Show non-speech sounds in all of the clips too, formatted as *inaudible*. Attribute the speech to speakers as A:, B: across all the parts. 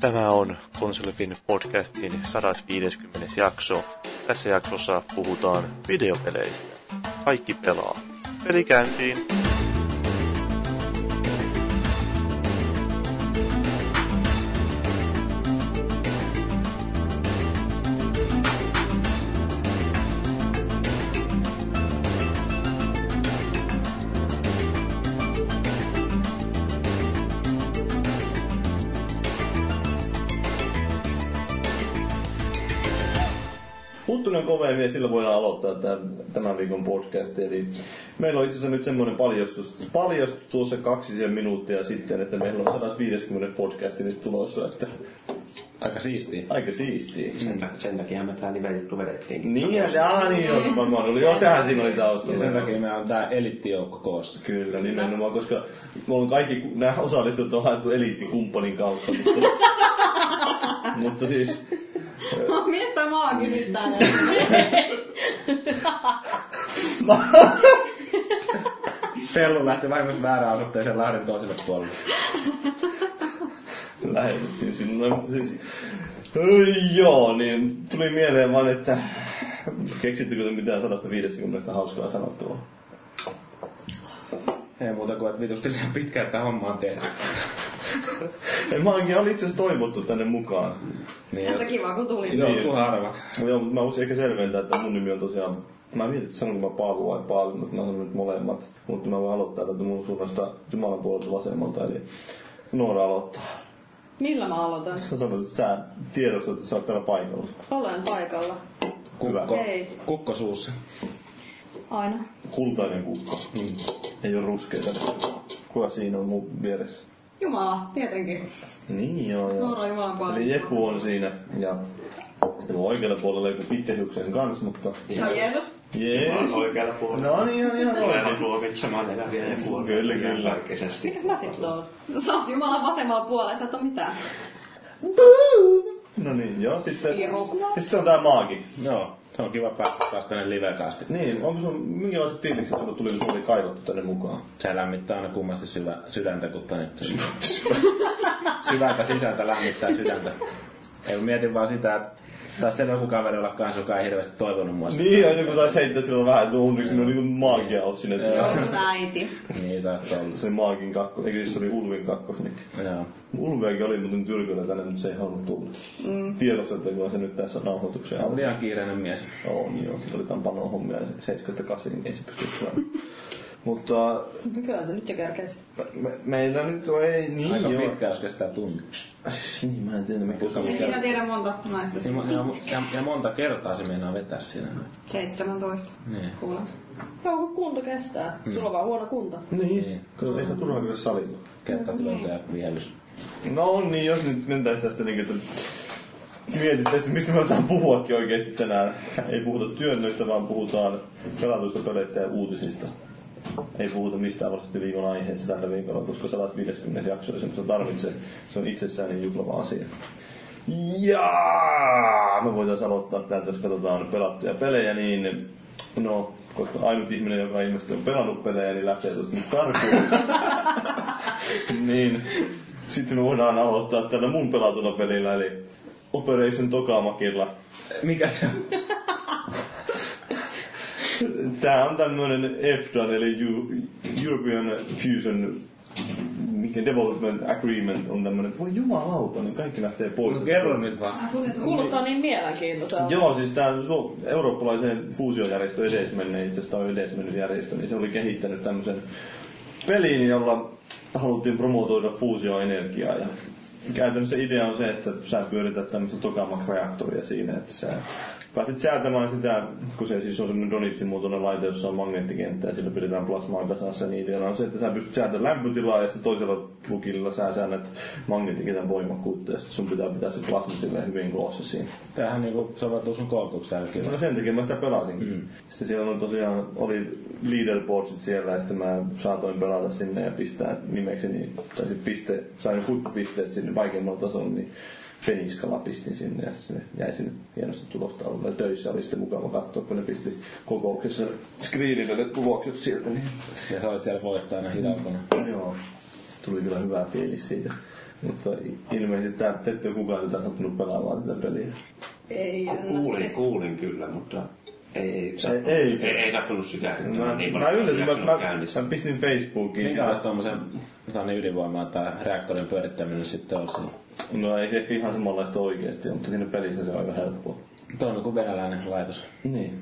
A: Tämä on Konsolifin podcastin 150. jakso. Tässä jaksossa puhutaan videopeleistä. Kaikki pelaa. Peli käyntiin.
B: Huttunen kovemmin ja sillä voidaan aloittaa tämän, tämän viikon podcast. Eli meillä on itse asiassa nyt semmoinen paljastus, paljastus tuossa kaksisen minuuttia sitten, että meillä on 150 podcasti nyt tulossa. Että
C: Aika siistiä.
B: aika siistiä.
D: Mm. Sen takia me tämä nimenjuttu vedettiinkin.
B: Niin, ja se aah, niin jos varmaan oli. Joo, sehän siinä oli
C: Ja
B: taustalla.
C: sen takia meillä on tää elittijoukko koossa.
B: Kyllä, nimenomaan, koska me on kaikki nämä osallistujat on haettu eliittikumppanin kautta. Mutta, mutta siis
E: Mistä mä oon kysyttää näin?
C: Pellu lähti vahingossa väärään osoitteeseen Lahden toiselle puolelle.
B: lähetettiin sinne. Mutta siis, Öi, joo, niin tuli mieleen vaan, että keksittekö te mitään 150 hauskaa sanottua?
C: Ei muuta kuin, että vitusti liian pitkä, että homma on tehty.
B: Ei, mä oonkin oli itse asiassa toivottu tänne mukaan.
C: Niin,
E: Että kiva kun tuli.
C: Joo,
B: Niin.
C: niin. harvat.
B: Joo, mutta mä voisin ehkä selventää, että mun nimi on tosiaan... Mä mietin, että sanonko mä Paavu vai Paavi, mutta mä sanon nyt molemmat. Mutta mä voin aloittaa tätä mun suunnasta Jumalan puolelta vasemmalta, eli Noora aloittaa.
F: Millä mä aloitan?
B: Sä sanoit, että sä tiedostat, että sä oot täällä paikalla.
F: Olen paikalla.
C: Kukko,
F: Hei.
C: kukko suussa.
F: Aina.
B: Kultainen kukko. Mm. Ei ole ruskeita. Kuka siinä on mun vieressä?
E: Jumala, tietenkin.
B: Niin joo. joo.
E: Suoraan Jumalan puolelta.
B: Eli Jeppu on siinä ja sitten mun oikealla puolella joku pitkähiuksen kanssa, mutta...
E: Se on Jeesus.
B: Jees.
D: Mä oon oikealla puolella.
B: No niin, ihan ihan
D: Olen
B: oikein.
D: tuomitsemaan eläviä ja kuolemaan.
B: Kyllä, kyllä.
D: Kaikisesti.
F: Mikäs mä sit oon?
E: No sä oot Jumalan vasemmalla puolella, sä et oo mitään.
B: No niin, joo, sitten...
E: Kiitos.
B: Ja sitten on tää maagi.
C: Joo, se on kiva päästä taas tänne livekasti.
B: Niin, onko sun, minkälaiset fiilikset sulla tuli, kun sulla oli kaivattu tänne mukaan?
C: Se lämmittää aina kummasti syvä, sydäntä, kun tänne *laughs* syvältä sisältä lämmittää sydäntä. Ei kun mietin vaan sitä, että tässä ei ole joku kaveri olla kanssa, joka ei hirveästi toivonut mua.
B: Niin, ja joku saisi heittää silloin vähän tunniksi, ne oli niinku maagia ollut sinne. että
E: Joo, sun äiti.
C: Niin, taittaa olla.
B: Se maagin kakko, eikö siis se oli Ulvin kakkosnikin.
C: Joo.
B: Ulviakin oli muuten tyrkyllä tänne, mutta se ei halunnut tulla. Mm. Tiedostettakoon se nyt tässä nauhoitukseen.
C: On liian kiireinen mies.
B: On, joo. Sillä oli tämän panon hommia ja 7-8, niin ei se pysty tulemaan. Mutta
F: Kyllä se nyt jo kerkeis.
B: me, meillä nyt on ei niin
C: Aika
B: joo.
C: pitkä, jos kestää tunti.
B: Niin, mä en tiedä mikä
C: Kuka
B: se
E: Ei
C: mikä-
E: minä tiedä monta naista.
C: Ja, mo- ja, mo- ja, ja monta kertaa se meinaa vetää siinä.
E: 17.
C: Niin.
E: Kuulla.
F: Joo, kun kunto kestää. Sulla on vaan huono kunto.
B: Niin,
C: Niin.
B: kun ei sitä turhaa kyllä salilla.
C: Kerta tulee tää vihellys.
B: No niin, jos nyt mentäis tästä niin että mietit tässä, mistä me otetaan puhuakin oikeesti tänään. Ei puhuta työnnöistä, vaan puhutaan pelatuista peleistä ja uutisista. Ei puhuta mistään varsinaisesti viikon aiheessa tällä viikolla, koska 150 jakso ei semmoista tarvitse. Se on itsessään niin juhlava asia. Ja me voitaisiin aloittaa täältä, jos katsotaan pelattuja pelejä, niin no, koska ainut ihminen, joka ilmeisesti on pelannut pelejä, niin lähtee tuosta nyt karkuun. *laughs* niin, sitten me voidaan aloittaa tällä mun pelatulla pelillä, eli Operation Tokamakilla.
C: Mikä se on?
B: Tää on tämmönen EFDAN, eli Eu- European Fusion mikä Development Agreement on tämmönen, että voi jumalauta, niin kaikki lähtee pois.
C: No, kerro nyt vaan.
F: Kuulostaa niin mielenkiintoiselta.
B: Joo, siis tämä eurooppalaiseen fuusiojärjestö edesmenne, itse asiassa tämä on edesmennyt järjestö, niin se oli kehittänyt tämmöisen pelin, jolla haluttiin promotoida fuusioenergiaa. Ja käytännössä idea on se, että sä pyörität tämmöistä tokamak-reaktoria siinä, että sä pääset säätämään sitä, kun se siis on semmoinen donitsin muotoinen laite, jossa on magneettikenttä ja sillä pidetään plasmaa kasassa, niin ideana on se, että sä pystyt säätämään lämpötilaa ja sitten toisella plugilla sä säännät magneettikentän voimakkuutta ja sitten sun pitää pitää se plasma silleen hyvin koossa siinä.
C: Tämähän niinku soveltuu sun koulutuksen jälkeen.
B: No sen takia mä sitä pelasin. Mm. Sitten siellä on tosiaan, oli leaderboardsit siellä ja sitten mä saatoin pelata sinne ja pistää nimekseni, tai sit piste, sain huippupisteet sinne vaikeammalla tasolla, niin peniskalla pistin sinne ja sinne jäi sinne hienosti tulostaululle. Töissä oli sitten mukava katsoa, kun ne pisti kokouksessa screenille ne tulokset sieltä. Niin
G: No
C: Ja sä olet siellä voittajana hidalkona.
B: Joo. Tuli kyllä hyvä fiilis siitä.
G: Mutta ilmeisesti tää te ette ole kukaan tätä sattunut pelaamaan tätä peliä.
E: Ei,
H: Ku-
E: en
H: Kuulin,
E: ole
H: kuulin kyllä, mutta ei, ei, sattunut,
G: ei.
H: ei, ei, ei sattunut sykähdyttämään niin
G: mä,
H: paljon.
G: mä yllätyn, mä,
H: jaksanut
G: mä,
H: käynnissä.
G: mä, pistin Facebookiin.
C: Mikä olisi tuommoisen tota, niin ydinvoimaa tai reaktorin pyörittäminen sitten olisi?
G: No ei se ehkä ihan samanlaista oikeesti, mutta siinä pelissä se on aika helppoa.
C: Tuo on kuin venäläinen laitos.
G: Niin.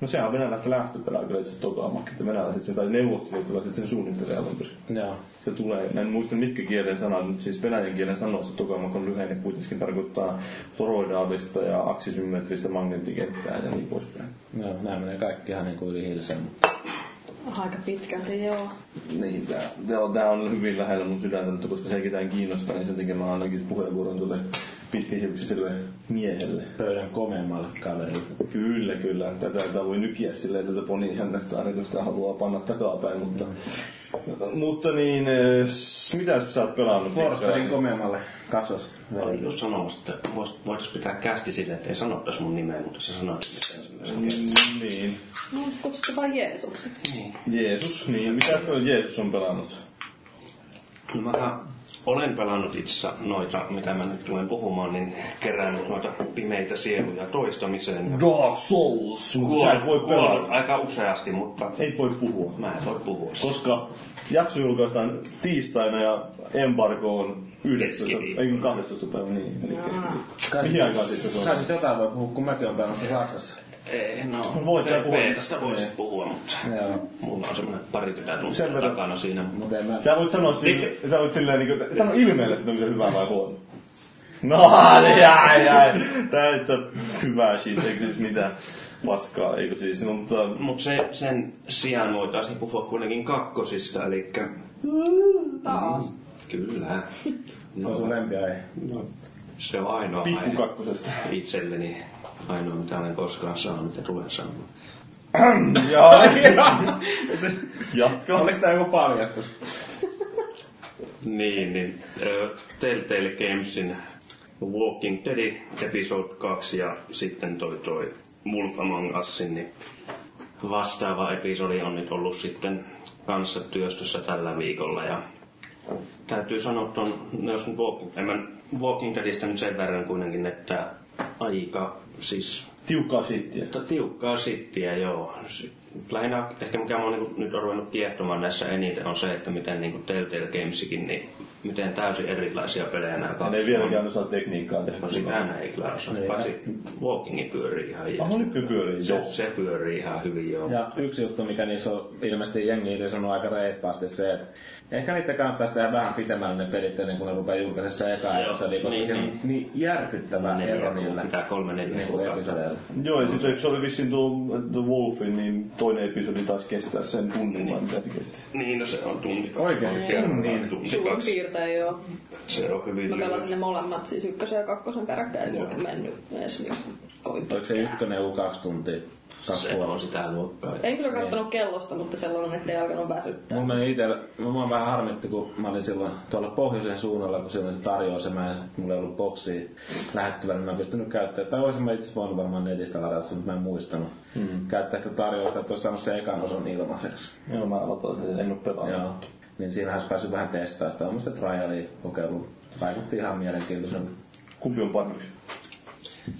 G: No sehän on venäläistä lähtöpelää kyllä itse asiassa Tokamak, että venäläiset sen, tai neuvostoliittolaiset sen suunnittelee alun perin.
C: Joo.
G: Se tulee, mä en muista mitkä kielen sanat, mutta siis venäjän kielen sanoista Tokamak on lyhenne niin kuitenkin tarkoittaa toroidaalista ja aksisymmetristä magneettikenttää ja niin poispäin.
C: Joo, nämä menee kaikki ihan niin kuin yli hilseen.
E: aika pitkälti, joo.
G: Niin, tää, tää, on, tää on hyvin lähellä mun sydäntä, mutta koska se ei ketään kiinnostaa, niin sen takia mä ainakin puheenvuoron tuolle pitkähiuksiselle miehelle.
C: Pöydän komeammalle kaverille.
G: Kyllä, kyllä. Tätä, tätä voi nykiä silleen tältä ponihännästä aina, kun sitä haluaa panna takapäin, mutta... mutta niin, eh, s- mitä sä oot pelannut?
C: Forsbergin komeammalle kaksos.
H: Olin just sanomassa, että vois- voitais pitää kästi sille, että ei sanottaisi mun nimeä, mutta sä sanoit sen ensimmäisen kerran.
G: Mm, Niin.
E: No, kutsutte vaan Jeesukset.
G: Jeesus, niin. Mitä Jeesus on pelannut?
H: No mä olen pelannut itse asiassa noita, mitä mä nyt tulen puhumaan, niin kerännyt noita pimeitä sieluja toistamiseen. Ja
G: Dark Souls. Sä et voi
H: kuollut
G: pelata.
H: aika useasti, mutta
G: Ei voi puhua. No,
H: mä en voi puhua. siitä.
G: Koska jakso julkaistaan tiistaina ja embargo on 19.
H: Keskiviikko.
G: Ei kun 12. päivä, niin. Eli keskiviikko.
C: Kai-
G: Mihin aikaan sitten se
C: Sä
G: on?
C: nyt jotain voi puhua, kun mäkin olen pelannut Saksassa.
H: Ei, no,
G: Voit sä
H: pe-
G: puhua.
H: Peetasta voisi puhua, mutta
C: Joo.
H: mulla on semmoinen parikymmentä tuntia
G: Sen verran.
H: takana siinä.
C: Mutta en mä...
G: Sä voit sanoa sille, sä voit silleen niinku, sano ilmeellä sitä, onko se hyvä vai huono. No, niin, jäi, jäi. Täyttä hyvää shit, eikö siis mitään paskaa, eikö siis, no, mutta...
H: Mutta se, sen sijaan voitaisiin puhua kuitenkin kakkosista, eli
I: Taas.
H: kyllä.
C: Se on sun lempiaihe.
H: no, se on ainoa
G: Pikku
H: aihe.
G: kakkosesta.
H: itselleni ainoa, mitä olen koskaan saanut ja tulen saamaan.
G: Jaa, Jatka.
C: Oliko tää joku paljastus?
H: Niin, niin. Ö, Telltale Gamesin Walking Dead episode 2 ja sitten toi toi Wolf Among Usin, niin vastaava episodi on nyt ollut sitten kanssa työstössä tällä viikolla ja täytyy sanoa ton, no jos nyt Walking, en mä Walking Deadistä nyt sen verran kuitenkin, että aika siis
G: Tiukkaa shittiä.
H: mutta tiukkaa sittiä, joo. Si- Lähinnä ehkä mikä minua niin nyt on ruvennut kiehtomaan näissä eniten on se, että miten niin Telltale Gamesikin, niin miten täysin erilaisia pelejä nämä
G: Ne
H: kaksi
G: ei vieläkään osaa tekniikkaa tehdä.
H: No sitä ne ei kyllä osaa, paitsi Walkingi pyörii ihan jees.
G: Aha, nyt Ah, no pyörii,
H: se,
G: joo.
H: se pyörii ihan hyvin, joo.
C: Ja yksi juttu, mikä niissä on ilmeisesti jengi irtisanonut aika reippaasti se, että ehkä niitä kannattaisi tehdä vähän pitemmälle ne pelit ennen kuin ne rupeaa julkaisemaan sitä ekaa
H: Joo,
C: episodia, koska
H: niin,
C: siinä on
H: niin.
C: niin järkyttävä ero
H: Neljä
C: niillä
H: kuukautta, pitää kolme neljä
C: niinku
H: kuukautta.
C: episodeilla.
G: Joo, niin, ja sitten eikö se oli vissiin tuo eh, The Wolfin, niin toinen episodi taisi kestää sen tunnin, vai mitä se kesti.
H: Niin, no se on tunti kaksi.
C: Oikeesti,
H: Kerran
C: niin.
H: tunti
E: Suurin
H: kaksi.
E: piirtein joo.
H: Se on hyvin
E: Mä pelasin
H: lyhyt.
E: ne molemmat, siis ykkösen ja kakkosen peräkkäin, eikä mennyt edes niin kovin
C: Oliko se ykkönen joku kaksi tuntia? Kaksi
H: Se on
C: puolta.
H: sitä luokkaa.
E: En kyllä katsonut kellosta, mutta sellainen, ettei alkanut väsyttää.
C: Mulla meni itellä, mua vähän harmitti, kun mä olin silloin tuolla pohjoisen suunnalla, kun silloin se tarjoaa se, mä en, mulla ei ollut boksia lähettyvä, niin mä en pystynyt käyttämään, tai olisin mä itse voinut varmaan netistä ladata sen, mutta mä en muistanut
H: Mm.
C: hmm. käyttää sitä tarjousta, että olisi saanut sen ekan osan ilmaiseksi.
G: Joo, mä aloitan sen, en oo pelannut.
C: Joo. Niin siinä olisi päässyt vähän testaamaan sitä omasta trialia kokeilua. Vaikutti ihan mielenkiintoisen.
G: Kumpi on parempi?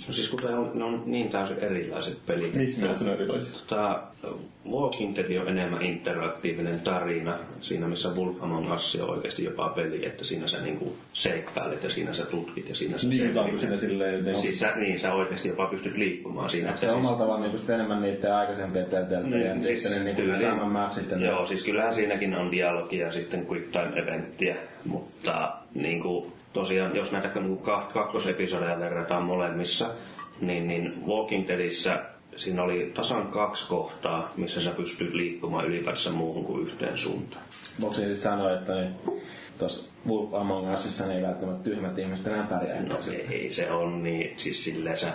H: No siis kun tää on, ne on niin täysin erilaiset pelit.
G: Missä
H: Tää-
G: mielessä ne on erilaisia?
H: Tämä Tota, Walking Dead on enemmän interaktiivinen tarina siinä, missä Wolf Among Us on oikeasti jopa peli, että siinä sä niinku seikkailet ja siinä sä tutkit ja siinä
C: Niin,
H: sä
G: Liikutaanko
H: selvität.
G: sinne silleen, että
H: Siis sä, niin, sä oikeasti jopa pystyt liikkumaan siinä.
C: Se
H: että
C: on
H: siis-
C: omalla tavalla niin enemmän niiden aikaisempien telteltä ja
G: siis
C: sitten ne niin
H: tyyliin-
C: saman mapsit. ja-
H: siis- Joo, siis kyllähän siinäkin on dialogia ja sitten quick time eventtiä, mutta niin kuin, tosiaan jos näitä niin kakkosepisodeja verrataan molemmissa, niin, niin Walking Deadissä siinä oli tasan kaksi kohtaa, missä sä pystyt liikkumaan ylipäänsä muuhun kuin yhteen suuntaan.
C: Boksi sitten sanoi, että niin, tuossa Wolf Among Usissa niin ei välttämättä tyhmät ihmiset enää pärjää.
H: No ei se on niin, siis silleen sä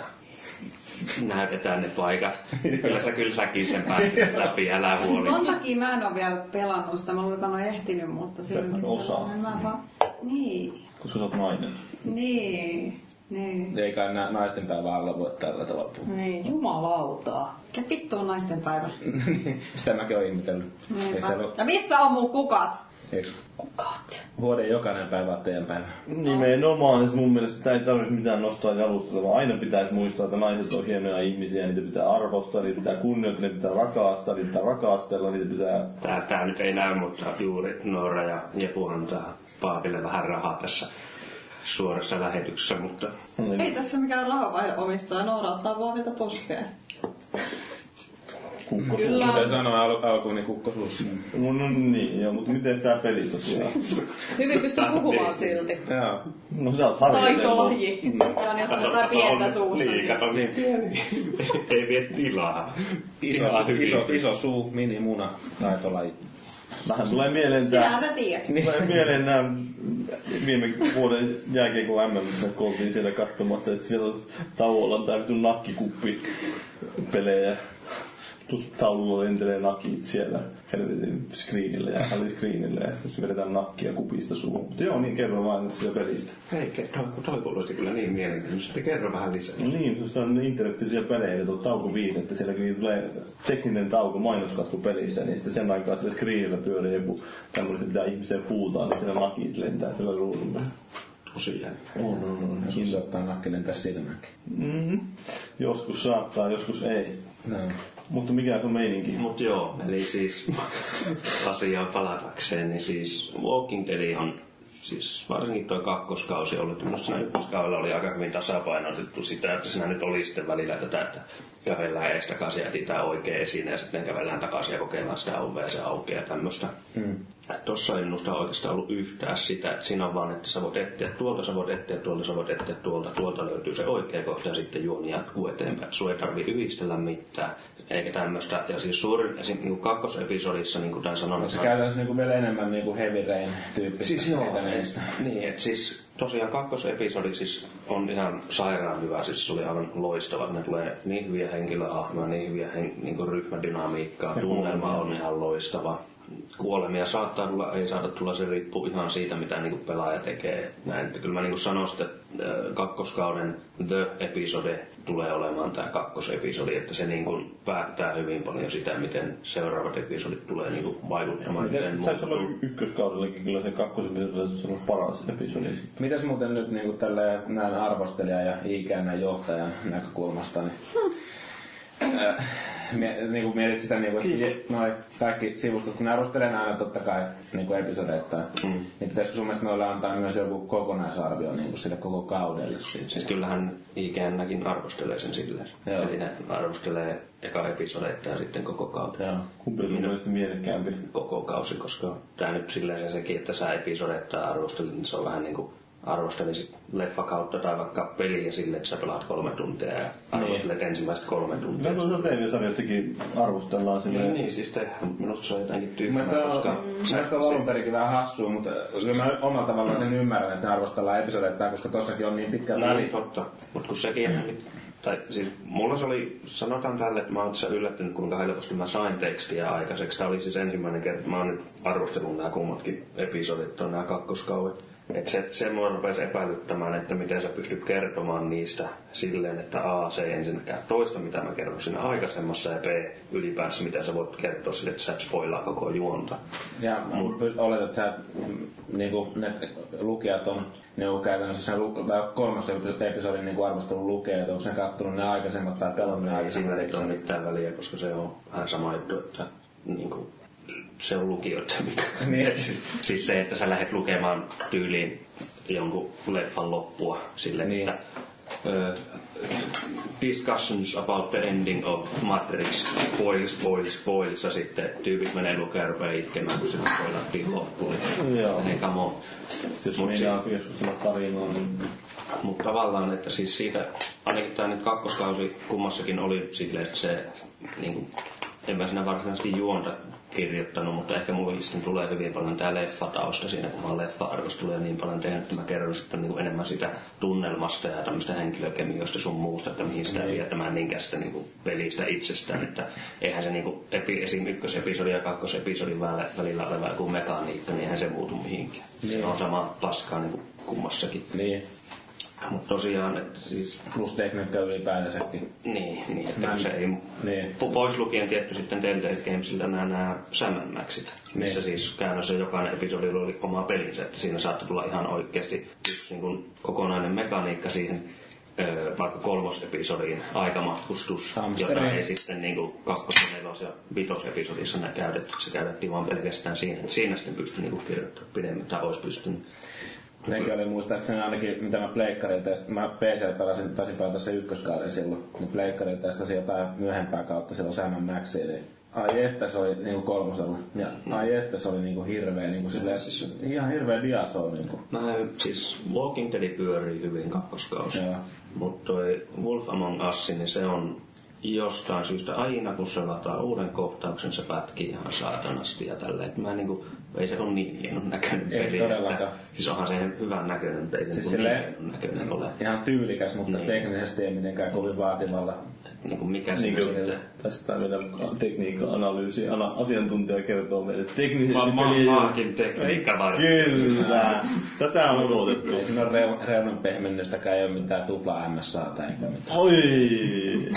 H: näytetään ne
C: *laughs*
H: paikat. Kyllä sä kyllä säkin sen pääset läpi, älä huoli.
I: Ton takia mä en oo vielä pelannut sitä, mä luulen, että mä en oo ehtinyt, mutta
G: et
I: silti
G: osaa.
I: sellainen, Mä vaan, niin,
G: koska sä oot nainen?
I: niin, niin.
C: Ei kai nää naisten päivää alla voi tällä tavalla puhua.
E: Ei jumalauta.
I: Ja vittu on naisten päivä.
C: *laughs* Sitä mäkin olen ihmetellyt. Ei
I: Niinpä.
C: sitä voi-
I: Ja missä on mun kukat?
C: Eiks
E: Kukat.
C: vuoden jokainen päivä on teidän päivä?
G: Nimenomaan, siis mun mielestä sitä ei tarvitse mitään nostaa jalustalle, vaan aina pitäisi muistaa, että naiset on hienoja ihmisiä, niitä pitää arvostaa, niitä pitää kunnioittaa, niitä pitää rakastaa, niitä pitää rakastella, niitä pitää...
H: Tää, tää nyt ei näy, mutta juuri Noora ja Jepu antaa Paaville vähän rahaa tässä suorassa lähetyksessä, mutta
G: No niin,
I: Ei tässä mikään rahavaihde omistaa, Noora ottaa vaavilta poskeen.
G: Kukko
I: Kyllä.
C: Kuten sanoin al- alkuun, niin kukkosuus.
G: No, no niin, joo, mutta miten tää peli tosiaan?
E: Hyvin pystyy puhumaan silti.
C: Joo.
G: No sä oot harjoitellut.
E: Taitolaji.
I: Vaan jos on jotain pientä suussa.
H: Niin, kato niin pieni. ei vie tilaa.
C: Iso,
H: Tilaa hyvin.
C: iso, iso suu, mini muna, taitolaji.
G: Vähän tulee mieleen tää... Niin.
I: Sinähän sä tiedät.
G: Tulee mieleen nämä viime vuoden jälkeen, kun MM, kun oltiin siellä katsomassa, että siellä tauolla on tää vitun nakkikuppi pelejä. Tuossa taululla lentelee nakit siellä helvetin screenillä ja screenillä ja sitten vedetään nakkia kupista suuhun. Mutta joo, niin kerro vaan sitä pelistä.
H: Ei kerro, kun toi kuulosti kyllä niin mielenkiintoista. Kerro vähän lisää.
G: No niin, se on interaktiivisia pelejä, ja tuo tauko viisi, että siellä kun tulee tekninen tauko mainoskatku pelissä, niin sitten sen aikaa sillä screenillä pyörii joku tämmöinen, mitä ihmisten puutaan, niin siellä nakit lentää siellä ruudulla.
H: Tosi jännä.
G: On, on, on.
C: Joskus saattaa nakkelen tässä silmäkin.
G: Mm-hmm. Joskus saattaa, joskus ei.
C: No.
G: Mutta mikä se on meininki?
H: Mut joo, eli siis *laughs* asiaan palatakseen, niin siis Walking Dead on siis varsinkin tuo kakkoskausi ollut, minusta siinä ykköskaudella oli aika hyvin tasapainotettu sitä, että siinä nyt oli sitten välillä tätä, että kävellään ees takaisin ja jätetään oikein esiin ja sitten kävellään takaisin ja kokeillaan sitä ovea se aukeaa ja tämmöistä. Hmm. Tuossa ei minusta oikeastaan ollut yhtään sitä, että siinä on vaan, että sä voit etsiä tuolta, sä voit etsiä tuolta, sä voit etsiä tuolta, tuolta löytyy se oikea kohta ja sitten juoni jatkuu eteenpäin. Sulla ei tarvi yhdistellä mitään, eikä tämmöistä. Ja siis suurin, esim. Niin kakkosepisodissa, niin kuin tämän sanon,
C: Se
H: että-
C: käytännössä niinku vielä enemmän niinku heavy rain tyyppistä.
H: Siis joo,
C: etenemistä.
H: niin, et siis tosiaan kakkosepisodi siis on ihan sairaan hyvä, siis se oli aivan loistava. Ne tulee niin hyviä henkilöhahmoja, niin hyviä hen, niin kuin ryhmädynamiikkaa, tunnelma on ihan loistava. Kuolemia saattaa tulla, ei saata tulla, se riippuu ihan siitä, mitä niin kuin pelaaja tekee. Näin, että kyllä mä niin kuin sanoin, että ö, äh, kakkoskauden The-episode tulee olemaan tämä kakkosepisodi, että se niin kuin päättää hyvin paljon sitä, miten seuraavat episodit tulee niin kuin vaikuttamaan. miten
G: Saisi
H: muuttuu.
G: olla y- ykköskaudellakin kyllä se kakkosen, mitä pitäisi olla paras episodi.
C: Mitäs muuten nyt niinku tälle näin arvostelijan ja ikäinen johtajan näkökulmasta, niin äh, mie- niinku mietit sitä, niinku, että je- noi kaikki sivustot, kun ne arvostelee ne aina totta kai niinku episodeita, mm. niin pitäisikö sun mielestä noille antaa myös joku kokonaisarvio niinku sille koko kaudelle? Siis.
H: Siis kyllähän ikäännäkin arvostelee sen silleen.
C: Joo.
H: Eli ne arvostelee eka episodeita ja sitten koko kauden.
C: Joo.
G: Kumpi on sun mielestä mielekkäämpi?
H: Koko kausi, koska tämä nyt silleen se sekin, että sä episodeita arvostelit, niin se on vähän niin kuin arvostelisit leffa kautta tai vaikka peliä sille, että sä pelaat kolme tuntia
C: Niin.
H: ja arvostelet ensimmäistä kolme tuntia.
G: Kyllä tuossa TV-sarjastakin arvostellaan
H: Niin,
G: silleen.
H: niin, siis te, minusta se on jotenkin tyhmää,
C: Mielestäni se
H: koska
C: on, mielestä on alun perinkin vähän hassua, mutta kyllä mä omalla tavallaan sen ymmärrän, että ne arvostellaan episodeittain, koska tossakin on niin pitkä
H: Niin,
C: väli.
H: totta. Mutta kun sekin, että nyt- tai siis mulla se oli, sanotaan tälle, että mä oon itse yllättynyt, kuinka helposti mä sain tekstiä aikaiseksi. Tämä oli siis ensimmäinen kerta, että mä oon nyt arvostellut nämä kummatkin episodit, on nämä kakkoskauet. Et se, se mua rupesi epäilyttämään, että miten sä pystyt kertomaan niistä silleen, että A, se ei ensinnäkään toista, mitä mä kerron siinä aikaisemmassa, ja B, ylipäänsä, mitä sä voit kertoa sille, että sä et spoilaa koko juonta.
C: Ja py- oletat, että sä, mm, niinku, ne lukijat on niinku, käytännössä sen lu- tai kolmas episodin niinku, arvostelun lukijat, onko ne kattonut ne aikaisemmat tai pelannut ne
H: Ei siinä
C: aikaisemmat
H: ei ole
C: episodit.
H: mitään väliä, koska se on vähän sama juttu, että niin kuin, se on lukio, että mikä.
C: Niin.
H: Et si- *laughs* siis se, että sä lähdet lukemaan tyyliin jonkun leffan loppua sille,
C: Niin.
H: niin. että ö, discussions about the ending of Matrix, spoil, spoil, spoil, ja sitten tyypit menee lukemaan ja rupeaa itkemään, kun sitä spoilattiin loppuun.
G: Joo.
H: Hei, come on.
G: Jos
H: Mut
G: meinaa keskustella tarinaa, niin...
H: Mutta tavallaan, että siis siitä, ainakin tämä nyt kakkoskausi kummassakin oli silleen, että se, niin kuin, en mä siinä varsinaisesti juonta kirjoittanut, mutta ehkä mulle sitten tulee hyvin paljon tämä leffatausta siinä, kun mä oon leffa-arvosteluja niin paljon tehnyt, että mä kerron sitten niin kuin enemmän sitä tunnelmasta ja tämmöistä henkilökemioista sun muusta, että mihin sitä vie, että mä en niinkään sitä niin kuin pelistä itsestään, että eihän se niin kuin epi, esim. ykkösepisodi ja kakkosepisodin välillä- välillä oleva joku mekaniikka, niin eihän se muutu mihinkään. Se on sama paskaa niin kuin niinku, kummassakin.
C: Niin.
H: Mutta tosiaan, että siis...
C: Plus tekniikka ylipäänsäkin.
H: Niin, niin että
C: Näin.
H: se ei...
C: Niin.
H: Po- Pois lukien tietty sitten Telltale Gamesilta nämä, nämä sämmämäksit, missä
C: Niin.
H: siis käännössä jokainen episodi oli oma pelinsä, että siinä saattoi tulla ihan oikeasti yksi niin kuin kokonainen mekaniikka siihen öö, vaikka kolmosepisodiin aikamatkustus,
C: Hamsteri.
H: jota ei sitten niin kuin kakkos-, nelos- ja vitosepisodissa nä- käytetty, se käytettiin vaan pelkästään siinä. Siinä sitten pystyi niin kuin kirjoittamaan pidemmän, tai olisi pystynyt.
C: Nekin oli muistaakseni ainakin, mitä mä pleikkarilta, ja sit mä PC pelasin tosi paljon tässä ykköskauden silloin, niin pleikkarilta testasin jotain myöhempää kautta silloin Sam Maxi, eli ai että se oli niinku kolmosella, ja
H: Mm.
C: ai että se oli niinku hirveä, niinku silleen, siis ihan hirveä dia se oli niinku.
H: Mä siis Walking Dead pyörii hyvin kakkoskausi.
C: Joo. Siis
H: Mutta toi Wolf Among Us, niin se on jostain syystä aina kun se lataa uuden kohtauksen, se pätkii ihan saatanasti ja tälleen. Et Mä niinku, ei se ole niin hienon näköinen
C: Ei
H: peli.
C: todellakaan.
H: Että, siis onhan se hyvän näköinen, mutta ei se
C: Siis
H: siis niinku
C: silleen-
H: niin hienon näköinen ole.
C: Ihan tyylikäs, mutta
H: Niin.
C: teknisesti ei mitenkään kovin vaativalla.
H: Et Niinku mikä siinä
G: Niin
H: niin
G: kuin
H: sitten...
G: tästä meidän tekniikka-analyysi, ana, asiantuntija kertoo meille teknisesti
H: Ma- ma-
G: peliin-
H: maakin tekniikka vai?
G: Kyllä, tätä on odotettu.
C: Ei siinä ole reu- reunan pehmennystäkään, ei ole mitään tupla MSA tai eikä mitään.
G: Oi!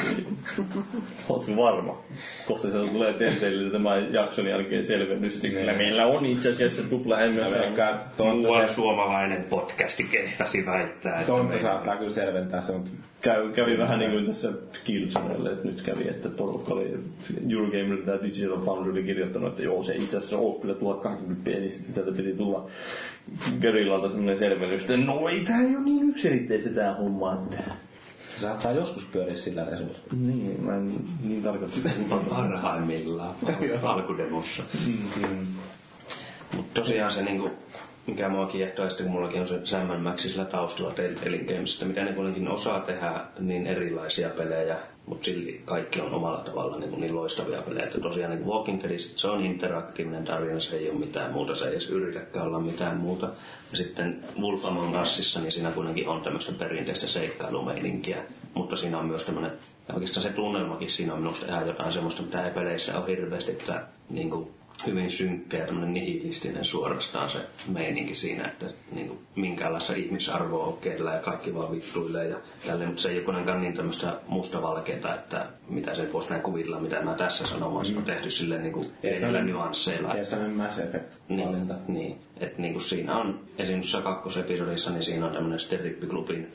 G: Ootko varma? Kohta sieltä tulee Tenteille tämän jakson jälkeen selvennys. että Kyllä meillä on itse asiassa tupla MS.
C: Veikkaan, että Tontsa
H: Muuan
C: No se-
H: suomalainen podcasti kehtasi väittää, että
C: Tontsa
H: me-
C: saattaa kyllä selventää se, mutta
G: Käy, kävi vähän niin kuin tässä Killzonelle, että nyt kävi, että porukka oli Eurogamer tai Digital Foundry oli kirjoittanut, että joo, se ei itse asiassa ole kyllä 1080p, niin sitten täältä piti tulla Gerillalta semmoinen selvennys, että no ei tää ei ole niin yksilitteistä tää homma, että...
C: se saattaa joskus pyöriä sillä resurssilla.
G: Niin, mä en niin tarkasti kuulla.
C: *laughs*
H: parhaimmillaan alkudemossa. Mutta tosiaan se, niinku, mikä mua kiehtoo, ja sitten mullakin on se Sam Maxi sillä taustalla Telltale Gamesista, mitä ne kuitenkin osaa tehdä niin erilaisia pelejä, mutta silti kaikki on omalla tavalla niinku, niin loistavia pelejä. Että tosiaan niin Walking Dead, sit se on interaktiivinen tarina, se ei ole mitään muuta, se ei edes yritäkään olla mitään muuta. Ja sitten Wolf Among Usissa, niin siinä kuitenkin on tämmöistä perinteistä seikkailumeininkiä, mutta siinä on myös tämmöinen, oikeastaan se tunnelmakin siinä on minusta ihan jotain semmoista, mitä ei peleissä ole hirveästi, että niin kuin, hyvin synkkä ja tämmöinen nihilistinen suorastaan se meininki siinä, että niin kuin, minkäänlaista ihmisarvoa on kenellä ja kaikki vaan vittuilee ja tälleen, mutta se ei ole kuitenkaan niin tämmöistä mustavalkeata, että mitä se voisi näin kuvilla, mitä mä tässä sanon, vaan se on tehty silleen niin kuin, pienillä nyansseilla.
C: Ja se on Mass Effect.
H: Niin, niin. Et niin kuin siinä on esimerkiksi tuossa kakkosepisodissa, niin siinä on tämmöinen sterippiklubin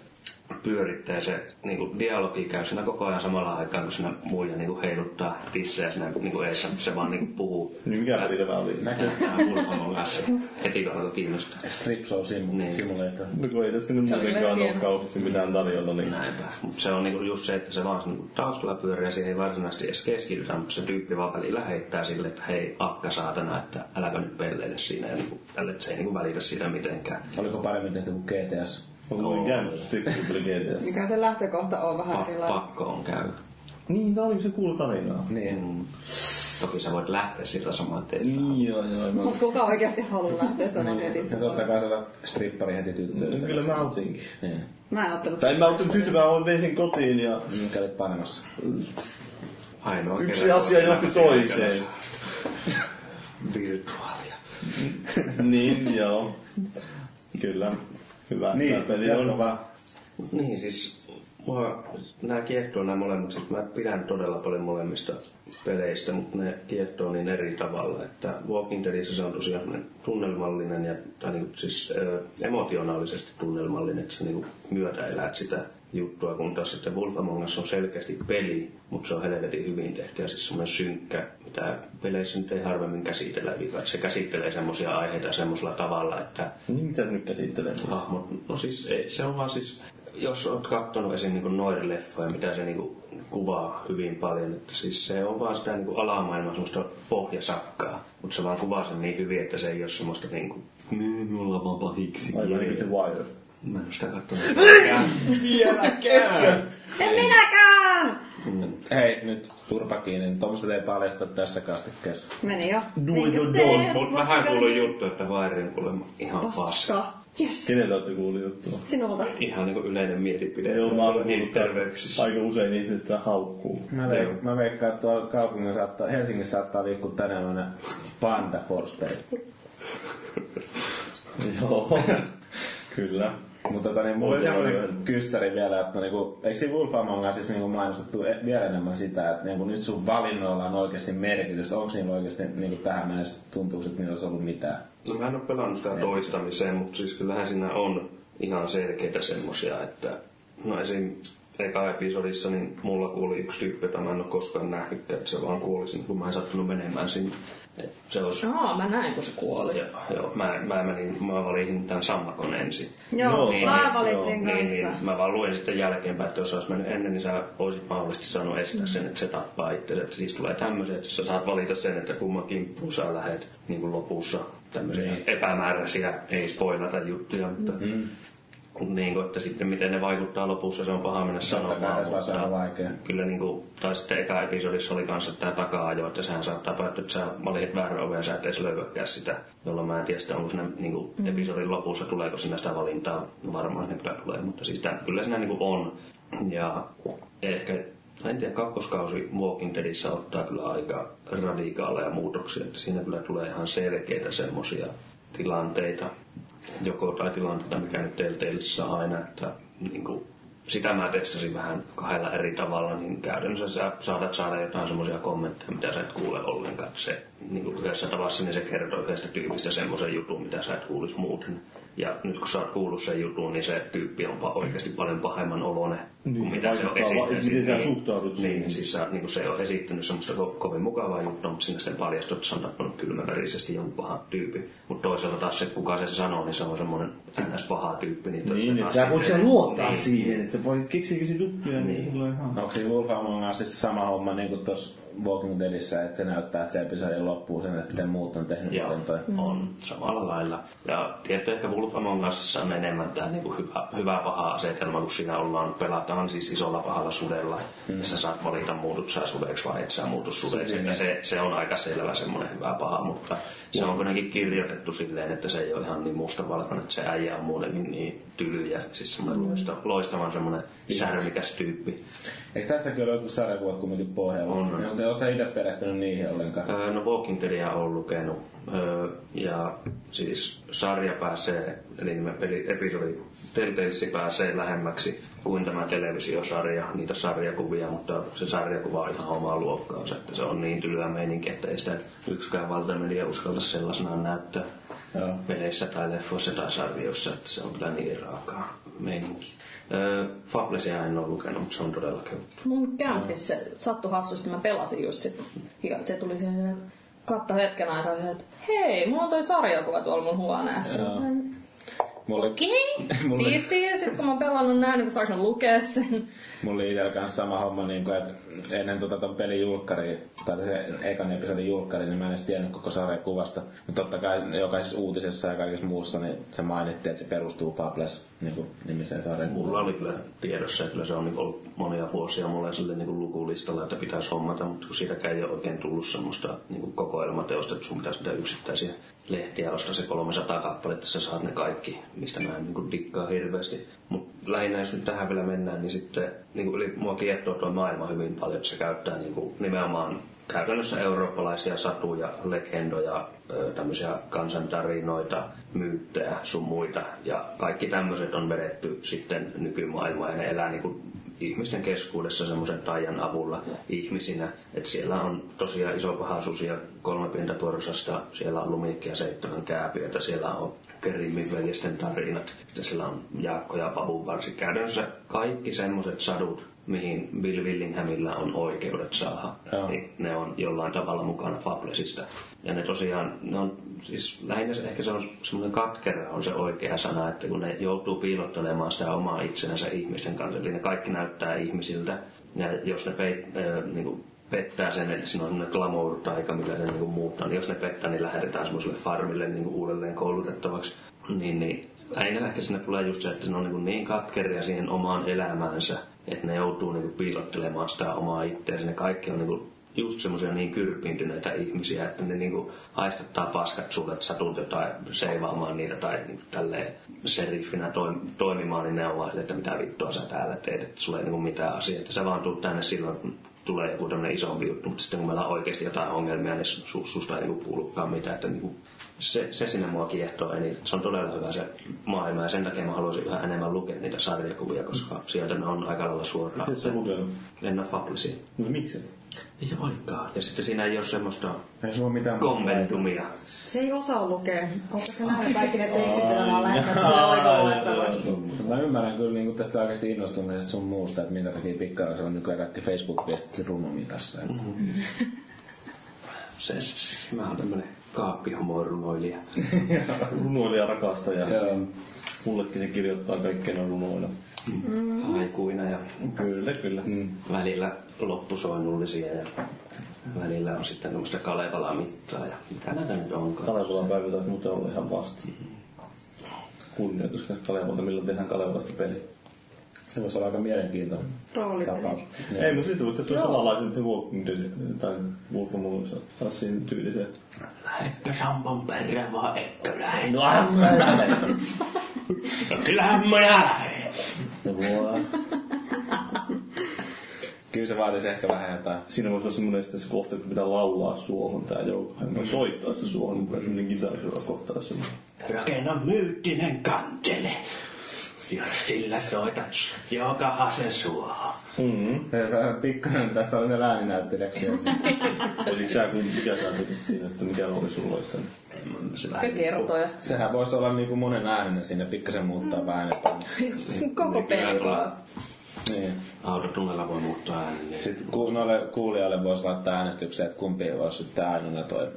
H: pyörittäjä. Se niin kuin dialogi käy siinä koko ajan samalla aikaan, kun siinä muija niin kuin heiluttaa tissejä siinä niin kuin eessä, se vaan niin kuin puhuu.
G: Niin mikä peli tämä oli?
H: Näkyy Ulkomaan kanssa. Heti kun alkoi kiinnostaa.
C: Strip Show Simu-
H: Niin.
C: Simulator.
G: No kun ei tässä nyt
E: Se oli kyllä
G: muutenkaan ole
E: hieno.
G: kauheasti mitään tarjolla, niin
H: Näinpä. Mut se on niinku just se, että se vaan niinku taustalla pyörii ja siihen ei varsinaisesti edes keskitytä, mutta se tyyppi vaan välillä heittää sille, että hei, akka saatana, että äläpä nyt pelleile siinä. Ja niinku, tälle, että se ei niinku välitä siitä mitenkään.
C: Oliko paremmin tehty kuin GTS?
G: on kuitenkin käynyt Striptease GTS.
E: Mikä se lähtökohta on vähän
H: Pa-
E: erilainen.
H: pakko on käydä.
G: Niin, tää oli se kuulu tarinaa.
C: Niin.
H: Mm. Toki sä voit lähteä sillä saman teillä.
G: Niin, joo, joo. Mä...
E: Mut kuka oikeasti haluaa lähteä saman
C: Ja
E: netissä?
C: totta kai sä otat strippari heti
G: No,
C: tyttöistä.
G: kyllä mä otinkin.
C: Niin.
E: Mä en ottanut.
G: Tai en mä ottanut yhtä, mä vein sen kotiin ja *laughs*
C: Niin kävit panemassa.
H: Ainoa
G: Yksi
H: kerran,
G: asia
H: kun
G: johti
H: elämässä
G: toiseen.
H: aikana saa Virtuaalia.
G: niin, joo. Kyllä. Hyvä, hyvä peli
C: jatka
G: on.
C: vaan.
H: Niin siis, mua, nämä kiehtoo nämä molemmat, siis mä pidän todella paljon molemmista peleistä, mutta ne kiehtoo niin eri tavalla, että Walking Deadissä se on tosiaan semmoinen tunnelmallinen, ja, tai niin, siis ö, emotionaalisesti tunnelmallinen, että sä niin myötä elät sitä juttua, kun taas sitten Wolf Among Us on selkeästi peli, mutta se on helvetin hyvin tehty ja siis semmoinen synkkä, mitä peleissä nyt ei harvemmin käsitellä, vikaa. se käsittelee semmoisia aiheita semmoisella tavalla, että
G: Niin, mitä se nyt käsittelee?
H: hahmot. No siis ei, se on vaan siis, jos oot kattonut esim. Niin noiden leffoja, mitä se niin kuvaa hyvin paljon, että siis se on vaan sitä niin alamaailman semmoista pohjasakkaa, mutta se vaan kuvaa sen niin hyvin, että se ei ole semmoista niin kuin, niin, me ollaan vaan pahiksi.
G: Aivan niin kuin The Wire.
H: Mä en ole sitä kattonut. Vieläkään! Vieläkään!
E: En minäkään!
C: Hei, nyt turpa kiinni. Tuommoista ei paljasta tässä kastikkeessa.
E: Meni jo.
G: Do it
E: Eikös
G: or
E: tee?
G: don't.
H: Mut vähän kuuluu juttu, että Vairi on kuulemma ihan paska.
E: Paska. Yes.
G: Keneltä ootte kuullut juttua?
E: Sinulta.
H: Ihan niinku yleinen mielipide.
G: Ei ole, mä oon
H: niin
G: kuullut
H: terveyksissä.
G: Aika usein ihmiset sitä haukkuu.
C: Mä, veik- mä veikkaan, että tuolla kaupungin saattaa, Helsingissä saattaa liikkua tänä vuonna Panda Forsberg.
G: Joo. *laughs* Kyllä.
C: Mutta tota, niin, mulla oli
G: Mulla oli
C: semmoinen
G: vielä.
C: kyssäri vielä, että niinku, eikö siinä Wolf Among Us siis niinku mainostettu e- vielä enemmän sitä, että niinku, nyt sun valinnoilla on oikeasti merkitystä. Onko niillä oikeasti niinku, tähän mennessä tuntuu, että niillä olisi ollut mitään?
H: No mä en ole pelannut sitä toistamiseen, mutta siis kyllähän siinä on ihan selkeitä semmosia, että no esim. eka episodissa niin mulla kuoli yksi tyyppi, jota mä en ole koskaan nähnyt, että se vaan kuoli sinne, kun mä en sattunut menemään sinne. Et se olisi...
E: Aa, mä näin kun se kuoli.
H: Joo, joo mä, mä, menin, mä valitin tämän sammakon ensin.
I: Joo,
G: Joo,
I: mä
H: niin,
I: valitsin
H: Niin, niin,
I: kanssa.
H: mä vaan luin sitten jälkeenpäin, että jos sä olis mennyt ennen, niin sä olisit mahdollisesti saanut estää sen, että se tappaa itsensä. Että siis tulee tämmöisiä, että sä saat valita sen, että kumman kimppuun sä lähet niin kuin lopussa. Tämmöisiä
C: Niin.
H: epämääräisiä, ei spoilata juttuja, mutta... Mm. Niin kuin, että sitten miten ne vaikuttaa lopussa, se on paha mennä
C: Mm-hmm. kai,
H: sanomaan.
C: se vaan se on vaikea.
H: kyllä niin kuin, tai sitten eka episodissa oli kanssa tämä taka-ajo, että sehän saattaa päättyä, että sä valitit väärän oven ja sä et edes löydäkään sitä, jolloin mä en tiedä, sitten onko siinä niin kuin, mm. episodin lopussa, tuleeko siinä sitä valintaa, No varmaan ne kyllä tulee, mutta siis tää, kyllä siinä niin kuin on. Ja ehkä, no en tiedä, kakkoskausi Walking Deadissä ottaa kyllä aika radikaaleja muutoksia, että siinä kyllä tulee ihan selkeitä semmoisia tilanteita, joko tai tilanteita, mikä nyt Telltaleissa on aina, että niin kuin, sitä mä testasin vähän kahdella eri tavalla, niin käytännössä sä saatat saada jotain semmoisia kommentteja, mitä sä et kuule ollenkaan. Se, niin kuin yhdessä tavassa niin se kertoo yhdestä tyypistä semmoisen jutun, mitä sä et kuulisi muuten. Ja nyt kun sä oot kuullut sen jutun, niin se tyyppi on pa- oikeasti paljon pahemman oloinen
G: Niin,
H: kuin
G: se
H: mitä se on
G: vaikuttaa va-
H: esittänyt.
G: miten sä suhtaudut
H: niin,
G: siihen.
H: niin, siis sä, niin kuin se on esittänyt semmoista ko- kovin mukavaa juttua, mutta sinne sitten paljastuu, että se on tappanut kylmäverisesti jonkun pahan tyypin. Mutta toisaalta taas se, kuka se sanoo, niin se on semmoinen ns. paha tyyppi. Niin,
G: Niin, että
H: toisaalta taas
G: sä voit sen
H: sitten-
G: luottaa
H: Niin.
G: siihen, että sä voit keksiä se juttuja, niin
H: Niin.
G: tulee ihan.
C: Onko siinä Wolf Among Us siis sama homma niin kuin tuossa Walking Deadissä, että se näyttää, että se episodin loppuu sen, että miten muut on tehnyt
H: Joo,
C: valintoja?
H: on samalla lailla. Ja tietty ehkä Wolf Among Usissa on enemmän tämä niinku hyvä, hyvä paha asetelma, kun siinä ollaan, pelataan siis isolla pahalla sudella. Mm. Ja sä saat valita muutut sä sudeksi vai et sä muutu sudeksi.
C: Susi,
H: Ja se, se, on aika selvä semmoinen hyvä paha, mutta se on kuitenkin kirjoitettu silleen, että se ei ole ihan niin mustavalkoinen, että se äijä on muutenkin niin tyly ja siis semmoinen loista, loistavan semmoinen särmikäs tyyppi.
C: Eikö tässäkin ole jotkut sarjakuvat kumminkin pohjalla?
H: On.
C: Niin, Mutta oletko sä itse perehtynyt niihin ollenkaan?
H: Öö, No Walking Deadia on lukenut. Öö, Ja siis sarja pääsee, eli nämä peli, episodi Telltaleissa pääsee lähemmäksi kuin tämä televisiosarja, niitä sarjakuvia, mutta se sarjakuva on ihan omaa luokkaansa, että se on niin tylyä meininki, että ei sitä yksikään valtamedia uskalta sellaisenaan näyttää
C: Joo.
H: peleissä tai leffoissa tai sarjoissa, että se on kyllä niin raakaa meininki. Öö, Fablesia en ole lukenut, mutta se on todella kevyt.
C: Mm.
E: Mun kämpissä se sattui hassusti, mä pelasin just sit. Ja se tuli siihen, että katso hetken aikaa, ja se, että hei, mulla on toi sarjakuva tuolla mun huoneessa.
C: Joo. Mulla oli,
E: Okei,
C: *laughs* Mulla-
E: okay. siistiä. Sitten kun mä oon pelannut näin, niin mä saanko lukea sen.
C: mulla oli itsellä kanssa sama homma, niin kuin, että ennen tota ton pelin julkkari, tai se ekan episodin julkkari, niin mä en edes tiennyt koko sarjakuvasta. Mutta totta kai jokaisessa uutisessa ja kaikessa muussa, niin se mainittiin, että se perustuu Fables niin kuin, nimiseen sarjakuvaan.
H: Mulla oli kyllä tiedossa, että kyllä se on niin ollut monia vuosia mulla sille niin lukulistalla, että pitäisi hommata, mutta kun siitäkään ei ole oikein tullut semmoista niin kokoelmateosta, että sun pitäisi tehdä yksittäisiä lehtiä, ostaa se 300 kappaletta, sä saat ne kaikki, mistä mä en niin kuin dikkaa hirveästi. Mutta lähinnä jos nyt tähän vielä mennään, niin sitten niin kuin, eli mua kiehtoo tuo maailma hyvin paljon, että se käyttää niin kuin, nimenomaan käytännössä eurooppalaisia satuja, legendoja, ö, tämmöisiä kansantarinoita, myyttejä, sun muita. Ja kaikki tämmöiset on vedetty sitten nykymaailmaan ja ne elää niinku ihmisten keskuudessa semmoisen taian avulla ihmisinä. Et siellä on tosiaan iso paha susi ja kolme pientä porsasta, siellä on lumikkia seitsemän kääpiötä, siellä on Kerimmin veljesten tarinat, sitten siellä on Jaakko ja Pavun varsi käytännössä. Kaikki semmoiset sadut, mihin Bill Willinghamilla on oikeudet saada,
C: Joo.
H: niin ne on jollain tavalla mukana Fablesista. Ja ne tosiaan, ne on, siis lähinnä se, ehkä se on semmoinen katkera on se oikea sana, että kun ne joutuu piilottelemaan sitä omaa itsenänsä ihmisten kanssa, eli ne kaikki näyttää ihmisiltä, ja jos ne peit, äh, niin kuin pettää sen, eli siinä on semmoinen glamour-taika, mitä se niin kuin muuttaa, niin jos ne pettää, niin lähetetään semmoiselle farmille niin kuin uudelleen koulutettavaksi, niin, niin lähinnä ehkä siinä tulee just se, että ne on niin, niin katkeria siihen omaan elämäänsä, että ne joutuu niin piilottelemaan sitä omaa itseänsä. Ne kaikki on niin just semmoisia niin kyrpiintyneitä ihmisiä, että ne niin haistattaa paskat sulle, että satut jotain seivaamaan niitä tai niin tälleen seriffinä toim- niinku toimimaan, niin ne on vaan silleen, että mitä vittua sä täällä teet, että sulla ei niin mitään asiaa. Että sä vaan tuut tänne silloin, kun tulee joku tämmöinen isompi juttu, mutta sitten kun meillä on oikeasti jotain ongelmia, niin su- susta ei niinku kuulukaan mitään. Että niinku se, se sinne mua kiehtoo eniten. Se on todella hyvä se maailma ja sen takia mä haluaisin yhä enemmän lukea niitä sarjakuvia, koska sieltä ne on aika lailla suoraan.
G: Miten sä lukenut?
H: En ole fablisia.
G: Mutta No miksi et?
H: Ei se olikaan. Ja sitten siinä ei ole semmoista
C: Ei sulla mitään
H: kommendumia.
I: Se ei osaa lukea. Onko se nähnyt kaikki ne tekstit, mitä mä oon lähettänyt tuolla oikoluettavaksi?
C: Mä ymmärrän kyllä niin tästä oikeasti innostumisesta sun muusta, että minkä takia pikkaraisella on nykyään kaikki Facebook-viestit runomitassa. Mm-hmm.
H: Se, se, mä oon tämmönen kaappihomorunoilija.
G: Runoilija rakastaja.
C: Joo.
G: Mullekin se kirjoittaa kaikkea noin runoina.
H: Aikuina ja
G: Kyllä, kyllä. Mm.
H: välillä loppusoinnullisia ja välillä on sitten tämmöistä Kalevalaa mittaa ja mitä näitä nyt onkaan.
G: Kalevalan päivä taisi muuten olla ihan vasta. Kunnioitus kanssa Kalevalta, milloin tehdään Kalevalasta peli.
C: Se voisi olla aika mielenkiintoinen
I: Roolipeli.
C: tapaus.
G: Niin. Ei, mutta sitten voisi tulla samanlaisen The Walking Dead tai Wolf Among Us Assin tyylisen.
H: Lähdekö sampan perään vaan etkö lähde?
G: No äh, mä en lähde.
H: Kyllähän mä lähden!
G: No voi.
C: Kyllä se vaatisi ehkä vähän jotain.
G: Siinä voisi olla semmoinen sitten se kohta, että pitää laulaa suohon tää joukko. Hän voi soittaa se suohon, mutta semmoinen kitari joka kohtaa semmoinen.
H: Rakenna myyttinen kantele. Jos sillä soitat jokahasen suohon.
C: Pikkainen tässä on vielä ääninäyttelijäksi. *laughs*
G: Eli sä kun mikä sä olet siinä sitten, mikä rooli sulla olisi tänne?
H: Se niinku-
E: Kyllä kertoja.
C: Sehän voisi olla niinku monen ääninen sinne, pikkasen muuttaa vähän. Että,
E: Koko peli vaan.
C: niin.
H: Niin, Autotunnella voi muuttaa ääniä.
C: Sitten ku, noille kuulijoille voisi laittaa äänestykseen, että kumpi olisi sitten äänenä toi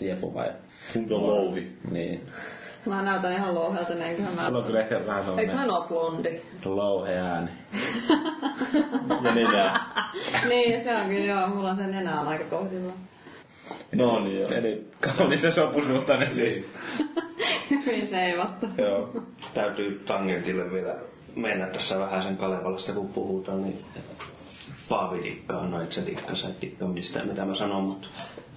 C: Jefu vai...
G: Kumpi on louhi?
C: Niin.
I: Mä näytän ihan louhelta, niin kyllä mä...
C: Sulla on kyllä ehkä vähän
E: Eikö
C: sellainen
E: hän ole blondi?
C: louhe ääni.
G: Ja nenää.
I: niin, se on kyllä joo, mulla on sen enää aika kohdilla. *laughs*
G: No niin joo.
C: Eli kaunis ja sopusuhtainen siis.
I: Hyvin seivattu.
C: Joo.
H: Täytyy tangentille vielä mennä tässä vähän sen Kalevalasta, kun puhutaan, niin Paavi dikkaa, no et sä dikkaa, sä et dikkaa mistään, mitä mä sanon, mutta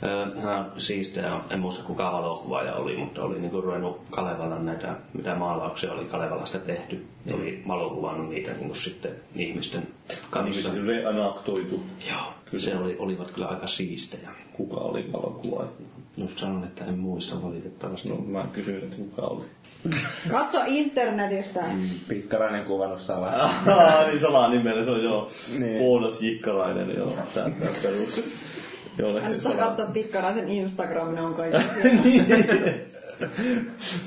H: öö, hän on siisteä, en muista kuka valokuvaaja oli, mutta oli niinku ruvennut Kalevalan näitä, mitä maalauksia oli Kalevalasta tehty, ja oli valokuvannut niitä niinku sitten ihmisten
G: Niin
H: kanssa.
G: se reenaktoitu.
H: Joo, kyllä se oli, olivat kyllä aika siistejä.
G: Kuka oli valokuvaaja?
H: Just sanon, että en muista valitettavasti.
G: No mä kysyin, että kuka oli.
I: Katso internetistä.
C: Pikkarainen kuvannut salaa.
G: Ahaa, niin salanimellä se on joo.
C: Niin.
G: Niin. Oonas Jikkarainen, joo. Tää tää perus. Joo, oliko se
I: Kannattaa
G: salan...
I: katsoa pikkaraisen Instagramin, onko jotain.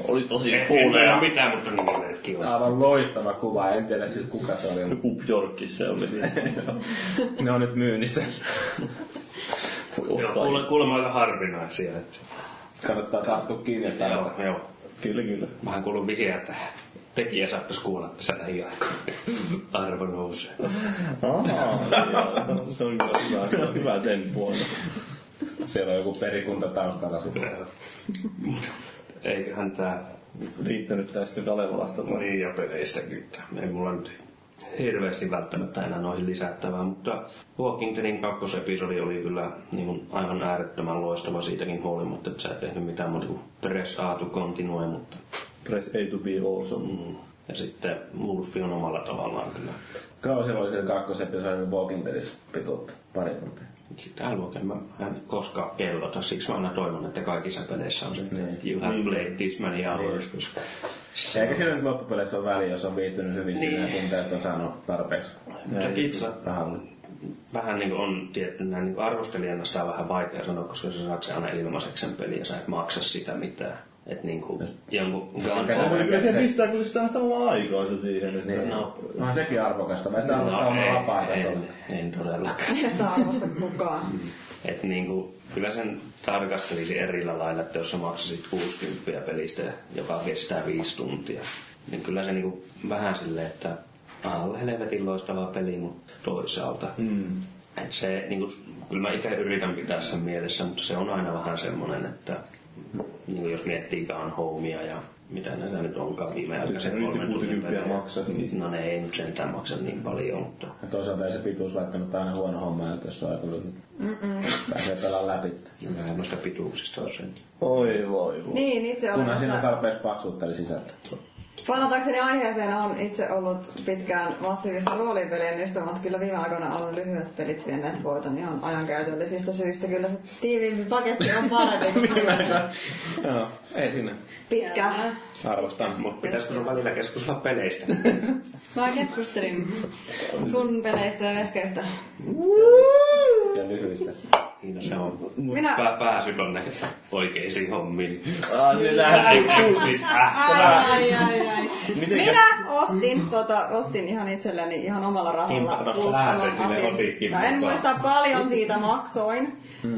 G: Oli tosi
H: en
G: kuulea.
H: ole mitään, mutta nimimerkki on.
C: Aivan loistava kuva, en tiedä siis kuka se oli.
G: Joku Björkis se oli.
C: Ne on nyt myynnissä.
G: Voi
H: Joo,
G: ostaa.
H: kuule- Kuulemma aika harvinaisia. Että...
C: Kannattaa tarttua kiinni, jos tarvitsee.
H: Joo, joo.
G: Kyllä, kyllä.
H: Mä oon kuullut vihiä, että tekijä saattaisi kuulla tässä lähiaikoina. Arvo nousee.
G: Ahaa, joo. se on kyllä hyvä, se on hyvä temppu aina.
C: Siellä on joku perikunta taustalla. Sitten.
H: Eiköhän tää
G: Riittänyt tästä Kalevalasta no. vai?
H: niin ja peleistä kyllä. Ei mulla nyt hirveästi välttämättä enää noihin lisättävää, mutta Walking Deadin kakkosepisodi oli kyllä niin kuin aivan äärettömän loistava siitäkin huolimatta, että sä et tehnyt mitään muuta kuin press A to continue, mutta
G: Press A to B awesome.
H: mm. ja sitten Wolfi on omalla tavallaan kyllä.
C: Kauan siellä oli siellä kakkosepisodin Walking Deadissä pituutta, pari tuntia.
H: Sitä älykään mä en koskaan kellota, siksi mä aina toivon, että kaikissa peleissä on se
C: Niin.
H: You have played this many hours, koska
C: Eikä sillä nyt loppupeleissä ole väliä, jos on viihtynyt hyvin niin. siinä tunteja, että on saanut tarpeeksi
H: se kitsa
C: rahalle.
H: vähän niin on tietty näin niin arvostelijana sitä on vähän vaikea sanoa, koska sä saat sen aina ilmaiseksi sen pelin ja sä et maksa sitä mitään. Et niin kuin jonkun
C: Okei.
G: Mutta
H: gun
G: kyllä se pistää, kun se sitä on sitä omaa aikaansa siihen. Että...
C: Niin.
H: No.
C: No, sekin arvokasta. Mä et saa nostaa omaa vapaa
H: ei, en, en todellakaan.
I: Ei sitä arvosta kukaan.
H: Et niinku, kyllä sen tarkastelisi erillä lailla, että jos sä maksasit 60 pelistä, joka kestää 5 tuntia, niin kyllä se niinku vähän silleen, että alle helvetin loistava peli, mutta toisaalta. Mm. Et se, niinku, kyllä mä itse yritän pitää sen mielessä, mutta se on aina vähän semmoinen, että niinku jos miettii Gone Homea ja mitä näitä nyt onkaan viime aikoina.
G: se yritti 60 maksaa niistä.
H: No ne ei nyt sentään maksa niin paljon, mutta
C: Ja toisaalta ei se pituus välttämättä aina huono homma, että jos se on aika lyhyt. Pääsee pelaamaan läpi.
H: näistä pituuksista on sen.
G: Oi voi voi.
I: Niin, itse olen
C: Kunhan siinä on
I: tässä
C: tarpeeksi paksuutta eli sisältöä.
I: Palatakseni aiheeseen on itse ollut pitkään massiivista roolipelien ystävä, mutta kyllä viime aikoina on lyhyet pelit vieneet voiton ihan ajankäytöllisistä syistä. Kyllä se tiiviimpi paketti on parempi.
C: Joo, ei siinä.
I: Pitkä.
C: Arvostan, mutta
H: Pitäisikö sun välillä keskustella peleistä?
I: Mä keskustelin sun peleistä ja vehkeistä.
C: ja lyhyistä.
H: Siinä Niin, no se on.
I: Minä-
H: Pää, pääsyt on näissä oikeisiin hommiin.
G: Ah, ne lähti.
H: Siis, äh,
I: Ai, ai, ai, ai.
G: Mitenkäs-
I: Minä ostin, tota, ostin ihan itselleni ihan omalla rahalla.
H: Kimpa-
I: Ulkomaan
H: lähsen sinne
I: asin.
H: kotiin Mm.
I: No, en
H: mukaan.
I: muista paljon siitä maksoin,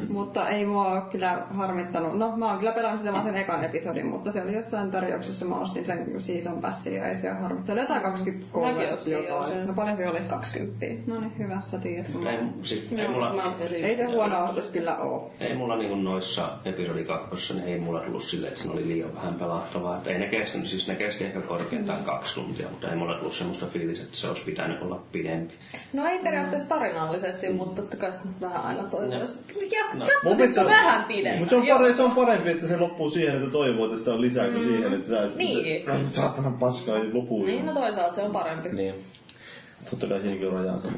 I: mutta ei mua ole kyllä harmittanut. No mä oon kyllä pelannut sitä vaan sen ekan episodin, mutta se oli jossain tarjouksessa. Mä ostin sen season passin ja ei se ole harmittanut. Se oli jotain 23
E: Mäkin ostin, joo, se-
I: jotain. No paljon se oli? 20. No niin, hyvä, sä tiedät.
H: ei, siis, ei
E: Joo,
H: mulla,
E: mä ostin siitä.
I: Ei se huono ostos kyllä oo.
H: Ei mulla niinku noissa episodi kakkossa, niin ei mulla tullut silleen, että siinä oli liian vähän pelattavaa. Et ei ne kestänyt, siis ne kesti ehkä korkeintaan kaksi tuntia, mutta ei mulla tullut semmoista fiilis, että se olisi pitänyt olla pidempi.
E: No ei periaatteessa tarinallisesti, mutta totta kai sitä nyt vähän aina toivoisi.
H: No.
E: Ja
G: Mun mielestä
E: jatkoisitko
G: on-
E: vähän pidemmän?
G: Mut se on,
E: Joo. Mm.
G: parempi, se on parempi, että se loppuu siihen, että toivoo, että sitä on lisää kuin siihen, että sä...
E: Niin.
G: Saatana paskaa ei lopu.
E: Niin, no toisaalta se on parempi.
C: Niin.
G: Totta kai siinäkin on rajansa.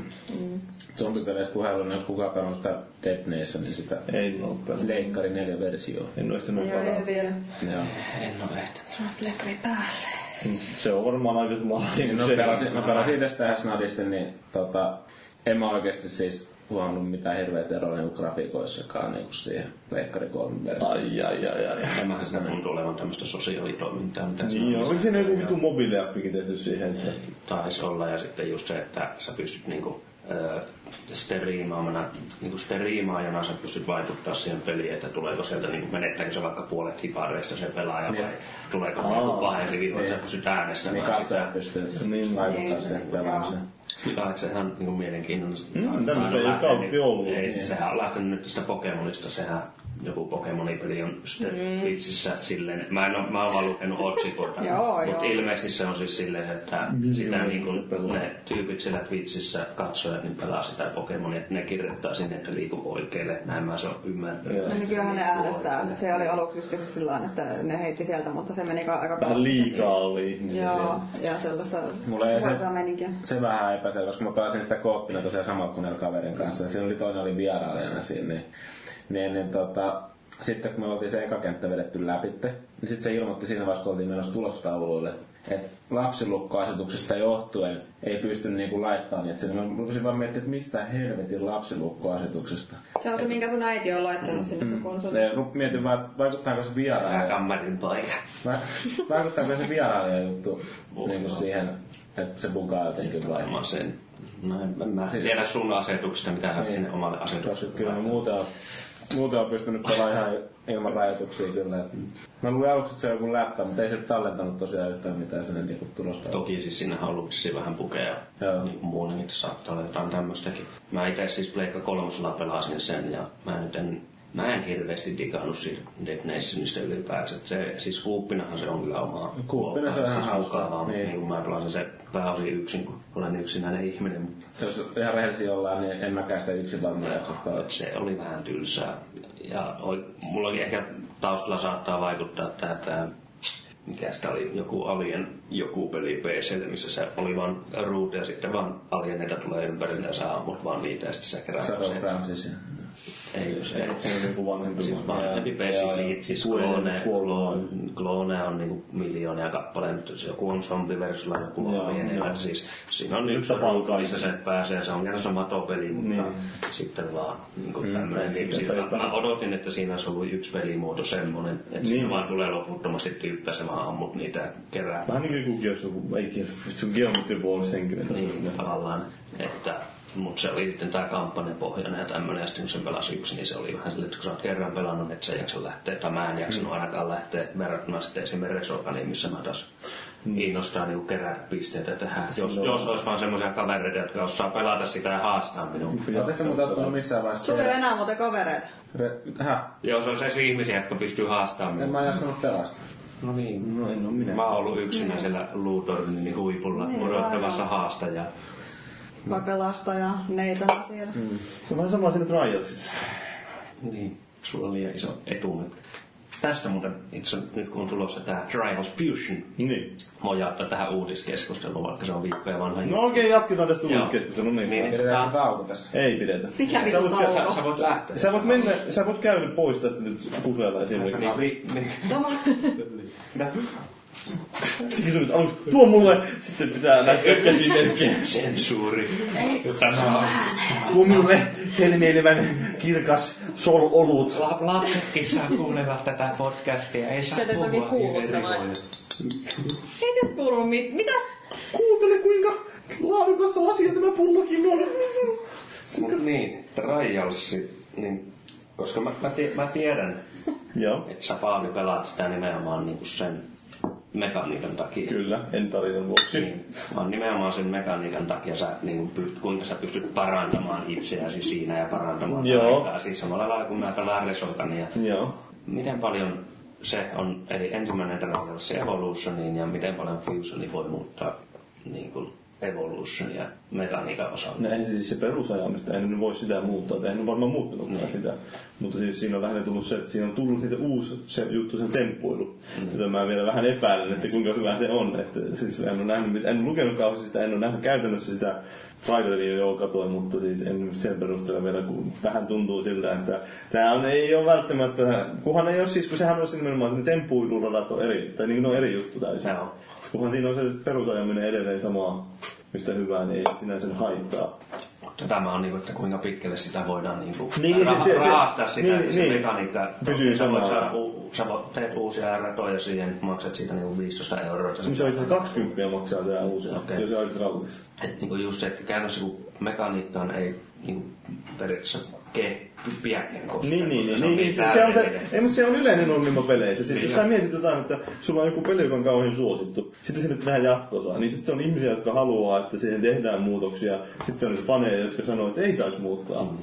C: Zombipeleissä puheella, jos kukaan pelannut sitä Dead Nation, niin sitä
G: Ei ole pelejä.
C: Leikkari 4 versio.
G: En ole sitä noin
E: Niin. Joo,
G: varaa.
E: ei vielä.
C: Joo.
H: En ole ehtinyt.
E: Plekkari päälle.
G: Se on varmaan aika mahdollinen.
C: Niin,
G: kuin
C: no,
G: se.
C: pelasin, mä pelasin tästä tähän snadisti, niin tota, en mä oikeesti siis huomannut mitään hirveet eroja niinku grafiikoissakaan niinku siihen Leikkari 3 versioon.
G: Ai, ai, ai, ai.
H: Tämähän sitä tuntuu olevan tämmöistä sosiaalitoimintaa, mitä se
G: Niin, joo.
H: on.
G: Oliko siinä joku vittu mobiiliappikin tehty siihen, että...
H: Taisi olla, ja sitten just se, että sä pystyt niinku, ö, steriimaamana, niinku steriimaajana sä pystyt vaikuttaa siihen peliin, että tuleeko sieltä, niinku, menettääkö se vaikka puolet hipareista se pelaaja vai tuleeko se joku pahempi viho, että sä pystyt
C: Niin
H: äänestämään
C: katsoja
H: sitä.
C: pystyy
G: Niin.
C: vaikuttaa
I: Niin.
C: siihen pelaamiseen.
H: Mikä on se ihan niinku mielenkiintoista.
G: Mm,
H: Aina
G: tämmöistä ei ole
H: lähtenyt-
G: kautti ollut.
H: Ei, siis sehän on lähtenyt nyt tästä Pokemonista, sehän joku Pokemonipeli on sitten
I: Mm.
H: Twitchissä silleen, mä en oo, mä oon vaan lukenut otsikoita,
I: *laughs* Joo, joo.
H: mutta ilmeisesti se on siis silleen, että sitä niinku ne tyypit siellä Twitchissä katsojat, niin pelaa sitä Pokemonia, että ne kirjoittaa sinne, että liiku oikealle, näin mä se oon ymmärtänyt.
G: Joo.
I: No nykyään ne
H: Liiku
I: äänestää.
H: oikealle.
I: Se oli aluksi just se sillä lailla, että ne heitti sieltä, mutta se meni ka- aika
G: Vähän liikaa oli ihmisiä.
I: Joo, ja sellaista
C: Mulla ei
I: huoisaa
C: se-
I: meininkiä.
C: se vähän epäselvä, koska mä pelasin sitä kooppina tosiaan samalla kuin kaverin kanssa. Ja siinä oli toinen oli vierailijana siinä. Niin, niin, niin tota, sitten kun me oltiin se eka kenttä vedetty läpitte, niin sitten se ilmoitti siinä vaiheessa, kun oltiin menossa tulostauluille, että lapsilukkoasetuksesta johtuen ei pysty niinku laittamaan niitä sinne. Mä rupesin vaan miettimään, että mistä helvetin lapsilukkoasetuksesta.
I: Se on se, minkä sun äiti on laittanut
G: Mm.
I: sinne sun konsoli.
C: Ja rup- Mietin vaan, että vaikuttaako se
H: Tää
C: vierailija,
H: kammarin paikka.
C: va- vaikuttaako se vierailija juttu niinku siihen, että se bugaa jotenkin vai?
H: Varmaan sen. No en, en mä
G: Siis-
H: tiedä sun asetuksista, mitä sä oot
C: Niin.
H: sinne omalle asetukselle.
C: Koska kyllä mä muuten on, muuten on pystynyt pelaamaan ihan ilman rajoituksia kyllä. Mä luin aluksi, että se on joku läppä, mutta ei se tallentanut tosiaan yhtään mitään sinne niinku tulosta.
H: Toki siis siinä on ollut vissiin vähän pukea
C: Joo.
H: niin kuin muutenkin, että saattaa olla jotain tämmöistäkin. Mä itse siis Pleikka kolmosella pelasin sen ja mä nyt en, mä en hirveästi digannut siitä Dead Nationista ylipäänsä. Se, siis kuuppinahan se on kyllä oma.
C: Kuuppina se on ihan
H: siis
C: hauska.
H: mukavaa, niin.
C: Niin.
H: niin mä pelasin se pääosin yksin, kun olen yksinäinen ihminen. Mutta
C: Jos ihan rehellisiä ollaan, niin en mäkään sitä yksin varmaan jaksa pelata.
H: se oli vähän tylsää. Ja oli, mullakin ehkä taustalla saattaa vaikuttaa tämä, tämä mikä sitä oli, joku Alien joku peli PC, missä se oli vaan ruutu ja sitten vaan alieneita tulee ympärille ja sä ammut vaan niitä ja sitten sä kerää
C: Shadow
H: se.
C: Gramsissa.
H: Ei, se ei.
G: Se on joku vanhentunut.
H: Siis vanhempi
C: Joo,
H: PC, siis,
C: joo.
H: niin, siis
G: Kuollut,
H: kloone,
G: kuollut.
H: kloone- klooneja on niinku miljoonia kappaleen, mutta se joku on zombiversiolla, joku
G: Joo,
H: on
G: joo.
H: alieneita. Siis siinä on yksi
G: Tapaan
H: ruutu, missä se pääsee, se on ihan sama topeli, mutta
G: Niin.
H: sitten vaan niinku tämmöinen.
G: Sitten
H: Siis
G: pelataan.
H: Mä odotin, että siinä olisi ollut yksi pelimuoto semmoinen, että niin. siinä vaan tulee loputtomasti tyyppää, se vaan ammut niitä ja kerää.
G: Vähän niin kuin joku Gears of- ei Gears- se on Geometry Wars henkinen.
H: Niin, tavallaan, että mutta se oli sitten tämä kampanjapohjainen ja tämmöinen, ja sitten kun se pelasi yksi, niin se oli vähän silleen, että kun sä oot kerran pelannut, että sä ei jaksa lähteä, tai mä en jaksanut ainakaan lähteä verrattuna sitten esimerkiksi Resorganiin, missä mä taas innostaa niinku kerätä pisteitä tähän. Jos, jos olisi vaan semmoisia kavereita, jotka osaa pelata sitä ja haastaa minua.
C: Oletteko muuta ottanut missään vaiheessa?
I: Sulla ei ole
C: se-
I: enää muuten kavereita.
C: Re- Häh?
H: Jos olisi edes ihmisiä, jotka pystyy haastamaan
C: En
H: minua.
C: mä jaksanut pelastaa.
H: No niin.
G: No en oo minä.
H: Mä oon ollut yksinä siellä Luutornin huipulla odottamassa haastajaa.
I: Vai pelastajaa, neitona siellä.
G: Mm. Se on vähän sama siinä Trialsissa.
H: Niin, sulla on liian iso etumatka. Tästä muuten itse nyt kun on tulossa tämä Drivers Fusion,
G: Niin.
H: voi jättää tähän uudiskeskusteluun, vaikka se on viikkoja vanha.
G: No okei, okay, jatketaan tästä
H: Joo.
G: uudiskeskustelua. Niin.
H: Niin.
C: Pidetään tauko tässä.
G: Ei pidetä.
I: Mikä
G: Sä
I: vittu
G: voit,
I: tauko?
H: Sä, sä voit lähteä.
G: sä voit mennä, sä voit käydä pois tästä nyt puseella esimerkiksi.
H: Niin, niin,
C: *laughs*
H: niin.
I: Toma,
G: Siksi Niin, sä nyt aluksi, tuo mulle, sitten pitää näitä käsimerkkejä.
H: Sensuuri.
G: Tuo minulle helmielivän kirkas sol-olut.
J: La- lapsetkin saa kuulevat tätä podcastia, ei saa
E: Sieltä ei toki
J: puhua
E: kuulu
J: yli
E: se vai?
J: rivoille.
I: ei sieltä kuulunut mit- mitä?
G: Kuuntele kuinka laadukasta lasia tämä pullokin on.
H: Mut niin, Trialsi, niin, koska mä, mä, tie, mä tiedän,
G: Joo.
H: että sä Paavi pelaat sitä nimenomaan niinku sen mekaniikan takia.
G: Kyllä, en tarinan vuoksi.
H: Niin, vaan nimenomaan sen mekaniikan takia sä, niin pyst, kuinka sä pystyt parantamaan itseäsi siinä ja parantamaan
G: Joo.
H: aikaa. Siis samalla lailla kun mä pelaan Resoltania.
G: Joo.
H: Miten paljon se on, eli ensimmäinen tämä on se Evolutioniin ja miten paljon Fusioni voi muuttaa niin kuin Evolutionia mekaniikan osalta?
G: No ensin siis se perusajamista, en nyt voi sitä muuttaa, tai en nyt varmaan muuttanutkaan
H: Niin.
G: sitä. Mutta siis siinä on vähän tullut se, että siinä on tullut niitä uusi se juttu, se temppuilu, jota mä vielä vähän epäilen, että kuinka hyvä se on. Että, siis en ole nähnyt, mit- en lukenut kauheasti sitä, en ole nähnyt käytännössä sitä traileria jo katoin, mutta siis en sen perusteella vielä, kun vähän tuntuu siltä, että tämä on, ei ole välttämättä, kunhan ei ole siis, kun sehän on se nimenomaan, että ne temppuiluradat on eri, tai niin kuin ne on eri juttu täysin. *laughs*
H: Joo.
G: Kunhan siinä on se perusajaminen edelleen samaa yhtä hyvää, niin ei sinänsä haittaa.
H: Mutta tämä on niinku, että kuinka pitkälle sitä voidaan niinku
G: Niin,
H: ra-
G: se- se- se-
H: raastaa sitä,
G: niin,
H: niin, se
G: niin.
H: mekaniikka.
G: Pysyy
H: sä voit
G: samalla.
H: saada, u- sä voit, teet uusia ratoja siihen, maksat siitä niinku 15 euroa. että sä-
G: Niin Se on itse asiassa 20 maksaa tää uusi.
H: Okei.
G: Se on se aika kallis.
H: Et niinku just se, että käytännössä kun mekaniikkaan ei niinku periaatteessa ke piäkkään koskaan.
G: Niin, niin,
H: koska
G: niin, niin,
H: on
G: niin se, se, on, te, ei, mutta se on yleinen ongelma peleissä. Siis
H: Niin
G: jos sä mietit jotain, että sulla on joku peli, joka on kauhean suosittu, sitten se nyt tehdään jatkosaa, niin sitten on ihmisiä, jotka haluaa, että siihen tehdään muutoksia, sitten on faneja, jotka sanoo, että ei saisi muuttaa.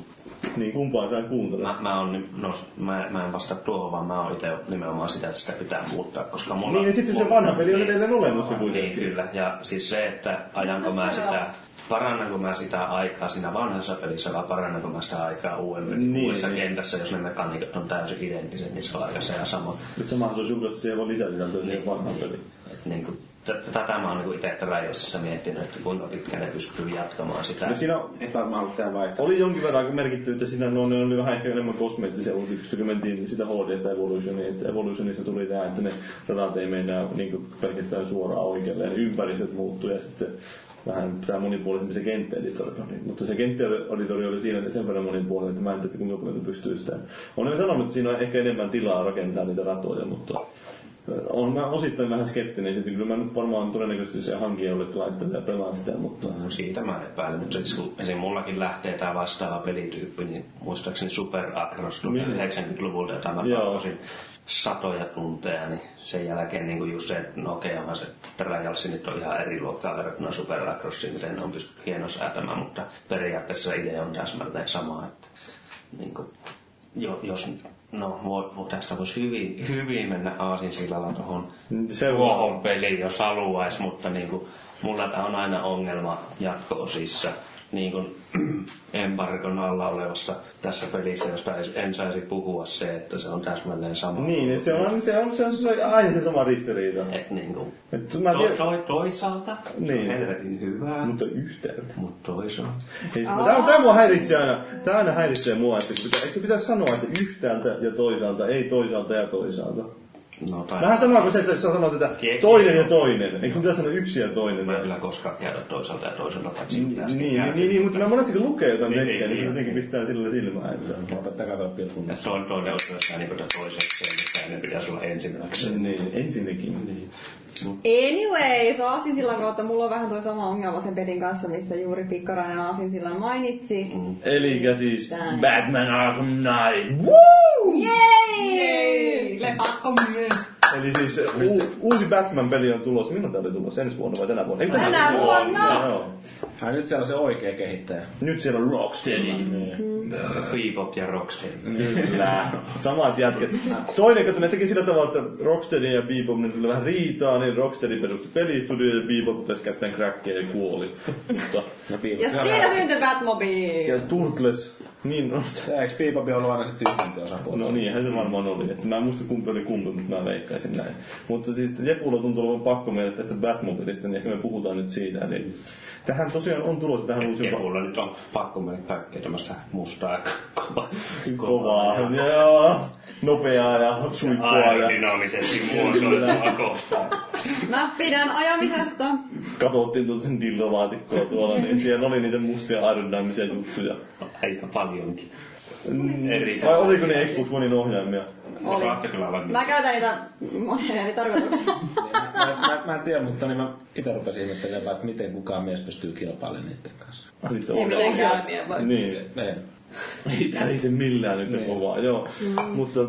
G: Niin kumpaa sä kuuntelet?
H: Mm. Mä, mä, on, ni- no, mä, mä en vastaa tuohon, vaan mä oon itse nimenomaan sitä, että sitä pitää muuttaa, koska mulla...
G: Niin, ja sitten se vanha peli on edelleen olemassa
H: Niin,
G: kuitenkin.
H: kyllä. Ja siis se, että ajanko mä sitä, parannanko mä sitä aikaa siinä vanhassa pelissä vai parannanko mä sitä aikaa uuden
G: Niin,
H: niin, uudessa
G: niin.
H: niin. kentässä, jos ne mekaniikat on täysin niin identtiset niissä laikassa ja samoin.
G: Nyt se mahdollisuus julkaista siihen vaan lisäsisältöä siihen vanhaan peliin.
H: Niin kuin, t- tätä mä oon niin itse Rajosissa miettinyt, että kuinka pitkä ne pystyy jatkamaan sitä.
G: No siinä on
C: Et varmaan ollut tää vaihtoehto.
G: Oli jonkin verran aika merkittävyyttä siinä, no ne oli vähän ehkä enemmän kosmeettisia uutisista, kun mentiin sitä HDstä Evolutioniin, että Evolutionissa tuli tämä, että ne radat ei mennä niin pelkästään suoraan oikealle, ja ne ympäristöt muuttuu ja sitten vähän tämä monipuolisempi se kenttäeditori oli. Mutta se kenttäeditori oli siinä sen verran monipuolinen, että mä en tiedä, kuinka paljon ne pystyy sitä. On ne sanonut, että siinä on ehkä enemmän tilaa rakentaa niitä ratoja, mutta olen mä osittain vähän skeptinen, että kyllä mä nyt varmaan todennäköisesti se hankijalle laittanut ja pelaan sitä, mutta
H: No siitä mä epäilen, mutta siis kun esim. mullakin lähtee tämä vastaava pelityyppi, niin muistaakseni Super Acros tuli
G: Niin.
H: 90-luvulta, jota mä
G: Joo.
H: pakkasin satoja tunteja, niin sen jälkeen niin just se, että no okei, onhan se Trajalsi nyt on ihan eri luokkaa verrattuna Super Acrosiin, miten ne on pystynyt hienosäätämään, mutta periaatteessa se idea on täsmälleen sama, että niin kuin, jo, jos No, voi, tästä voisi hyvin, hyvin mennä aasinsillalla tuohon
G: se
H: tuohon peliin, jos haluaisi, mutta niin kuin, mulla tämä on aina ongelma jatko-osissa. Niin kuin embargon alla olevassa tässä pelissä, josta ei- en saisi puhua se, että se on täsmälleen sama.
G: Niin, et se on, se on, se on, se on aina se sama ristiriita.
H: Et niin kuin,
G: Et mä
H: to,
G: tiedän,
H: to, toisaalta
G: Niin.
H: niin. helvetin hyvää,
G: mutta yhtäältä. Siis
H: mutta toisaalta.
G: Ei, tämä, tämä mua häiritsee aina, tämä aina häiritsee mua, että kun pitää, eikö se pitäisi sanoa, että yhtäältä ja toisaalta, ei toisaalta ja toisaalta.
H: No, tai
G: Vähän sama kuin se, että sä sanot, että toinen ja toinen. Eikö sun pitäisi sanoa yksi ja toinen?
H: mä en kyllä koskaan käydä toisaalta ja toisaalta, paitsi
G: Niin, niin, niin, niin, mutta mä monesti kun lukee jotain
H: Niin,
G: tekstiä, niin se
H: niin.
G: jotenkin pistää sillä silmään. Että...
C: Otatte katoa pilkun.
H: Ja toinen, toinen on jossain niin toisekseen, missä ne pitäisi olla ensimmäiseksi.
G: Niin, ensinnäkin. Niin.
I: Anyway, se Aasinsillan kautta mulla on vähän toi sama ongelma sen pelin kanssa, mistä juuri Pikkarainen Aasinsillan mainitsi.
G: Elikkä siis
I: Tää.
G: Batman Arkham Knight. Woo!
I: Jei!
G: Eli siis u- uusi Batman-peli on tulossa. Milloin tämä oli tulossa? Ensi vuonna vai tänä vuonna? Ei,
I: Tänä vuonna!
G: Joo.
C: Ai nyt siellä on se oikea kehittäjä.
G: Nyt siellä on Rocksteady.
H: Bebop ja Rocksteady.
G: Kyllä. *laughs* Samat jätket. Toinen, kun ne teki sillä tavalla, että Rocksteady ja Bebop, ne tuli vähän riitaa, niin Rocksteady perusti pelistudio ja Bebop rupesi käyttämään crackia ja kuoli. Mutta,
C: No piilut.
I: Ja siitä syntyi Batmobile!
G: ja Turtles Niin on.
C: Eikö piipapi ollut aina se tyhjempi osapuoli?
G: No niinhän se varmaan oli. Että mä en muista kumpi oli kumpi, mutta mä veikkaisin näin. Mutta siis Jepulla tuntuu olevan pakko meille tästä Batmobilista, niin ehkä me puhutaan nyt siitä. Eli tähän tosiaan on tulossa tähän uusi
H: Kepulla nyt on pakko mennä kaikkea tämmöistä mustaa *laughs* ja kovaa.
G: kovaa, joo, nopeaa ja suikkoa
H: niin
G: ja
H: Aerodynamisesti muotoiltua kohtaa.
I: Mä pidän ajamisesta.
G: katsottiin tuota sen dillolaatikkoa tuolla, niin siellä oli niitä mustia aerodynaamisia juttuja.
H: Aika paljonkin.
G: Mm,
H: Eri
G: Vai oliko ne Xbox Onein ohjaimia?
I: Oli.
H: Olette kyllä vai
I: Mä käytän niitä moneen eri tarkoitukseen.
C: Mä, mä, mä en tiedä, mutta niin mä itse rupesin ihmettelemään, että miten kukaan mies pystyy kilpailemaan niiden kanssa.
G: Ah, niistä
I: Ei
G: ohjaimia.
I: mitenkään.
E: Ohjaimia vai?
G: Niin.
C: Ei.
G: Ei tää ei se millään yhtä
C: Niin.
G: kovaa, joo. Mutta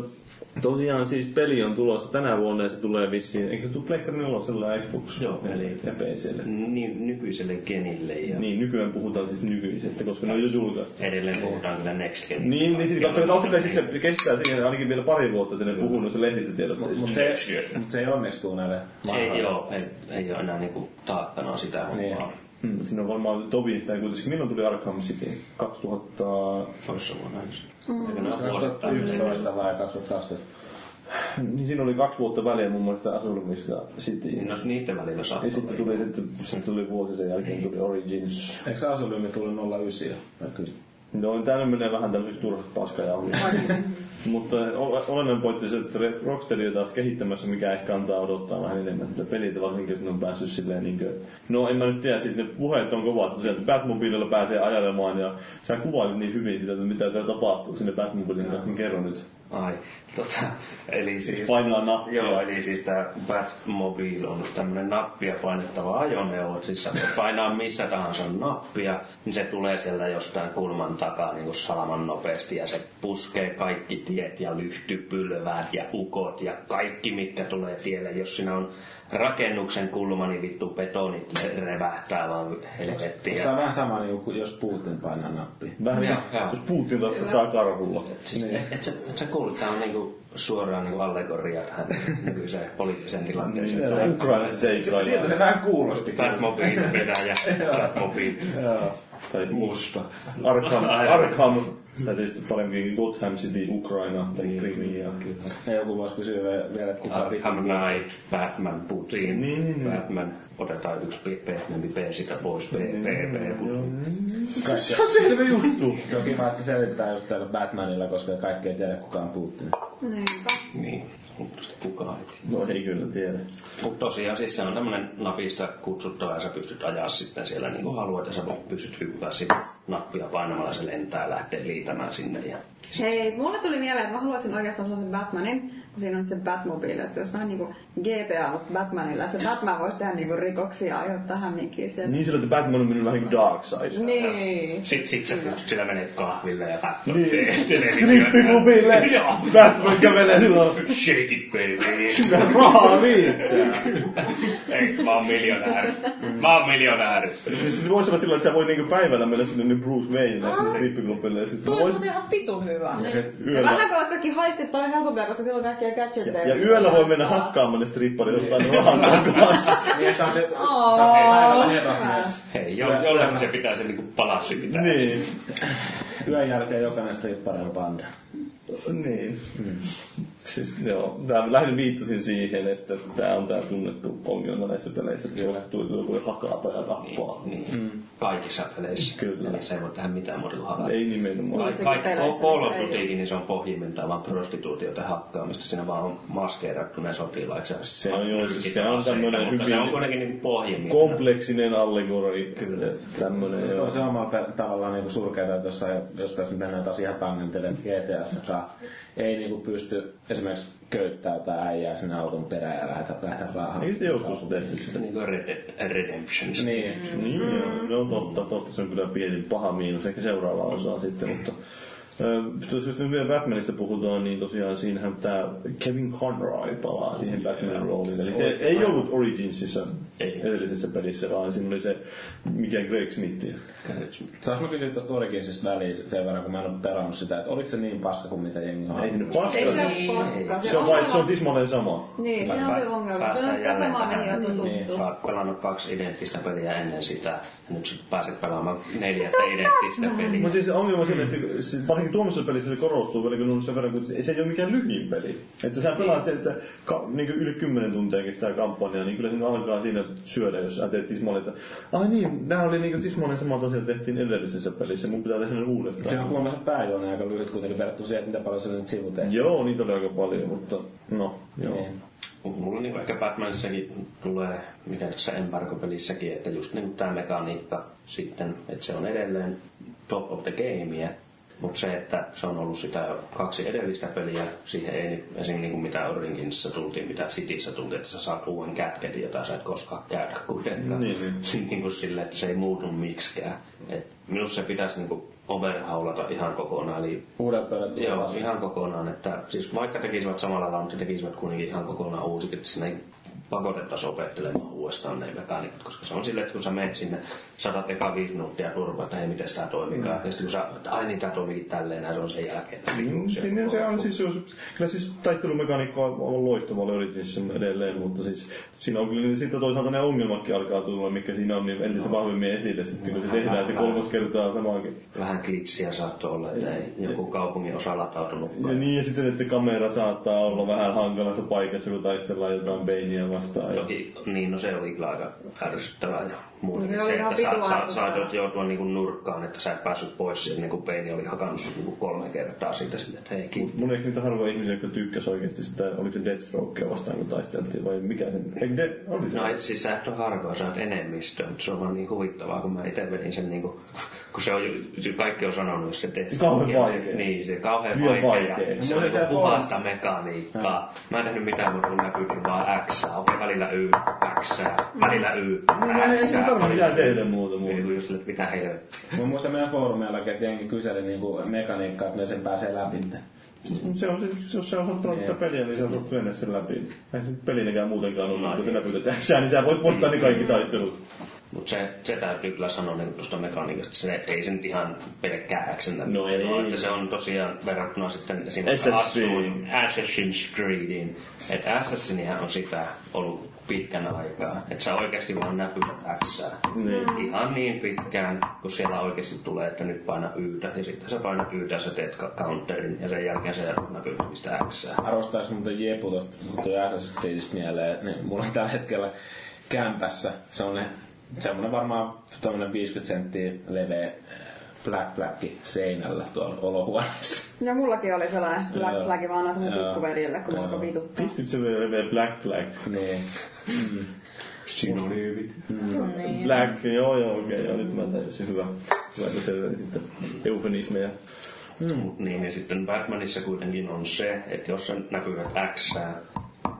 G: tosiaan siis peli on tulossa tänä vuonna ja se tulee vissiin, eikö se tule Pleikkari 4 Xbox?
H: Joo,
G: eli
H: eli-
G: ja PClle.
C: Mm.
H: Niin, nykyiselle genille ja
G: Niin, nykyään puhutaan siis nykyisestä, koska ne on jo julkaistu.
H: edelleen puhutaan kyllä next gen.
G: Niin, niin siis katsotaan, että kai siis se kestää siihen ainakin vielä pari vuotta, että ne puhuu noissa lehdissä tiedotteissa.
C: Mutta se, mut se ei onnistuu näille
H: Ei,
C: vanhoille.
H: joo, ei, ei ole enää niinku taakkana sitä
C: Niin.
H: hommaa.
G: Mm, siinä on varmaan Tobin sitä kuitenkin. Milloin tuli Arkham City? 2000...
H: Toissa vuonna.
I: Mm.
H: Eikö nää
C: Se on
H: vuosittain mene?
C: 2011 vai 2012.
G: Niin siinä oli kaksi vuotta väliä mun mielestä Asylumista City.
H: Niin, No niiden välillä
G: Ja
H: saattaa.
G: sitten tuli, sitten, sitten tuli vuosi sen jälkeen tuli Origins.
C: Eikö se Asylymi tullut 09 jo? No Kyllä.
G: No, täällä menee vähän tämmöistä turhat paskaa ja Mutta o- olennainen pointti on se, että Re- Rocksteady on taas kehittämässä, mikä ehkä antaa odottaa vähän enemmän sitä peliä, varsinkin jos ne on päässyt silleen niin kuin, No en mä nyt tiedä, siis ne puheet on kovat, tosiaan, että Batmobililla pääsee ajelemaan ja sä kuvailit niin hyvin sitä, että mitä täällä tapahtuu sinne Batmobilin kanssa, niin kerro nyt.
H: Ai, tota, eli siis...
G: Painaa nappia.
H: Joo, eli siis tää Batmobile on tämmönen nappia painettava ajoneuvo. Siis sä voit painaa missä tahansa nappia, niin se tulee sieltä jostain kulman takaa niin kuin salaman nopeasti. Ja se puskee kaikki tiet ja lyhtypylväät ja ukot ja kaikki, mitkä tulee tielle. Jos siinä on rakennuksen kulma, niin vittu betonit le- revähtää vaan helvettiin.
C: Tämä on
H: Ja,
C: vähän sama, niin kuin jos Putin painaa nappia.
G: Vähän
H: Joo,
G: niin,
H: joo.
G: jos Putin ratsastaa karhulla.
H: siis, et, et, sä, et sä kuullut, tää on niinku suoraan niinku allegoria tähän nykyiseen poliittiseen tilanteeseen.
G: Se on Ukrainassa
C: Siltä se
G: seisoo.
C: vähän kuulosti.
G: *laughs*
H: Batmobile vedäjä, Batmobile
C: Joo.
G: Tai
H: musta.
G: Arkham,
H: Aivan.
G: Arkham, tai tietysti paremminkin Gotham City, Ukraina tai Krimia.
C: Ja joku voisi kysyä vielä, vielä, että kuka
H: Arkham Knight, Batman Putin,
G: Niin, niin, niin.
H: Batman, otetaan yksi P, P, P sitä pois, P, P,
G: niin,
H: P, Putin.
G: Se on selvä juttu.
C: Se on kiva, että se selittää just täällä Batmanilla, koska kaikki ei tiedä kukaan Putin.
I: Niinpä.
H: Niin, mutta sitä kukaan ei tiedä.
G: No ei kyllä tiedä.
H: Mutta tosiaan siis se on tämmönen napista kutsuttava ja sä pystyt ajaa sitten siellä niin kuin haluat ja sä voit- pystyt hyppää sinne nappia painamalla se lentää ja lähtee liitämään sinne ja
I: Hei, mulle tuli mieleen, että mä haluaisin oikeastaan sellaisen Batmanin, kun siinä on nyt se Batmobile, että se olisi vähän niinku GTA, mutta Batmanilla, että se Batman voisi tehdä niinku rikoksia ja aiheuttaa hämminkiä sieltä.
G: Niin sillä, että Batman on mennyt vähän dark side.
I: Niin.
H: Sitten sit sä sillä menet kahville ja pätkät
G: Niin.
H: teet televisioon.
G: Strippiklubille.
H: Joo.
G: Batman kävelee silloin.
H: Shake it baby.
G: Mitä rahaa niin. riittää?
H: Ei, mä oon miljonääri. Mä oon miljonääri.
G: Siis se voisi olla sillä, että sä voi niinku päivällä mennä sinne niin Bruce Wayne ja sinne strippiklubille. Ja sitten
E: Tuo on
G: No voisi
E: muuten ihan vitun hyvä.
I: Niin. Ja
G: yöllä.
I: vähän kun olisi kaikki haistit paljon helpompia, koska silloin kaikki gadgetseja.
G: Ja yöllä voi mennä hakkaamaan ne stripparit ottaa ne rahaa takaisin.
C: Niin, se on se...
E: Oh.
C: se on päivällä herras mies.
H: Hei, jo, jollakin se pitää se niinku palassi pitää.
G: Niin.
C: Yön jälkeen jokainen stripparilla panda.
G: Niin. Siis joo, tää lähinnä viittasin siihen, että tää on tää tunnettu ongelma näissä peleissä, että joku voi hakata ja tappaa.
H: Niin. Kaikissa peleissä.
G: Mm. Kyllä.
H: Eli se ei voi tehdä mitään muuta kuin hakata.
G: Ei nimenomaan.
I: Niin.
H: Kaikki
I: Peleissä, missä
H: poloputiikin, niin se on pohjimmiltaan vaan prostituutioita hakkaamista. Siinä vaan on maskeerattu ne sotilaiksi. ja
G: Se on joo, siis
H: nyrkit
G: se on
H: aseita,
G: tämmönen
H: Mutta se
G: hyvin-
H: on kuitenkin niinku pohjimmiltaan.
G: Kompleksinen allegori, kyllä. Tämmönen
C: Se
G: joo.
C: on se oma pe- tavallaan niinku surkeita, että jos, sä- jos tässä nyt mennään taas ihan tangentille niin GTS-kaan, ei niinku pysty esimerkiksi köyttää tai äijää sinne auton perään ja lähetä, lähetä rahaa.
G: Eikö te joskus on tehty sitä?
H: Niin kuin Red- Redemption.
C: Niin.
G: Niin, joo. No totta, totta, se on kyllä pieni paha miinus, ehkä seuraava osaa sitten, mutta Ö, Tuossa jos nyt vielä Batmanista puhutaan, niin tosiaan siinähän tämä Kevin Conroy palaa siihen Batmanin rooliin. Eli se ei ollut Originsissa
H: Ei.
G: edellisessä pelissä, vaan siinä oli se, mikä Greg Smith.
C: Saas mä kysyä tuosta Originsista väliin sen verran, kun mä en ole pelannut sitä, että oliko se niin paska kuin mitä jengi on
G: Ei se nyt
I: Ei se
G: paska.
I: ole paskaa.
G: Se on vain, se on tismalleen sama.
I: Niin, se on se ongelma. Se on sitä samaa, mihin on
H: Niin, sä
I: tuttu.
H: oot pelannut kaksi identtistä peliä ennen sitä, ja nyt sä pääset pelaamaan neljättä identtistä peliä.
G: Mutta siis se ongelma
C: Mm.
G: on siinä, että se- varsinkin tuommoisessa pelissä se korostuu vielä kun on sen verran, kun se- se ei ole mikään lyhin peli. Että sä pelaat se, että ka, niin yli 10 tuntia kestää kampanja, niin kyllä siinä alkaa siinä syödä, jos sä teet tismalleen, että ai niin, nämä oli niin tismalleen samat asiat tehtiin edellisessä pelissä, mun pitää tehdä ne uudestaan.
C: Se on kuulemma se pääjuoni aika lyhyt kuitenkin verrattuna siihen, että mitä paljon se nyt sivu tehty.
G: Joo, niitä oli aika paljon, mutta no, joo.
C: Niin.
H: Mulla niin ehkä Batmanissakin tulee, mikä tässä Embargo-pelissäkin, että just niin tämä mekaniikka sitten, että se on edelleen top of the gamea. Mutta se, että se on ollut sitä kaksi edellistä peliä, siihen ei ni- esim. Niin kuin mitä Origins tultiin, mitä Cityssä tultiin, että sä saat uuden kätketin, jota sä et koskaan käydä kuitenkaan.
G: Niin, niin.
H: Sitten niin kuin sille, että se ei muutu miksikään. Et minusta se pitäisi niin kuin overhaulata ihan kokonaan, eli
C: Uudet pöydät.
H: Joo, ihan kokonaan. Että, siis vaikka tekisivät samalla lailla, mutta tekisivät kuitenkin ihan kokonaan uusikin, että sinne ei pakotettaisi opettelemaan uudestaan ne mekaanikot, koska se on silleen, että kun sä menet sinne, saatat eka viisi minuuttia turpaa, että hei, miten tämä toimikaan. Mm. Ja sitten kun sä, että ai niin, tämä toimikin tälleen, ja se on sen jälkeen.
G: Mm, Sinne se on siis, jos, kyllä siis taistelumekaniikka on aivan loistava Löyritinsissä edelleen, mutta siis siinä on kyllä sitten toisaalta ne ongelmatkin alkaa tulla, mikä siinä on niin entistä vahvemmin esille sitten, kun se tehdään se kolmas kertaa samaankin.
H: Vähän klitsiä saattoi olla, että ei joku kaupungin osa latautunut.
G: Ja niin, ja sitten, että kamera saattaa olla vähän hankalassa paikassa, kun taistellaan jotain beiniä vastaan. Ja...
H: Toki, niin, no se oli kyllä aika ärsyttävää ja
I: Se
H: muutenkin
I: oli
H: se,
I: ihan
H: että sä, sä,
I: pituaisuutta.
H: sä joutua niin nurkkaan, että sä et päässyt pois sieltä, niin kuin Peini oli hakannut sut niin kolme kertaa siitä sille, että hei, kiitos.
G: Mun ehkä niitä harvoja ihmisiä, jotka tykkäs oikeasti sitä, oliko se Deathstrokea vastaan, kun taisteltiin, vai mikä sen? Eikö de... oli se?
H: No et, siis sä et ole harvoin, sä oot enemmistö, mutta se on vaan niin huvittavaa, kun mä itse vedin sen niinku, kun se on, ju- se kaikki on sanonut, jos se testi.
G: Kauhean
H: ja se-
G: vaikea.
H: Niin, se kauhean
G: Liian
H: vaikea.
G: vaikea.
H: vaikea. Se on
C: No, se
H: niinku
C: on-
H: puhasta mekaniikkaa. Mä en tehnyt mitään muuta, kun mä pyydin vaan X, okei välillä Y, X, välillä Y,
G: No, ei
H: X.
G: ei tarvitse mitään tehdä muuta muuta.
H: Niin kuin just, että mitä helvettiä.
C: Mä muistan meidän foorumeillakin, että jengi kyseli niinku mekaniikkaa, että ne sen pääsee läpi.
G: Mut Se on se, jos sä osaat pelata sitä peliä, niin sä osaat mennä sen läpi. Eihän se pelinäkään muutenkaan ole,
H: No,
G: kun tänä pyydetään sää, niin sä voit voittaa ne kaikki taistelut.
H: Mutta se, se täytyy kyllä sanoa niin tuosta mekaniikasta, se ei se nyt ihan pelkkää Xnä.
G: No ei.
H: Vaan, että se on tosiaan verrattuna sitten esimerkiksi
G: Assassin.
H: Assuun- Assassin's Creediin. Että Assassinihan on sitä ollut pitkän aikaa. Että sä oikeasti vaan näpytät X.
G: Niin.
H: Ihan niin pitkään, kun siellä oikeasti tulee, että nyt paina Ytä. Ja sitten sä painat Ytä, ja sä teet ka- counterin ja sen jälkeen sä jatkut näpytämistä X.
C: Arvostaisi muuten Jepu tosta, kun tuli Assassin's Creedistä mieleen, että ne- mulla on tällä hetkellä kämpässä semmonen, semmonen varmaan tommonen 50 senttiä leveä äh, Black Black seinällä tuolla
G: *laughs*
C: olohuoneessa.
I: Ja No mullakin oli sellainen
C: Joo.
I: black flagi vaan asunut
C: Joo.
I: pikkuveljelle, kun mä
C: Joo.
I: alkoi vituttaa.
G: 57 vielä Black Flag.
C: niin.
H: Synonyymi.
E: Niin.
G: Black, joo joo, okei, joo, nyt mä tajusin, hyvä. Hyvä, että se sitten eufemismeja.
H: Mut niin, ja sitten Batmanissa kuitenkin on se, että jos sä näkyvät X,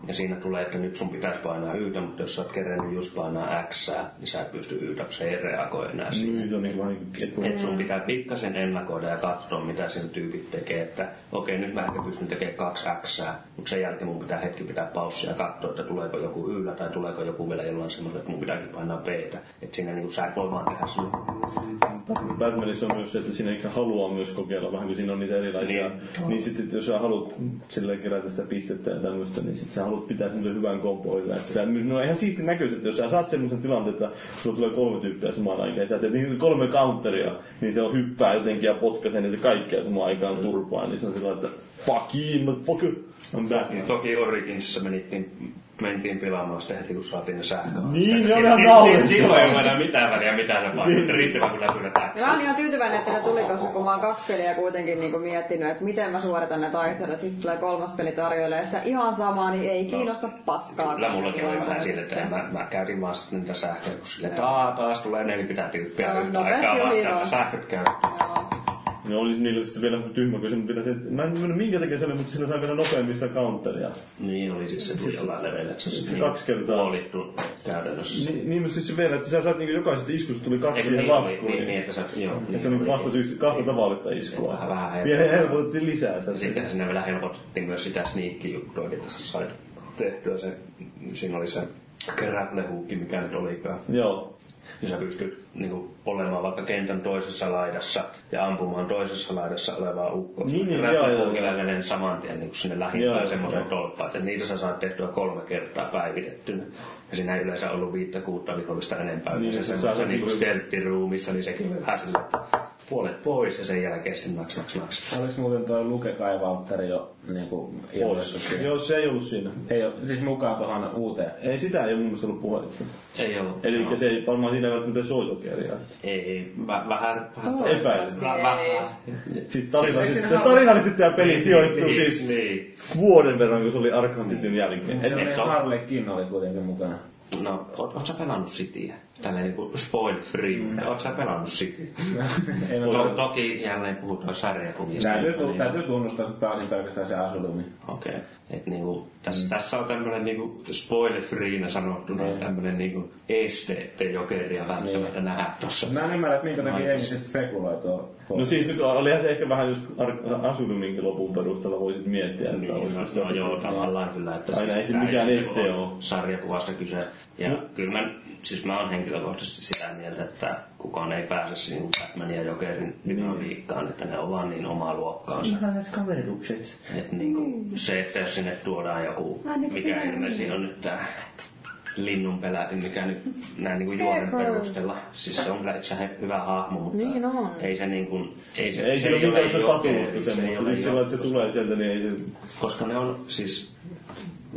H: ja siinä tulee, että nyt sun pitäisi painaa Ytä, mutta jos sä oot kerennyt just painaa X, niin sä et pysty Ytä, se ei reagoi enää siihen.
G: Nyt on niin vähän
H: Et sun pitää pikkasen ennakoida ja katsoa, mitä sen tyypit tekee, että okei, nyt mä ehkä pystyn tekemään kaksi X, mutta sen jälkeen mun pitää hetki pitää paussia ja katsoa, että tuleeko joku yllä tai tuleeko joku vielä jollain semmoinen, että mun pitääkin painaa B. Että siinä niinku sä et voi vaan tehdä sun
G: Batmanissa on myös se, että siinä ehkä haluaa myös kokeilla, vähän kun siinä on niitä erilaisia. Niin,
H: Niin.
G: niin sitten jos sä haluat sillä kerätä sitä pistettä ja tämmöistä, niin sitten sä haluat pitää semmoisen hyvän kompon yllä. Että Sä, no ihan siisti näköiset, jos sä saat semmoisen tilanteen, että sulla tulee kolme tyyppiä samaan aikaan, ja sä teet niitä kolme counteria, niin se on hyppää jotenkin ja potkaisee niitä kaikkia samaan aikaan turpaan, niin se on sillä lailla, että fuck you, motherfucker, I'm back.
H: Niin toki Originsissa menittiin, mentiin pilaamaan sitä heti, kun saatiin ne sähköä.
G: Niin, ne on ihan
H: Siinä-
G: Niin.
H: siinä-
G: naurettavaa.
H: Silloin ei ole enää mitään väliä, mitä sä painat. Riittävän kun näpytetään.
I: Ja mä oon ihan tyytyväinen, että se tuli, koska kun mä oon kaksi peliä kuitenkin niin miettinyt, että miten mä suoritan ne taistelut, sitten tulee kolmas peli tarjoilee sitä ihan samaa, niin ei kiinnosta paskaa.
H: No. Kyllä mullakin oli vähän sille, että mä, mä käytin vaan sitten niitä sähköä, kun sille taa taas tulee 40 tyyppiä
I: Joo,
H: yhtä
I: nopeasti
H: aikaa
I: oli
H: vastaan,
I: joo.
H: että sähköt käy.
I: Joo.
G: Ne oli niillä sitten vielä tyhmä, kun sen pitäisi... Mä en tiedä minkä takia se oli, mutta sillä sai vielä nopeammin sitä counteria.
H: Niin oli siis se tuli jollain leveillä. Se,
G: siis se kaksi kertaa.
H: Puolittu käytännössä.
G: Niin, niin mutta siis se vielä, että sä saat niinku jokaisesta iskusta tuli kaksi
H: Eikö
G: siihen
H: niin, oli,
G: laskuun.
H: niin, niin, että sä, joo.
G: Että se niinku vastasi yhtä, kahta tavallista iskua.
H: Vähän- vähän helpottaa.
G: Vielä helpotettiin lisää sitä.
H: Sittenhän siinä vielä helpotettiin myös sitä sneak-juttua, että sä sait tehtyä se, siinä oli se grapple-huukki, mikä nyt olikaan.
G: Joo.
H: Ja sä pystyt niinku, olemaan vaikka kentän toisessa laidassa ja ampumaan toisessa laidassa olevaa ukkoa.
G: Niin, niin, joo, joo,
H: grapple-huukilla menee saman tien niinku, sinne
G: Joo,
H: lähimpään semmoiseen
G: joo.
H: tolppaan, että niitä sä saat tehtyä kolme kertaa päivitettynä. Ja siinä ei yleensä ollut viittä kuutta vihollista enempää.
G: Niin,
H: Niin, se
G: se saa
H: semmoisessa
G: sen
H: niinku,
G: niinku-
H: stelttiruumissa, niin sekin oli vähän sillä, että puolet pois ja sen jälkeen sitten naks, naks, naks.
C: Oliko muuten toi lukekaivaltteri jo niinku
G: Pois.
C: ilmestykki?
G: Joo, se ei ollut siinä.
C: Ei oo, siis mukaan tuohon uuteen.
G: Ei sitä ei ole mun mielestä ollut puhetta.
H: Ei ole.
G: Eli se ei varmaan siinä ei välttämättä soi jokeria.
H: Ei, vä- vähän... vähän
G: Epäilen.
E: Ei.
G: Siis tarina,
H: Ei
G: siis,
H: siinä
G: tässä
H: halua.
G: tarinallisesti tämä peli sijoittuu
H: niin,
G: siis
H: Niin.
G: vuoden verran, kun se oli Arkham Cityn jälkeen.
C: Et,
H: et
C: et
H: oo.
C: Harlekin oli kuitenkin mukana.
H: No, oot, oot sä pelannut Cityä? Tälleen niinku spoil free. Mm. Oot sä pelannut Cityä?
C: Ei mä
H: To,
C: tar-
H: no, toki jälleen puhutaan sarjakuvista.
C: Täytyy, tu-
H: Niin.
C: täytyy tunnustaa, että pääsin pelkästään se Asulumi.
H: Okei. Okay. Et niinku, tässä, mm. tässä on tämmönen niinku spoil freeinä sanottuna
C: Niin.
H: mm. tämmönen niinku este, ettei jokeria välttämättä mm. nähdä tossa.
C: Mä en ymmärrä, että minkä
H: Mä
C: takia
H: en
C: ei sit spekuloi tuo.
G: No siis nyt olihan se ehkä vähän, jos Ar- Asunuminkin lopun perusteella voisit miettiä, että
H: Niin,
G: olisiko
H: no, no, joo, tavallaan kyllä. Että siis
G: Aina ei se
H: tää
G: mikään
H: nyt
G: este Mm.
H: ole
G: oo.
H: niinku Sarjakuvasta kyse. Ja kyllä mä, siis mä oon henkilökohtaisesti sitä mieltä, että kukaan ei pääse sinun Batmanin ja Jokerin
G: Niin.
H: dynamiikkaan, että ne ovat vaan niin omaa luokkaansa.
G: Ihanat kaverukset.
H: Et
E: Niin.
H: niinku, se, että jos sinne tuodaan joku,
E: niinku
I: Ainakin
H: mikä
I: näin.
H: ilme siinä on nyt tää linnun pelätin, mikä nyt näin niinku juonen
E: Scarecrow.
H: perusteella. Siis se on kyllä itse asiassa hyvä hahmo, mutta
E: Niin on.
H: ei se niinku, ei se,
G: Ei
H: se
G: sillä ole mitään sitä
H: Jokeri,
G: statuusta
H: se ei
G: semmoista.
H: ole
G: Siis sillä, että se
H: Jokeri.
G: tulee sieltä, niin ei se
H: Koska ne on siis